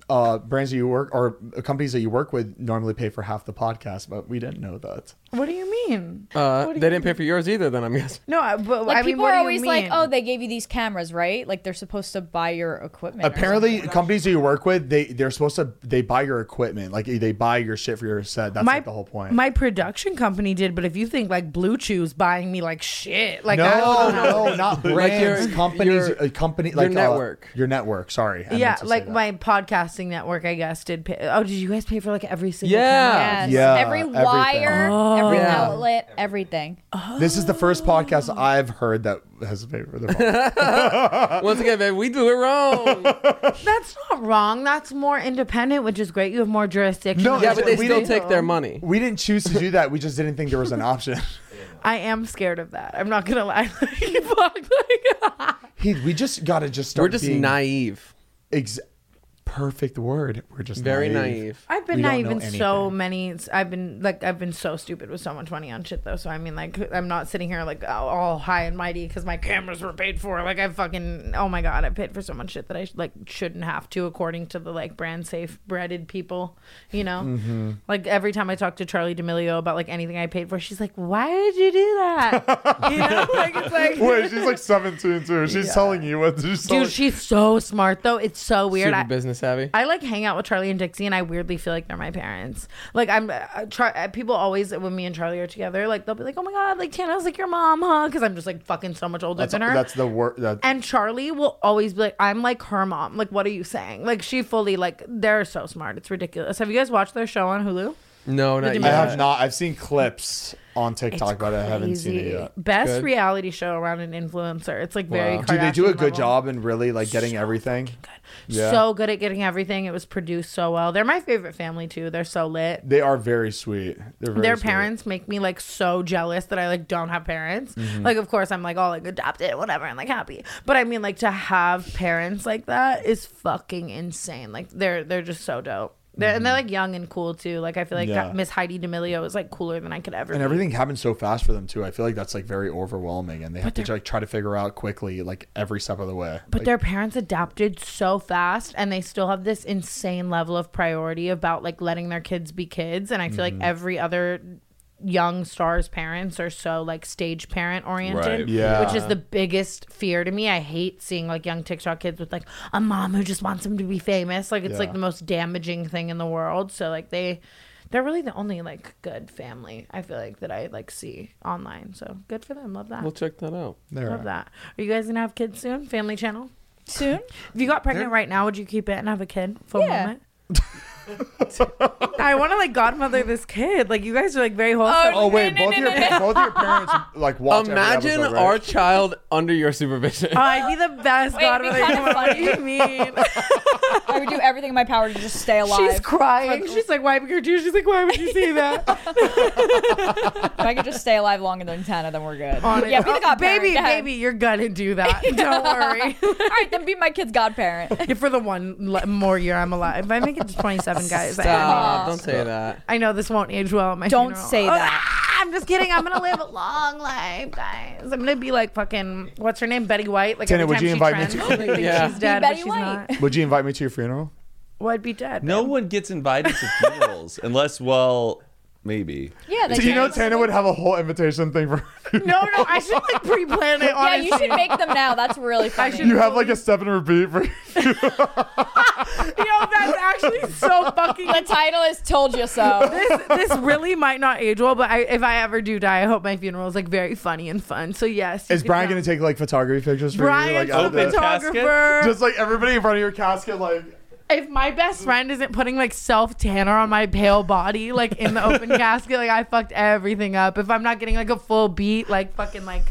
C: uh, brands that you work or companies that you work with normally pay for half the podcast, but we didn't know that.
I: what do you mean?
F: Uh, they didn't pay for yours either. Then I'm guessing.
I: No, I, but
D: Like
I: I mean,
D: people are
I: what do you
D: always like,
I: mean?
D: "Oh, they gave you these cameras, right? Like they're supposed to buy your equipment." or
C: Apparently, companies that you work with, they they're supposed to they buy your equipment, like they buy your shit for your set. That's
I: my
C: like the whole point.
I: My production company did, but if you think like Blue Chew's buying me like shit, like I
C: no,
I: don't know.
C: no, not brands.
F: your-
C: companies,
F: your-
C: a company,
F: your
C: like uh,
F: network.
C: your network. Sorry, I
I: Yeah,
C: meant to say
I: like
C: that.
I: my podcasting network, I guess, did pay. Oh, did you guys pay for like every single
F: Yeah.
D: Yes.
I: camera?
C: Yeah,
D: every
C: everything.
D: wire,
I: Oh.
D: every
F: Yeah.
D: outlet, everything.
C: This is the first podcast I've heard that has paid for the podcast.
F: Once again, baby, we do it wrong.
I: That's not wrong. That's more independent, which is great. You have more jurisdiction.
C: No,
I: over
F: yeah, but they
I: what
C: We
F: still
I: do.
C: didn't-
F: take their money.
C: we didn't choose to do that. We just didn't think there was an option.
I: I am scared of that. I'm not gonna lie. Like, fuck, like,
C: He, we just gotta just start.
F: We're just
C: being
F: naive,
C: Ex- perfect word. We're just
F: very naive.
I: I've been
C: We don't
I: naive
C: know
I: in so
C: anything.
I: many. I've been like I've been so stupid with so much money on shit though. So I mean, like I'm not sitting here like all- all high and mighty because my cameras were paid for. Like I fucking oh my god, I paid for so much shit that I like shouldn't have to according to the like brand safe breaded people. You know,
C: Mm-hmm.
I: like every time I talk to Charlie D'Amelio about like anything I paid for, she's like, "Why did you do that?" you know, like it's like
C: Wait, she's like 17 too. She's telling you what she's telling.
I: Dude, she's so smart though. It's so weird.
F: Super
I: I,
F: business savvy.
I: I like hang out with Charlie and Dixie, and I weirdly feel like they're my parents. Like I'm, uh, Char- uh, people always when me and Charlie are together, like they'll be like, "Oh my god, like Tana's like your mom, huh?" Because I'm just like fucking so much older
C: that's,
I: than her.
C: that's the word. That,
I: and Charlie will always be like, "I'm like her mom." Like, what are you saying? Like she fully like they're so smart. It's ridiculous. Have you guys watched their show on Hulu?
F: No, not
I: Did
F: yet.
I: you
C: I have not. I've seen clips on TikTok, but I haven't seen it
I: Crazy.
C: yet.
I: Best
F: Good.
I: reality show around an influencer. It's like very.
F: Wow.
C: Do they do a
I: Kardashian
C: good
I: level.
C: job in really like getting everything? Yeah.
I: So good at getting everything. It was produced so well. They're my favorite family too. They're so lit.
C: They are very sweet. They're very
I: their
C: sweet.
I: parents make me like so jealous that I like don't have parents.
C: Mm-hmm.
I: Like, of course, I'm like all like adopted, whatever, and like happy. But I mean, like to have parents like that is fucking insane. Like they're they're just so dope. They're, And they're like young and cool too. Like I feel like
C: Mm-hmm. Yeah.
I: Miss Heidi D'Amelio is like cooler than I could ever.
C: And
I: be.
C: everything happens so fast for them too. I feel like that's like very overwhelming, and they have to like try to figure out quickly, like every step of the way.
I: But
C: Like,
I: their parents adapted so fast and they still have this
C: Mm-hmm.
I: insane level of priority about like letting their kids be kids. And I feel like every other young stars' parents are so like stage parent oriented,
E: Right.
C: Yeah.
I: which is the biggest fear to me. I hate seeing like young TikTok kids with like a mom who just wants them to be famous. Like it's like
C: Yeah.
I: the most damaging thing in the world. So like they. They're really the only like good family I feel like that I like see online. So good for them. Love that.
F: We'll check that out.
C: There.
I: Love that. Are you guys gonna have kids soon? Family channel.
D: Soon?
I: If you got pregnant right now, would you keep it and have a kid for
D: Yeah.
I: a moment? I want to like godmother this kid. Like you guys are like very wholesome.
C: Oh wait,
D: No, no,
C: both
D: no,
C: your
D: no, no.
C: both your parents like watch every
F: Imagine
C: episode, right?
F: our child under your supervision.
I: Oh, I'd be the best
D: Wait, it'd be
I: godmother.
D: kinda
I: what do you mean?
D: I would do everything in my power to just stay alive.
I: She's crying. She's like wiping her tears. She's like, why would you say that?
D: if I could just stay alive longer than Tana, then we're good.
I: Honest.
D: Yeah, be the
I: Oh,
D: godparent.
I: baby,
D: Go ahead.
I: baby, you're gonna do that. Don't worry.
D: All right, then be my kid's godparent.
I: For the one le- more year I'm alive. If I make it to 27, guys, I-
F: Stop! Don't say that.
I: I know this won't age well at my
D: Don't
I: funeral.
D: say
I: Oh,
D: that.
I: ah, I'm just kidding. I'm gonna live a long life, guys. I'm gonna be like fucking what's her name, Betty White. Like
C: Tina,
I: every
C: would
I: time
C: you
I: she
C: invite me
I: trends,
C: to-
I: people think
F: Yeah.
I: she's dead,
D: Betty
I: but she's
D: White.
I: not.
C: Would you invite me to your funeral?
I: Well, I'd be dead.
E: No
I: babe.
E: one gets invited to funerals unless, well, maybe.
D: Yeah, they
C: Do you know
D: can't-
C: Tana would have a whole invitation thing for
I: no, no. I should like pre-plan it.
D: Yeah,
I: Honestly.
D: you should make them now. That's really funny.
I: should-
C: you have like a step and repeat for
I: Yo, that's actually so fucking.
D: the title is "Told You So."
I: this, this really might not age well, but I, if I ever do die, I hope my funeral is like very funny and fun. So yes, you
C: Is
I: can
C: Brian
I: come.
C: gonna take like photography pictures for you?
I: Brian's
C: Like out of
I: the
E: open
C: the-
E: casket?
I: photographer.
C: just like everybody in front of your casket, like
I: if my best friend isn't putting like self tanner on my pale body, like in the open casket, like I fucked everything up. If I'm not getting like a full beat, like fucking like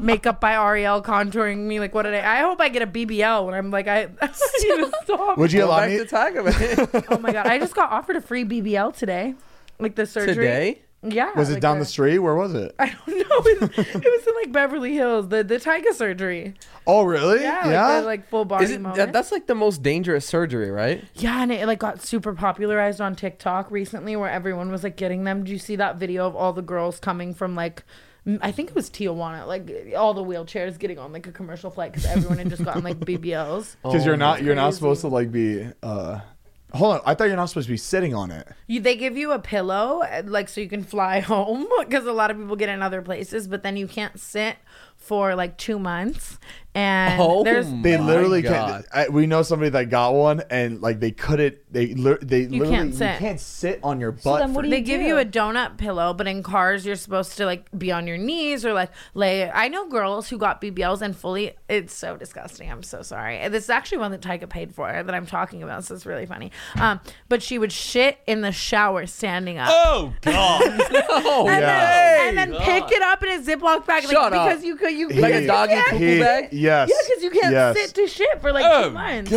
I: makeup by Ariel contouring me, like what did I? I hope I get a BBL when I'm like I. Jesus, stop.
C: would you
F: Go
C: allow
F: back
C: me
F: to Tiger Man.
I: oh my god, I just got offered a free BBL today, like the surgery.
F: Today?
I: Yeah.
C: was it
I: like uh,
C: down the street? Where was it?
I: I don't know. It, it was in like Beverly Hills, the the tiger surgery.
C: Oh really?
I: Yeah, like, the, like full body
F: Is it,
I: moment.
F: that, that's like the most dangerous surgery, right?
I: Yeah, and it like got super popularized on TikTok recently, where everyone was like getting them. Do you see that video of all the girls coming from like, m- I think it was Tijuana, like all the wheelchairs getting on like a commercial flight because everyone had just gotten like BBLs.
C: Because you're not you're not
I: crazy.
C: supposed to like be uh hold on, I thought you're not supposed to be sitting on it.
I: You, they give you a pillow, uh, like so you can fly home because a lot of people get in other places, but then you can't sit for like two months. And
F: Oh
I: there's
F: my
C: They literally
F: God.
C: can't. I, we know somebody that got one, and like they couldn't. They lit- they literally
I: can't sit.
C: you can't sit on your butt.
D: then
C: for-
D: what do
I: They
D: you
I: give
D: do?
I: you a donut pillow, but in cars you're supposed to like be on your knees or like lay. I know girls who got BBLs and fully. It's so disgusting. I'm so sorry. And This is actually one that Tyga paid for that I'm talking about, so it's really funny. Um, but she would shit in the shower standing up.
E: Oh, God.
I: And
C: Oh, yeah.
I: then, and then pick it up in a Ziploc bag like,
F: Shut up.
I: because you could you
F: Like a
C: He-
F: dog in a
C: he-
F: poopoo bag?
C: Yes.
I: yeah because you can't
C: yes.
I: sit to shit for like two months.
F: Oh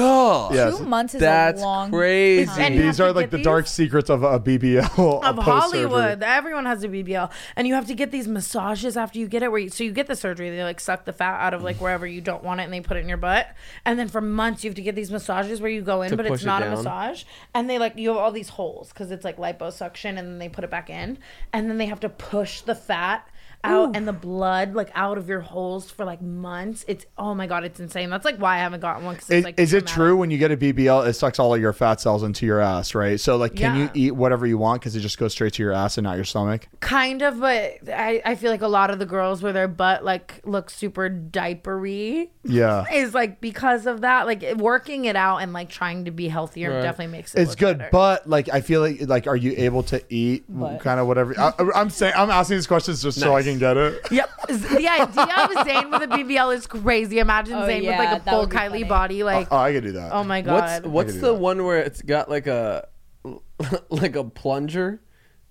F: God.
C: Yes.
D: Two months is
F: That's
D: a long.
F: crazy.
I: And you have
C: These
I: to
C: are like
I: get
C: the
I: these-
C: dark secrets of a BBL
I: of
C: post-surgery.
I: Hollywood. Everyone has a BBL, and you have to get these massages after you get it. Where you, so you get the surgery, they like suck the fat out of like wherever you don't want it, and they put it in your butt. And then for months, you have to get these massages where you go in,
F: To
I: but it's
F: push it
I: not a
F: down.
I: massage. And they like you have all these holes because it's like liposuction, and then they put it back in, and then they have to push the fat. Out and the blood like out of your holes for like months. It's oh my god, it's insane. That's like why I haven't gotten one because it's
C: Is,
I: like
C: is it
I: traumatic.
C: true when you get a BBL, it sucks all of your fat cells into your ass, right? So like, can
I: Yeah.
C: you eat whatever you want because it just goes straight to your ass and not your stomach?
I: Kind of, but I, I feel like a lot of the girls where their butt like looks super diapery
C: Yeah.
I: is like because of that. Like it- working it out and like trying to be healthier
F: Right.
I: definitely makes it.
C: It's
I: look
C: good,
I: better.
C: but like I feel like like are you able to eat kind of whatever? I, I'm saying I'm asking these questions just so I can get it.
I: yep. the idea of Zayn with a BBL is crazy. Imagine
D: Oh,
I: Zayn
D: yeah,
I: with like a
D: that
I: full
D: would be
I: Kylie
D: funny.
I: body. Like
C: Oh, I could do that.
I: oh my god.
F: What's what's
C: do
F: the
C: that.
F: one where it's got like a like a plunger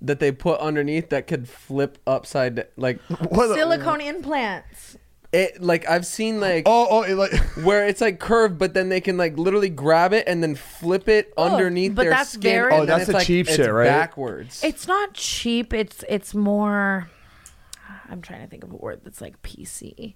F: that they put underneath that could flip upside d- like
C: What the-
I: silicone implants?
F: it like I've seen like
C: Oh, oh, it like
F: where it's like curved but then they can like literally grab it and then flip it underneath
I: Oh, but
F: their
I: that's
F: skin.
I: very-
F: and
I: Oh,
F: then
C: that's
F: it's,
C: the
F: like-
C: cheap
F: it's
C: shit, right?
F: Backwards.
I: It's not cheap. It's it's more. I'm trying to think of a word that's like PC.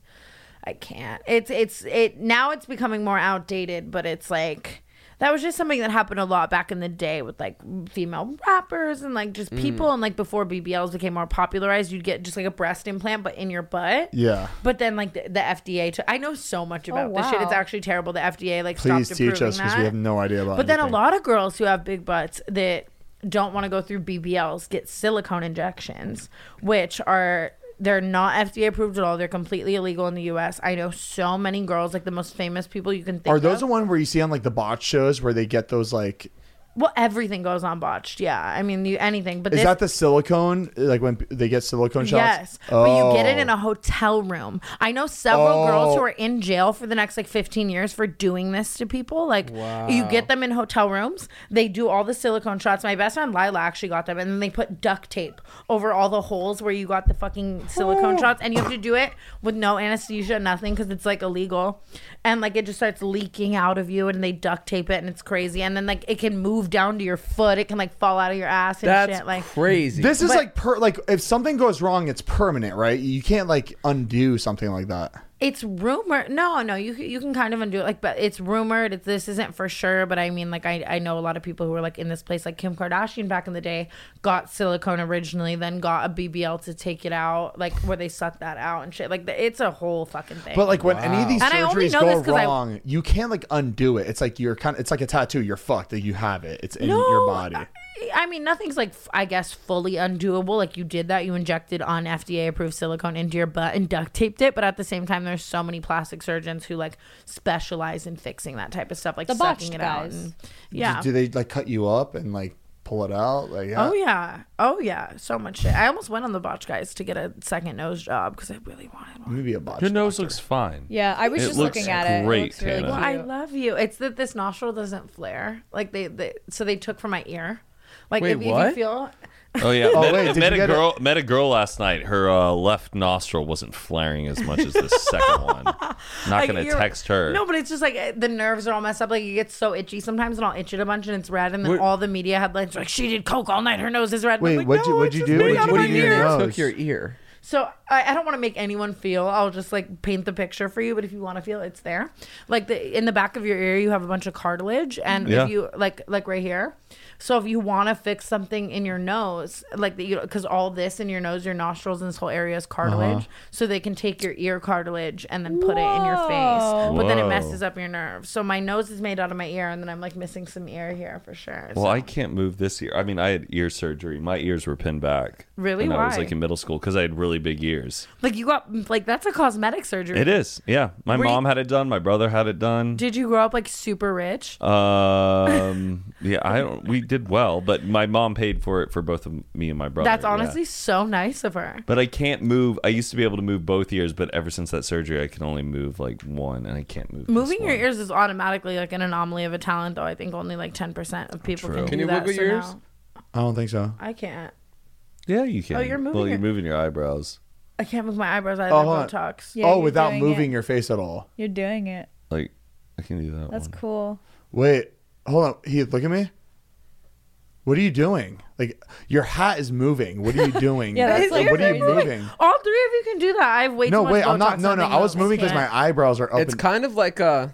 I: I can't. It's it's it now. It's becoming more outdated, but it's like that was just something that happened a lot back in the day with like female rappers and like
C: Mm.
I: just people and like before BBLs became more popularized, you'd get just like a breast implant, but in your butt.
C: yeah.
I: But then, like the, the FDA, took I know so much about
D: Oh,
I: this shit. It's
D: wow.
I: actually terrible. The FDA like
C: Please
I: stopped
C: teach
I: approving
C: us because
I: that.
C: we have no idea about.
I: But then a
C: anything.
I: lot of girls who have big butts that don't want to go through BBLs get silicone injections, which are they're not FDA approved at all. They're completely illegal in the U.S. I know so many girls, like the most famous people you can think.
C: Are those
I: of.
C: the one where you see on like the bot shows where they get those like?
I: Well, everything goes on botched. Yeah, I mean you, anything. But
C: Is
I: this,
C: that the silicone? Like when p- they get silicone shots?
I: Yes, but you get it
C: Oh.
I: in a hotel room. I know several
C: Oh.
I: girls who are in jail for the next like 15 years for doing this to people. Like you get them in hotel rooms. They do all the silicone shots. My best friend Lila actually got them, and then they put duct tape over all the holes where you got the fucking
C: Oh.
I: silicone shots, and you have to do it with no anesthesia, nothing, because it's like illegal, and like it just starts leaking out of you, and they duct tape it, and it's crazy, and then like it can move down to your foot, it can like fall out of your ass and
F: That's
I: shit, like.
F: crazy.
C: This is like per like if something goes wrong, it's permanent, right? You can't like undo something like that.
I: it's rumored. No, no, you you can kind of undo it. Like, but it's rumored. It's, this isn't for sure. But I mean, like, I, I know a lot of people who were like in this place. Like Kim Kardashian back in the day got silicone originally, then got a BBL to take it out, like where they suck that out and shit. Like, the, it's a whole fucking thing.
C: But like when any of these
I: And I only
C: surgeries
I: know
C: go
I: this 'cause I-
C: wrong, you can't like undo it. It's like you're kind of it's like a tattoo. You're fucked. That you have it. It's in your body.
I: I- I mean, nothing's like f- I guess fully undoable. Like you did that, you injected on FDA approved silicone into your butt and duct taped it. But at the same time, there's so many plastic surgeons who like specialize in fixing that type of stuff, like
D: The
I: sucking
D: botched
I: it out.
D: guys.
I: And, yeah.
C: Do, do they like cut you up and like pull it out? Like yeah.
I: Oh yeah, oh yeah, so much shit. I almost went on the botch guys to get a second nose job because I really wanted one.
C: Maybe a botch.
E: Your nose looks fine.
D: Yeah, I was
E: It
D: just
E: looks
D: looking at it.
E: great,
D: it looks really
E: Hannah.
D: cute.
E: Well,
I: I love you. It's that this nostril doesn't flare. Like they, they so they took from my ear. Like
F: Wait,
I: if, you- if
F: what?
I: you feel
E: Oh yeah,
C: Oh,
E: met,
C: wait, did
E: met
C: you
E: a
C: get
E: girl. Met a girl last night. Her uh, left nostril wasn't flaring as much as the second one. Not
I: like,
E: gonna
I: you're-
E: text her.
I: No, but it's just like eh, the nerves are all messed up. Like it gets so itchy sometimes, and I'll itch it a bunch, and it's red. And then
F: Wait.
I: all the media headlines are like she did coke all night, her nose is red. And
C: Wait,
I: I'm like,
C: what'd you-
I: "No,
C: what'd
I: it's
C: you
I: just
C: do?
I: made
C: What'd
I: out
C: you do
I: of my
C: to your
I: ear."
C: nose?
F: took your ear.
I: So I, I don't want to make anyone feel. I'll just like paint the picture for you. But if you want to feel, it's there. Like the in the back of your ear, you have a bunch of cartilage, and
E: Yeah.
I: if you like like right here. So if you want to fix something in your nose, like that, you because all this in your nose, your nostrils, and this whole area
E: Uh-huh.
I: is cartilage. So they can take your ear cartilage and then put it in your face, but then it
E: Whoa.
I: messes up your nerve. So my nose is made out of my ear, and then I'm like missing some ear here for sure.
E: Well,
I: so.
E: I can't move this ear. I mean, I had ear surgery. My ears were pinned back.
I: Really?
E: When I was
I: Why?
E: like in middle school because I had really big ears.
I: like you got like that's a cosmetic surgery.
E: It is. Yeah. My
I: Were you-
E: mom had it done. My brother had it done.
I: Did you grow up like super rich?
E: Um. yeah. I don't. We did well, but my mom paid for it for both of me and my brother.
I: That's
E: yeah.
I: honestly so nice of her.
E: But I can't move. I used to be able to move both ears, but ever since that surgery, I can only move like one, and I can't move. this
I: Moving your
E: one.
I: ears is automatically like an anomaly of a talent, though. I think only like ten percent of people
E: True.
I: can,
E: Can
I: do
F: you
I: that.
F: wiggle
I: so
F: your ears?
I: now-
C: I don't think so.
I: I can't.
E: Yeah, you can.
I: Oh, you're moving
E: Well, you're
I: your-
E: moving your eyebrows.
I: I can't move my eyebrows. I
C: Oh,
I: have
C: hold on.
I: Botox.
D: Yeah,
C: oh,
D: you're
C: without
D: doing
C: moving
D: it.
C: your face at all.
D: You're doing it.
E: Like I can do that.
D: That's
E: one.
D: cool.
C: Wait, hold on. He look at me. What are you doing? Like your hat is moving. What are you doing?
D: Yeah, that's,
C: Like,
D: like,
C: what are you
D: crazy.
C: moving?
I: All three of you can do that. I have way
C: No,
I: too much
C: wait, I'm not.
I: Botox
C: No,
I: on
C: no,
I: me.
C: I was
I: I
C: moving because
I: can't.
C: my eyebrows are up.
F: It's
C: and-
F: kind of like a.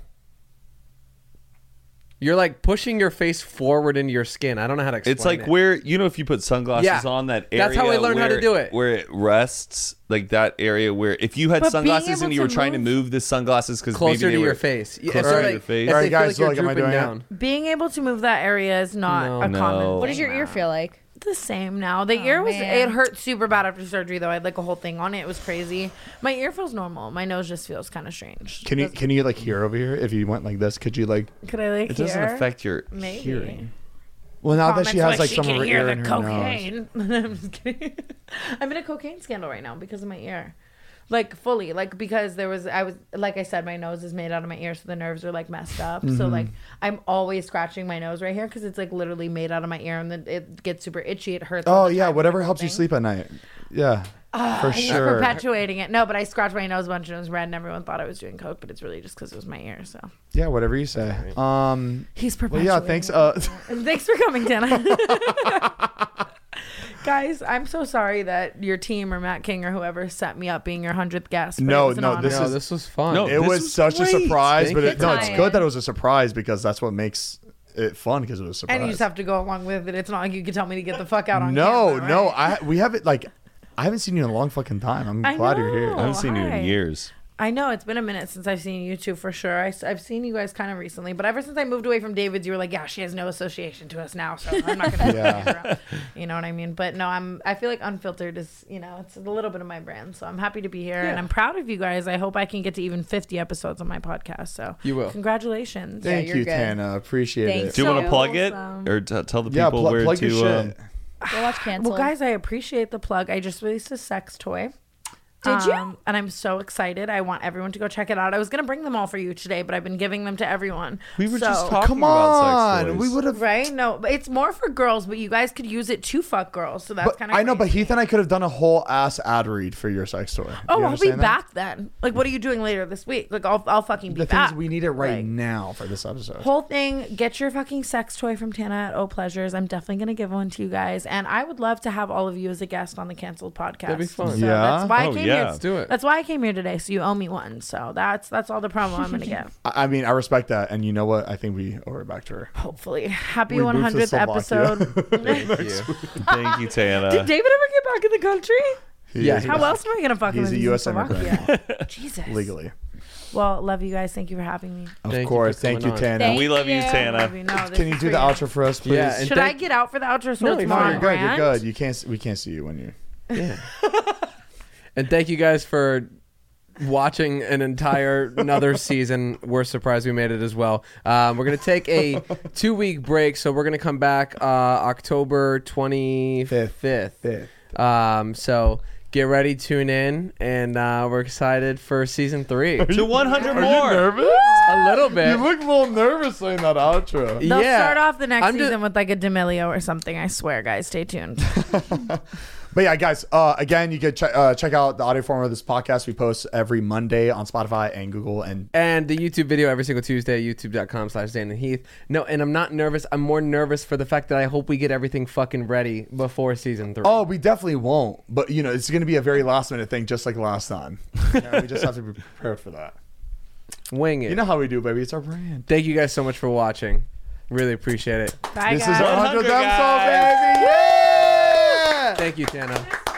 F: You're like pushing your face forward into your skin. I don't know how to explain.
E: It's like
F: it.
E: where you know if you put sunglasses
F: Yeah.
E: on that area.
F: That's how I learned how to
E: where-
F: do it.
E: Where it rests, like that area where if you had
I: But being
E: sunglasses
I: able
E: and you were
I: to
E: trying to
I: move-
E: move the sunglasses because
F: closer
E: maybe
F: to
E: they
F: your
E: were-
F: face. Yeah,
E: closer
F: so,
E: to
F: like,
E: your
F: if
E: face.
F: they
C: Alright,
F: feel
C: guys,
F: like you're
C: look, am I
F: drooping
C: doing it?
F: down.
I: Being able to move that area is not
F: No.
I: a
E: No.
I: common.
E: What
D: What
I: thing
D: does your
I: now.
D: ear feel like?
I: The same now. The ear was
D: man.
I: it hurt super bad after surgery though. I had like a whole thing on it. It was crazy. My ear feels normal. My nose just feels kind of strange.
C: Can you can you like hear over here? If you went like this, could you like?
I: Could I like
E: It doesn't
I: hear?
E: affect your
I: Maybe.
E: hearing.
C: Well, now Oh, that she
I: comments
C: has like some
I: can
C: of her
I: hear
C: ear
I: the
C: in her nose.
I: cocaine. I'm just kidding. I'm in a cocaine scandal right now because of my ear. Like fully, like because there was I was like I said my nose is made out of my ear, so the nerves are like messed up. So
C: Mm-hmm.
I: like I'm always scratching my nose right here because it's like literally made out of my ear, and then it gets super itchy. It hurts. all
C: Oh
I: the Ah,
C: yeah,
I: time,
C: whatever
I: like,
C: helps you
I: thing.
C: sleep at night. Yeah, for
I: It's
C: sure.
I: Perpetuating it. No, but I scratched my nose a bunch and it was red, and everyone thought I was doing coke, but it's really just because it was my ear. So
C: Yeah, whatever you say. Um,
I: he's
C: well,
I: perpetuating.
C: yeah, thanks.
I: it.
C: Uh,
I: And Thanks for coming, Dana. Guys, I'm so sorry that your team or Matt King or whoever set me up being your hundredth guest. but
C: No,
I: it was an
C: no,
I: honor.
C: this
F: No,
C: is-
F: this was fun.
E: No,
C: it
E: this
C: was
E: was
C: such a
E: great.
C: surprise,
F: Thank
C: but
F: you.
C: it, no, it's
D: Good
C: good that
D: time.
C: it was a surprise because that's what makes it fun because it was a surprise.
I: and you just have to go along with it. It's not like you can tell me to get the fuck out on
C: no,
I: camera,
C: no,
I: right?
C: I we haven't like I haven't seen you in a long fucking time. I'm
I: I
C: glad you're here.
E: I
I: know.
E: haven't seen you
I: Why?
E: in years.
I: I know it's been a minute since I've seen you two for sure. I, have seen you guys kind of recently, but ever since I moved away from David's, you were like, "Yeah, she has no association to us now, so I'm not gonna."
C: Yeah.
I: yeah. You know what I mean? But no, I'm. I feel like unfiltered is, you know, it's a little bit of my brand. So I'm happy to be here, and I'm proud of you guys. I hope I can get to even 50 episodes on my podcast. So
F: You will.
I: Congratulations.
C: Thank
D: you're
C: you,
D: good.
C: Tana. Appreciate
D: Thanks.
C: it.
E: Do you want
D: So
E: to plug it
I: awesome.
E: or t- tell the people
C: yeah, pl-
E: where
C: plug
E: to?
C: your shit.
E: um,
D: Go watch cancel.
I: Well, guys, I appreciate the plug. I just released a sex toy. Um,
D: Did you?
I: And I'm so excited. I want everyone to go check it out. I was gonna bring them all for you today, but I've been giving them to everyone.
E: we were
I: So-
E: just talking
C: Come
E: about sex
C: on,
E: toys.
C: we would have.
I: Right? No, but it's more for girls, but you guys could use it to fuck girls. So that's
C: But
I: kind of
C: I know, but Heath and I could have done a whole ass ad read for your sex toy.
I: Oh,
C: You
I: I'll be
C: understand that?
I: back then. Like, what are you doing later this week? Like, I'll, I'll fucking be
C: The
I: back.
C: things we need it right
I: Like,
C: now for this episode.
I: Whole thing, get your fucking sex toy from Tana at O Pleasures. I'm definitely gonna give one to you guys, and I would love to have all of you as a guest on the canceled podcast.
F: That'd be fun.
I: So
C: Yeah?
I: that's why
E: Oh,
I: I came
E: yeah.
I: here.
E: Let's
F: do it.
I: That's why I came here today. So you owe me one. So that's that's all the promo I'm gonna get.
C: I I mean, I respect that, and you know what? I think we owe it back to her.
I: Hopefully, happy
C: We moved to
I: 100th
C: Slovakia.
I: episode.
E: Thank you,
I: Did
E: Tana.
I: David ever get back in the country?
F: Yeah,
C: He's-
I: How else am I gonna fuck him?
C: He's
I: if
C: a U.S.
I: in
C: immigrant
I: Slovakia? Jesus.
C: legally.
I: Well, love you guys. Thank you for having me.
C: Of
F: Thank you for
C: course, thank you,
F: coming on.
C: Tana.
D: Thank
E: we love you,
I: Love
E: Tana.
I: you. No, this
C: Uh, Can you
I: is
C: do
I: for
C: the outro for us, please?
F: Yeah, and
I: Should I
F: thank-
I: get out for the outro? So
F: No,
I: it's
F: you're
I: more
C: No,
I: on
C: you're good. You're
I: brand?
C: good. You can't. s- We can't see you when you're.
F: And thank you guys for watching an entire another season. We're surprised we made it as well. Um, we're gonna take a two week break, so we're gonna come back uh, October twenty fifth. Um, so get ready, tune in, and uh, we're excited for season three.
E: To 100 more.
C: nervous?
F: a little bit.
C: You look a little nervous saying that outro.
I: They'll
F: yeah.
I: start off the next
F: I'm just-
I: season with like a D'Amelio or something. I swear, guys. Stay tuned.
C: But yeah, guys, uh, again, you could check uh, check out the audio form of this podcast. We post every Monday on Spotify and Google. And
F: and the YouTube video every single Tuesday, youtube.com slash Dan and Heath. No, and I'm not nervous. I'm more nervous for the fact that I hope we get everything fucking ready before season three.
C: oh, we definitely won't. But you know, it's going to be a very last minute thing, just like last time. You know, we just have to be prepared for that.
F: wing it.
C: You know how we do, baby. It's our brand.
F: Thank you guys so much for watching. Really appreciate it.
I: Bye,
C: This
I: guys.
C: is our
E: 100
C: 100th episode,
E: guys.
C: baby. Yeah!
F: Thank you, Tana.